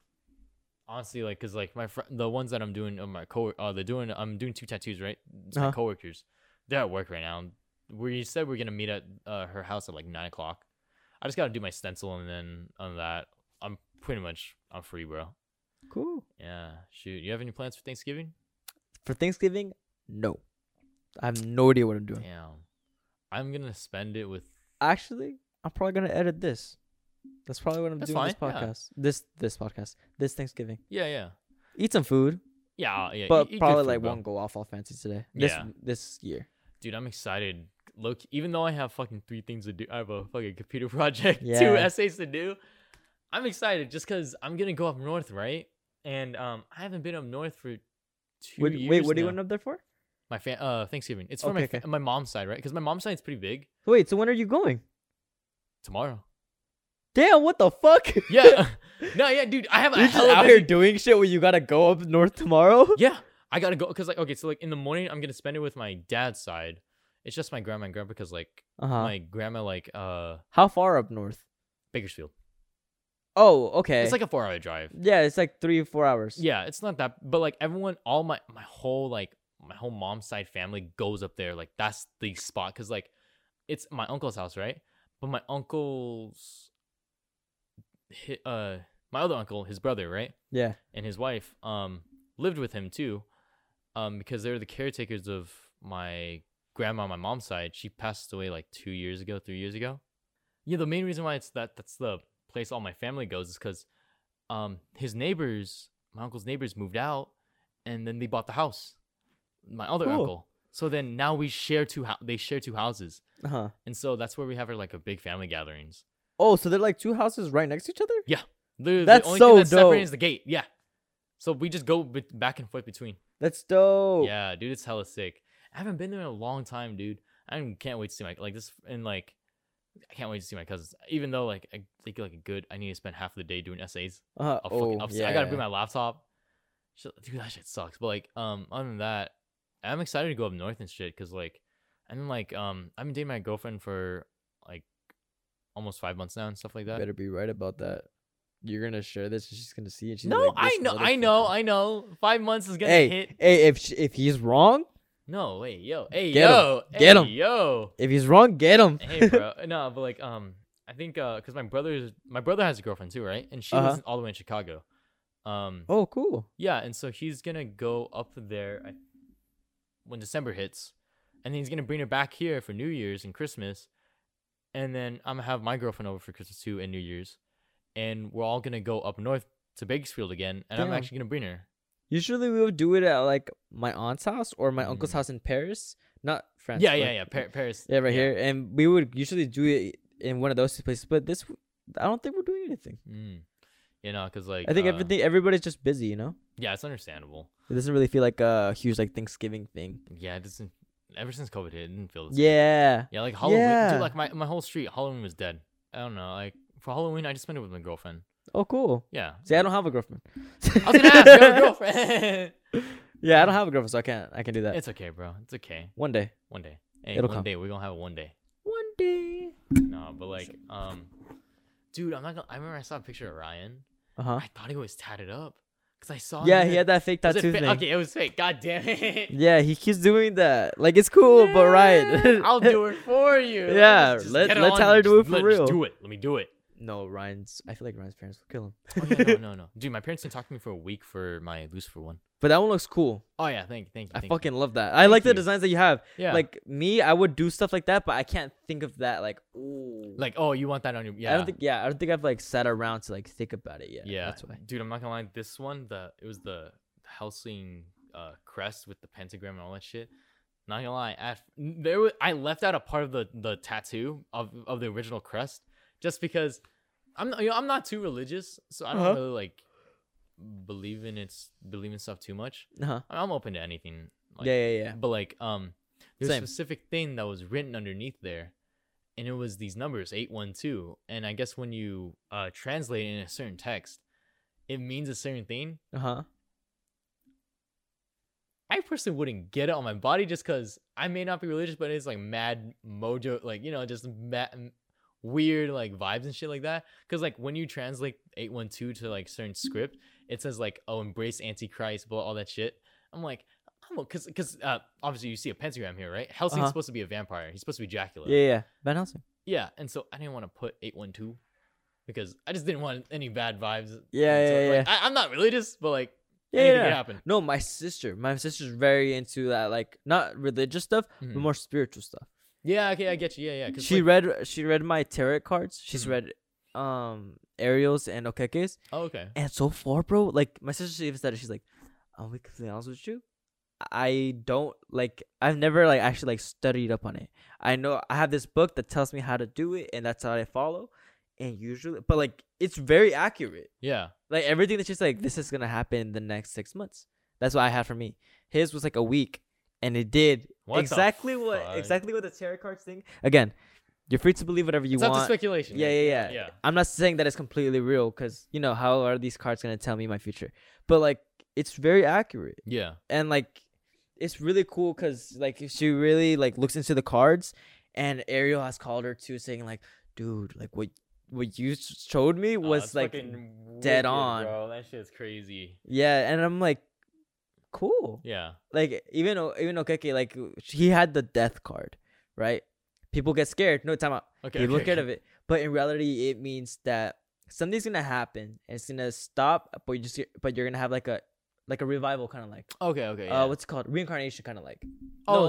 Speaker 2: honestly, like because like my fr- the ones that I'm doing uh, my co uh they're doing I'm doing two tattoos right. It's my
Speaker 1: Uh-huh.
Speaker 2: coworkers. They're at work right now. We said we are gonna meet at uh, her house at like nine o'clock. I just gotta do my stencil and then on that I'm pretty much I'm free, bro.
Speaker 1: Cool.
Speaker 2: Yeah, shoot. You have any plans for Thanksgiving?
Speaker 1: For Thanksgiving, no. I have no idea what I'm doing.
Speaker 2: Damn, I'm gonna spend it with.
Speaker 1: Actually, I'm probably gonna edit this. That's probably what I'm
Speaker 2: That's
Speaker 1: doing this
Speaker 2: fine, yeah.
Speaker 1: podcast. This this podcast. This Thanksgiving.
Speaker 2: Yeah, yeah,
Speaker 1: Eat some food,
Speaker 2: yeah, yeah.
Speaker 1: but
Speaker 2: eat- eat good
Speaker 1: probably
Speaker 2: food,
Speaker 1: like
Speaker 2: bro.
Speaker 1: won't go off all fancy today. This
Speaker 2: Yeah.
Speaker 1: this year.
Speaker 2: Dude, I'm excited. Look, even though I have fucking three things to do, I have a fucking computer (laughs) project, two
Speaker 1: Yeah.
Speaker 2: essays to do. I'm excited just because I'm gonna go up north, right? And um, I haven't been up north for two
Speaker 1: Wait,
Speaker 2: years.
Speaker 1: wait, what are you
Speaker 2: now.
Speaker 1: going up there for?
Speaker 2: My fa- uh Thanksgiving. It's for my
Speaker 1: Okay,
Speaker 2: fa-
Speaker 1: okay.
Speaker 2: my mom's side, right? Because my mom's side's pretty big.
Speaker 1: Wait, so when are you going? (laughs)
Speaker 2: Tomorrow.
Speaker 1: Damn, what the (laughs) fuck? You're
Speaker 2: Yeah. (laughs) no, yeah, dude.
Speaker 1: (laughs)
Speaker 2: I have a
Speaker 1: just
Speaker 2: hell
Speaker 1: out
Speaker 2: of
Speaker 1: here doing shit where you gotta go up north (laughs) tomorrow.
Speaker 2: Yeah, I gotta go because like okay, so like in the morning I'm gonna spend it with my dad's side. It's just my grandma and grandpa because like
Speaker 1: Uh huh.
Speaker 2: my grandma like uh
Speaker 1: How far up north?
Speaker 2: Bakersfield.
Speaker 1: Oh, okay.
Speaker 2: It's like a four hour drive.
Speaker 1: yeah, it's like three or four hours.
Speaker 2: Yeah, it's not that, but like everyone, all my my whole like my whole mom's side family goes up there. Like that's the spot because like it's my uncle's house, right? But my uncle's, hi- uh, my other uncle, his brother, right,
Speaker 1: yeah.
Speaker 2: and his wife, um, lived with him too, um, because they're the caretakers of my grandma on my mom's side. She passed away like two years ago, three years ago. Yeah, the main reason why it's that that's the place all my family goes is because um his neighbors, my uncle's neighbors moved out and then they bought the house. My other
Speaker 1: Cool.
Speaker 2: uncle. So then now we share two hou- they share two houses.
Speaker 1: Uh huh.
Speaker 2: And so that's where we have our like a big family gatherings.
Speaker 1: Oh, so they're like two houses right next to each other?
Speaker 2: Literally,
Speaker 1: That's
Speaker 2: the only
Speaker 1: so
Speaker 2: thing that's separating
Speaker 1: dope.
Speaker 2: is the gate. Yeah. So we just go bet- back and forth between.
Speaker 1: That's dope.
Speaker 2: Yeah, dude, it's hella sick. I haven't been there in a long time, dude. I can't wait to see my like this and like I can't wait to see my cousins. Even though like I think like a good, I need to spend half of the day doing essays.
Speaker 1: Uh,
Speaker 2: I'll
Speaker 1: oh,
Speaker 2: fucking upset.
Speaker 1: yeah.
Speaker 2: I gotta bring my laptop. Shit, Dude, that shit sucks. But like, um, other than that, I'm excited to go up north and shit. Cause like, and then like, um, I've been dating my girlfriend for like almost five months now and stuff like that.
Speaker 1: Better be right about that. You're gonna share this, and she's gonna see, and she's
Speaker 2: no,
Speaker 1: like,
Speaker 2: I
Speaker 1: "This
Speaker 2: know, I know,
Speaker 1: motherfucker."
Speaker 2: I know. Five months is gonna
Speaker 1: Hey,
Speaker 2: hit.
Speaker 1: hey, if sh- if he's wrong,
Speaker 2: No, wait, yo, hey,
Speaker 1: Get 'em.
Speaker 2: yo,
Speaker 1: Get
Speaker 2: hey,
Speaker 1: 'em.
Speaker 2: yo.
Speaker 1: if he's wrong, get him.
Speaker 2: hey bro (laughs) no but like um i think uh because my brother's my brother has a girlfriend too right and she
Speaker 1: Uh-huh.
Speaker 2: lives in- all the way in chicago um
Speaker 1: oh, cool.
Speaker 2: yeah and so he's gonna go up there I, when december hits and then he's gonna bring her back here for new year's and christmas and then i'm gonna have my girlfriend over for christmas too and new year's and we're all gonna go up north to bakersfield again and i'm
Speaker 1: Damn.
Speaker 2: actually gonna bring her
Speaker 1: Usually we would do it at like my aunt's house or my uncle's
Speaker 2: Mhm.
Speaker 1: house in Paris, not France.
Speaker 2: yeah yeah
Speaker 1: but-
Speaker 2: yeah Par- paris
Speaker 1: yeah, right here. And we would usually do it in one of those two places, but this, I don't think we're doing anything.
Speaker 2: mm. you know because like
Speaker 1: I think
Speaker 2: uh,
Speaker 1: everything, everybody's just busy, you know.
Speaker 2: yeah it's understandable
Speaker 1: It doesn't really feel like a huge like Thanksgiving thing.
Speaker 2: Yeah, it doesn't. Ever since COVID hit, it didn't feel. The same.
Speaker 1: Yeah,
Speaker 2: Yeah, like Halloween.
Speaker 1: Yeah.
Speaker 2: Dude, like my, my whole street, Halloween was dead. I don't know. Like for Halloween, I just spent it with my girlfriend.
Speaker 1: Oh, cool. (laughs)
Speaker 2: Yeah.
Speaker 1: See, I don't have a girlfriend.
Speaker 2: I was gonna ask, do you have a girlfriend? (laughs)
Speaker 1: yeah, I don't have a girlfriend, so I can't. I can do that
Speaker 2: Mm. it's okay, bro. It's okay.
Speaker 1: one day.
Speaker 2: One day. Hey,
Speaker 1: It'll
Speaker 2: one
Speaker 1: come.
Speaker 2: day we're gonna have it one day.
Speaker 1: One day.
Speaker 2: No, but like, um, dude, I'm not gonna. I remember I saw a picture of Ryan.
Speaker 1: Uh huh.
Speaker 2: I thought he was tatted up because I saw.
Speaker 1: Yeah,
Speaker 2: him
Speaker 1: he had that fake
Speaker 2: (laughs) Was it
Speaker 1: tattoo
Speaker 2: fa-
Speaker 1: thing.
Speaker 2: Okay, it was fake. God
Speaker 1: (laughs)
Speaker 2: damn it.
Speaker 1: Yeah, he keeps doing that. Like it's cool, but
Speaker 2: (laughs)
Speaker 1: right.
Speaker 2: I'll
Speaker 1: (laughs)
Speaker 2: do it for you.
Speaker 1: Yeah,
Speaker 2: Just
Speaker 1: let-
Speaker 2: get it
Speaker 1: let
Speaker 2: on
Speaker 1: Tyler
Speaker 2: me.
Speaker 1: do
Speaker 2: Just
Speaker 1: it for
Speaker 2: let- just
Speaker 1: real.
Speaker 2: do it. Let me do it.
Speaker 1: No, Ryan's. I feel like Ryan's parents will kill him.
Speaker 2: Oh, yeah, no, no, no. Dude, my parents didn't talk to me for a week for my Lucifer one.
Speaker 1: But that one looks cool.
Speaker 2: Oh yeah, thank you, thank you.
Speaker 1: I
Speaker 2: thank you.
Speaker 1: fucking love that. I like the
Speaker 2: you.
Speaker 1: designs that you have.
Speaker 2: yeah. Like
Speaker 1: Like me, I would do stuff like that, but I can't think of that. Like, ooh.
Speaker 2: like oh, you want that on your yeah.
Speaker 1: I don't think. Yeah, I don't think I've like sat around to like think about it yet.
Speaker 2: yeah.
Speaker 1: that's why.
Speaker 2: Dude, I'm not gonna lie. This one, the it was the Helsing uh, crest with the pentagram and all that shit. Not gonna lie, at, there was, I left out a part of the the tattoo of of the original crest just because I'm not, you know, I'm not too religious, so I don't
Speaker 1: Uh-huh.
Speaker 2: really like believe in it's believe in stuff too much.
Speaker 1: Uh-huh.
Speaker 2: I'm open to anything. Like,
Speaker 1: yeah, yeah, yeah.
Speaker 2: But like, um, there's
Speaker 1: Same.
Speaker 2: a specific thing that was written underneath there, and it was these numbers eight one two. And I guess when you uh translate it in a certain text, it means a certain thing.
Speaker 1: Uh huh.
Speaker 2: I personally wouldn't get it on my body just because I may not be religious, but it's like mad mojo, like you know, just mad, weird like vibes and shit like that. Because like when you translate eight one two to like certain script, it says like oh embrace antichrist, blah all that shit. I'm like, I'm because because uh, obviously you see a pentagram here, right? Helsing's
Speaker 1: Uh-huh.
Speaker 2: supposed to be a vampire. He's supposed to be Dracula.
Speaker 1: Yeah, yeah. Van Helsing.
Speaker 2: Yeah, and so I didn't want to put eight one two because I just didn't want any bad vibes.
Speaker 1: Yeah,
Speaker 2: And
Speaker 1: yeah,
Speaker 2: like, I, I'm not religious, but like
Speaker 1: Yeah,
Speaker 2: anything
Speaker 1: yeah.
Speaker 2: could
Speaker 1: yeah.
Speaker 2: happen.
Speaker 1: No, my sister. My sister's very into that, like not religious stuff,
Speaker 2: Mhm.
Speaker 1: but more spiritual stuff.
Speaker 2: Yeah, okay, I get you. Yeah, yeah. 'cause,
Speaker 1: She
Speaker 2: like-
Speaker 1: read she read my tarot cards. She's
Speaker 2: Mhm.
Speaker 1: read um Ariel's and Okeke's.
Speaker 2: oh, okay.
Speaker 1: And so far, bro, like my sister she even said it, she's like, I'll be completely honest with you. I don't like I've never like actually like studied up on it. I know I have this book that tells me how to do it and that's how I follow. And usually but like it's very accurate.
Speaker 2: Yeah.
Speaker 1: Like everything that's just like this is gonna happen in the next six months. That's what I had for me. His was like a week and it did
Speaker 2: What the
Speaker 1: exactly what
Speaker 2: fuck?
Speaker 1: exactly what the tarot cards thing. Again, you're free to believe whatever you
Speaker 2: it's up to
Speaker 1: want.
Speaker 2: speculation.
Speaker 1: Yeah,
Speaker 2: right?
Speaker 1: yeah, yeah.
Speaker 2: Yeah.
Speaker 1: I'm not saying that it's completely real because, you know, how are these cards going to tell me my future? But, like, it's very accurate.
Speaker 2: Yeah.
Speaker 1: And, like, it's really cool because, like, she really, like, looks into the cards. And Ariel has called her, too, saying, like, dude, like, what, what you s- showed me
Speaker 2: Nah,
Speaker 1: was,
Speaker 2: Oh, it's
Speaker 1: like,
Speaker 2: fucking
Speaker 1: dead
Speaker 2: wicked,
Speaker 1: on.
Speaker 2: Bro, that shit's crazy.
Speaker 1: yeah. And I'm like, cool.
Speaker 2: Yeah.
Speaker 1: Like, even, O- even Okeke, like, he had the death card, right? People get scared. No, time out.
Speaker 2: Okay.
Speaker 1: people get
Speaker 2: okay,
Speaker 1: scared
Speaker 2: okay.
Speaker 1: of it. But in reality, it means that something's gonna happen and it's gonna stop. But you just but you're gonna have like a like a revival kind of like
Speaker 2: Okay. Okay. yeah.
Speaker 1: uh what's it called reincarnation kind of like
Speaker 2: oh,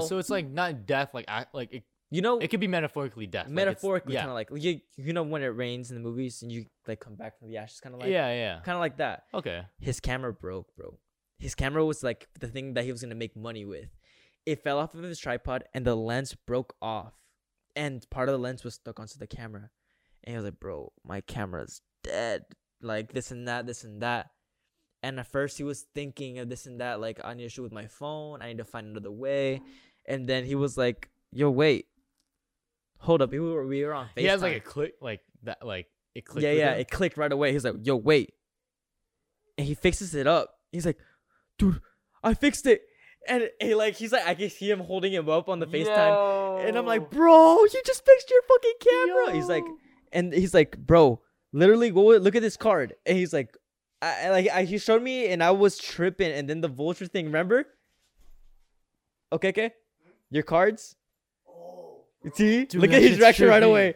Speaker 1: no.
Speaker 2: so it's like not death. Like I like it.
Speaker 1: you know
Speaker 2: It could be metaphorically death. like, it's-
Speaker 1: metaphorically
Speaker 2: yeah.
Speaker 1: kind of like you you know when it rains in the movies and you like come back from the ashes kind of like
Speaker 2: yeah. Yeah.
Speaker 1: kind of like that.
Speaker 2: Okay.
Speaker 1: His camera broke, bro. His camera was like the thing that he was gonna make money with. It fell off of his tripod and the lens broke off, and part of the lens was stuck onto the camera. And he was like, "Bro, my camera's dead. Like this and that, this and that." And at first he was thinking of this and that, like I need to shoot with my phone. I need to find another way. And then he was like, "Yo, wait, hold up, we were we were on FaceTime."
Speaker 2: He has like a click, like that, like it clicked.
Speaker 1: yeah,
Speaker 2: with
Speaker 1: yeah,
Speaker 2: him.
Speaker 1: it clicked right away. He's like, "Yo, wait," and he fixes it up. He's like, "Dude, I fixed it," and he like he's like I can see him holding him up on the FaceTime, and I'm like, "Bro, you just fixed your fucking camera." He's like, and he's like, "Bro, literally, go look at this card," and he's like. I, I- like I, he showed me and I was tripping and then the vulture thing remember okay okay your cards see
Speaker 2: Oh. Dude,
Speaker 1: look at
Speaker 2: that
Speaker 1: his
Speaker 2: shit's
Speaker 1: reaction right
Speaker 2: trippy.
Speaker 1: away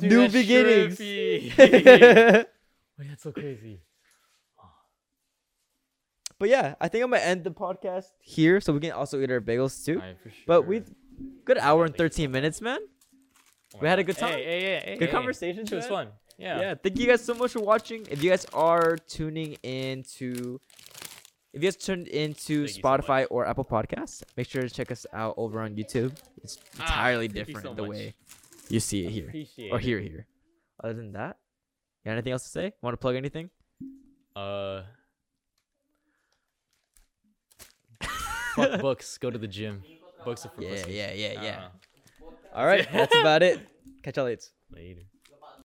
Speaker 2: Dude,
Speaker 1: new
Speaker 2: that's
Speaker 1: beginnings.
Speaker 2: (laughs) trippy. Wait, that's so crazy.
Speaker 1: (laughs) But yeah, I think I'm gonna end the podcast here so we can also eat our bagels too.
Speaker 2: Alright, for sure.
Speaker 1: But we good hour and
Speaker 2: Thank you.
Speaker 1: 13 minutes, man.
Speaker 2: Oh my
Speaker 1: we had a
Speaker 2: God.
Speaker 1: good time.
Speaker 2: Hey, hey, hey, hey,
Speaker 1: Good
Speaker 2: hey.
Speaker 1: conversations,
Speaker 2: It was
Speaker 1: man.
Speaker 2: fun. Yeah.
Speaker 1: yeah, thank you guys so much for watching. If you guys are tuning into if you guys turned into
Speaker 2: Thank you so
Speaker 1: Spotify
Speaker 2: much.
Speaker 1: or Apple Podcasts, make sure to check us out over on YouTube. It's
Speaker 2: Ah,
Speaker 1: entirely
Speaker 2: thank you
Speaker 1: different
Speaker 2: so
Speaker 1: the
Speaker 2: much.
Speaker 1: way you see it here
Speaker 2: Appreciate
Speaker 1: or
Speaker 2: it.
Speaker 1: here here. Other than that, you got anything else to say? Want to plug anything? (laughs)
Speaker 2: Uh. fuck books. Go to the gym. Books are for
Speaker 1: Yeah,
Speaker 2: pussies.
Speaker 1: yeah, yeah, yeah.
Speaker 2: Uh-uh.
Speaker 1: All right, that's about it. Catch y'all later.
Speaker 2: Later.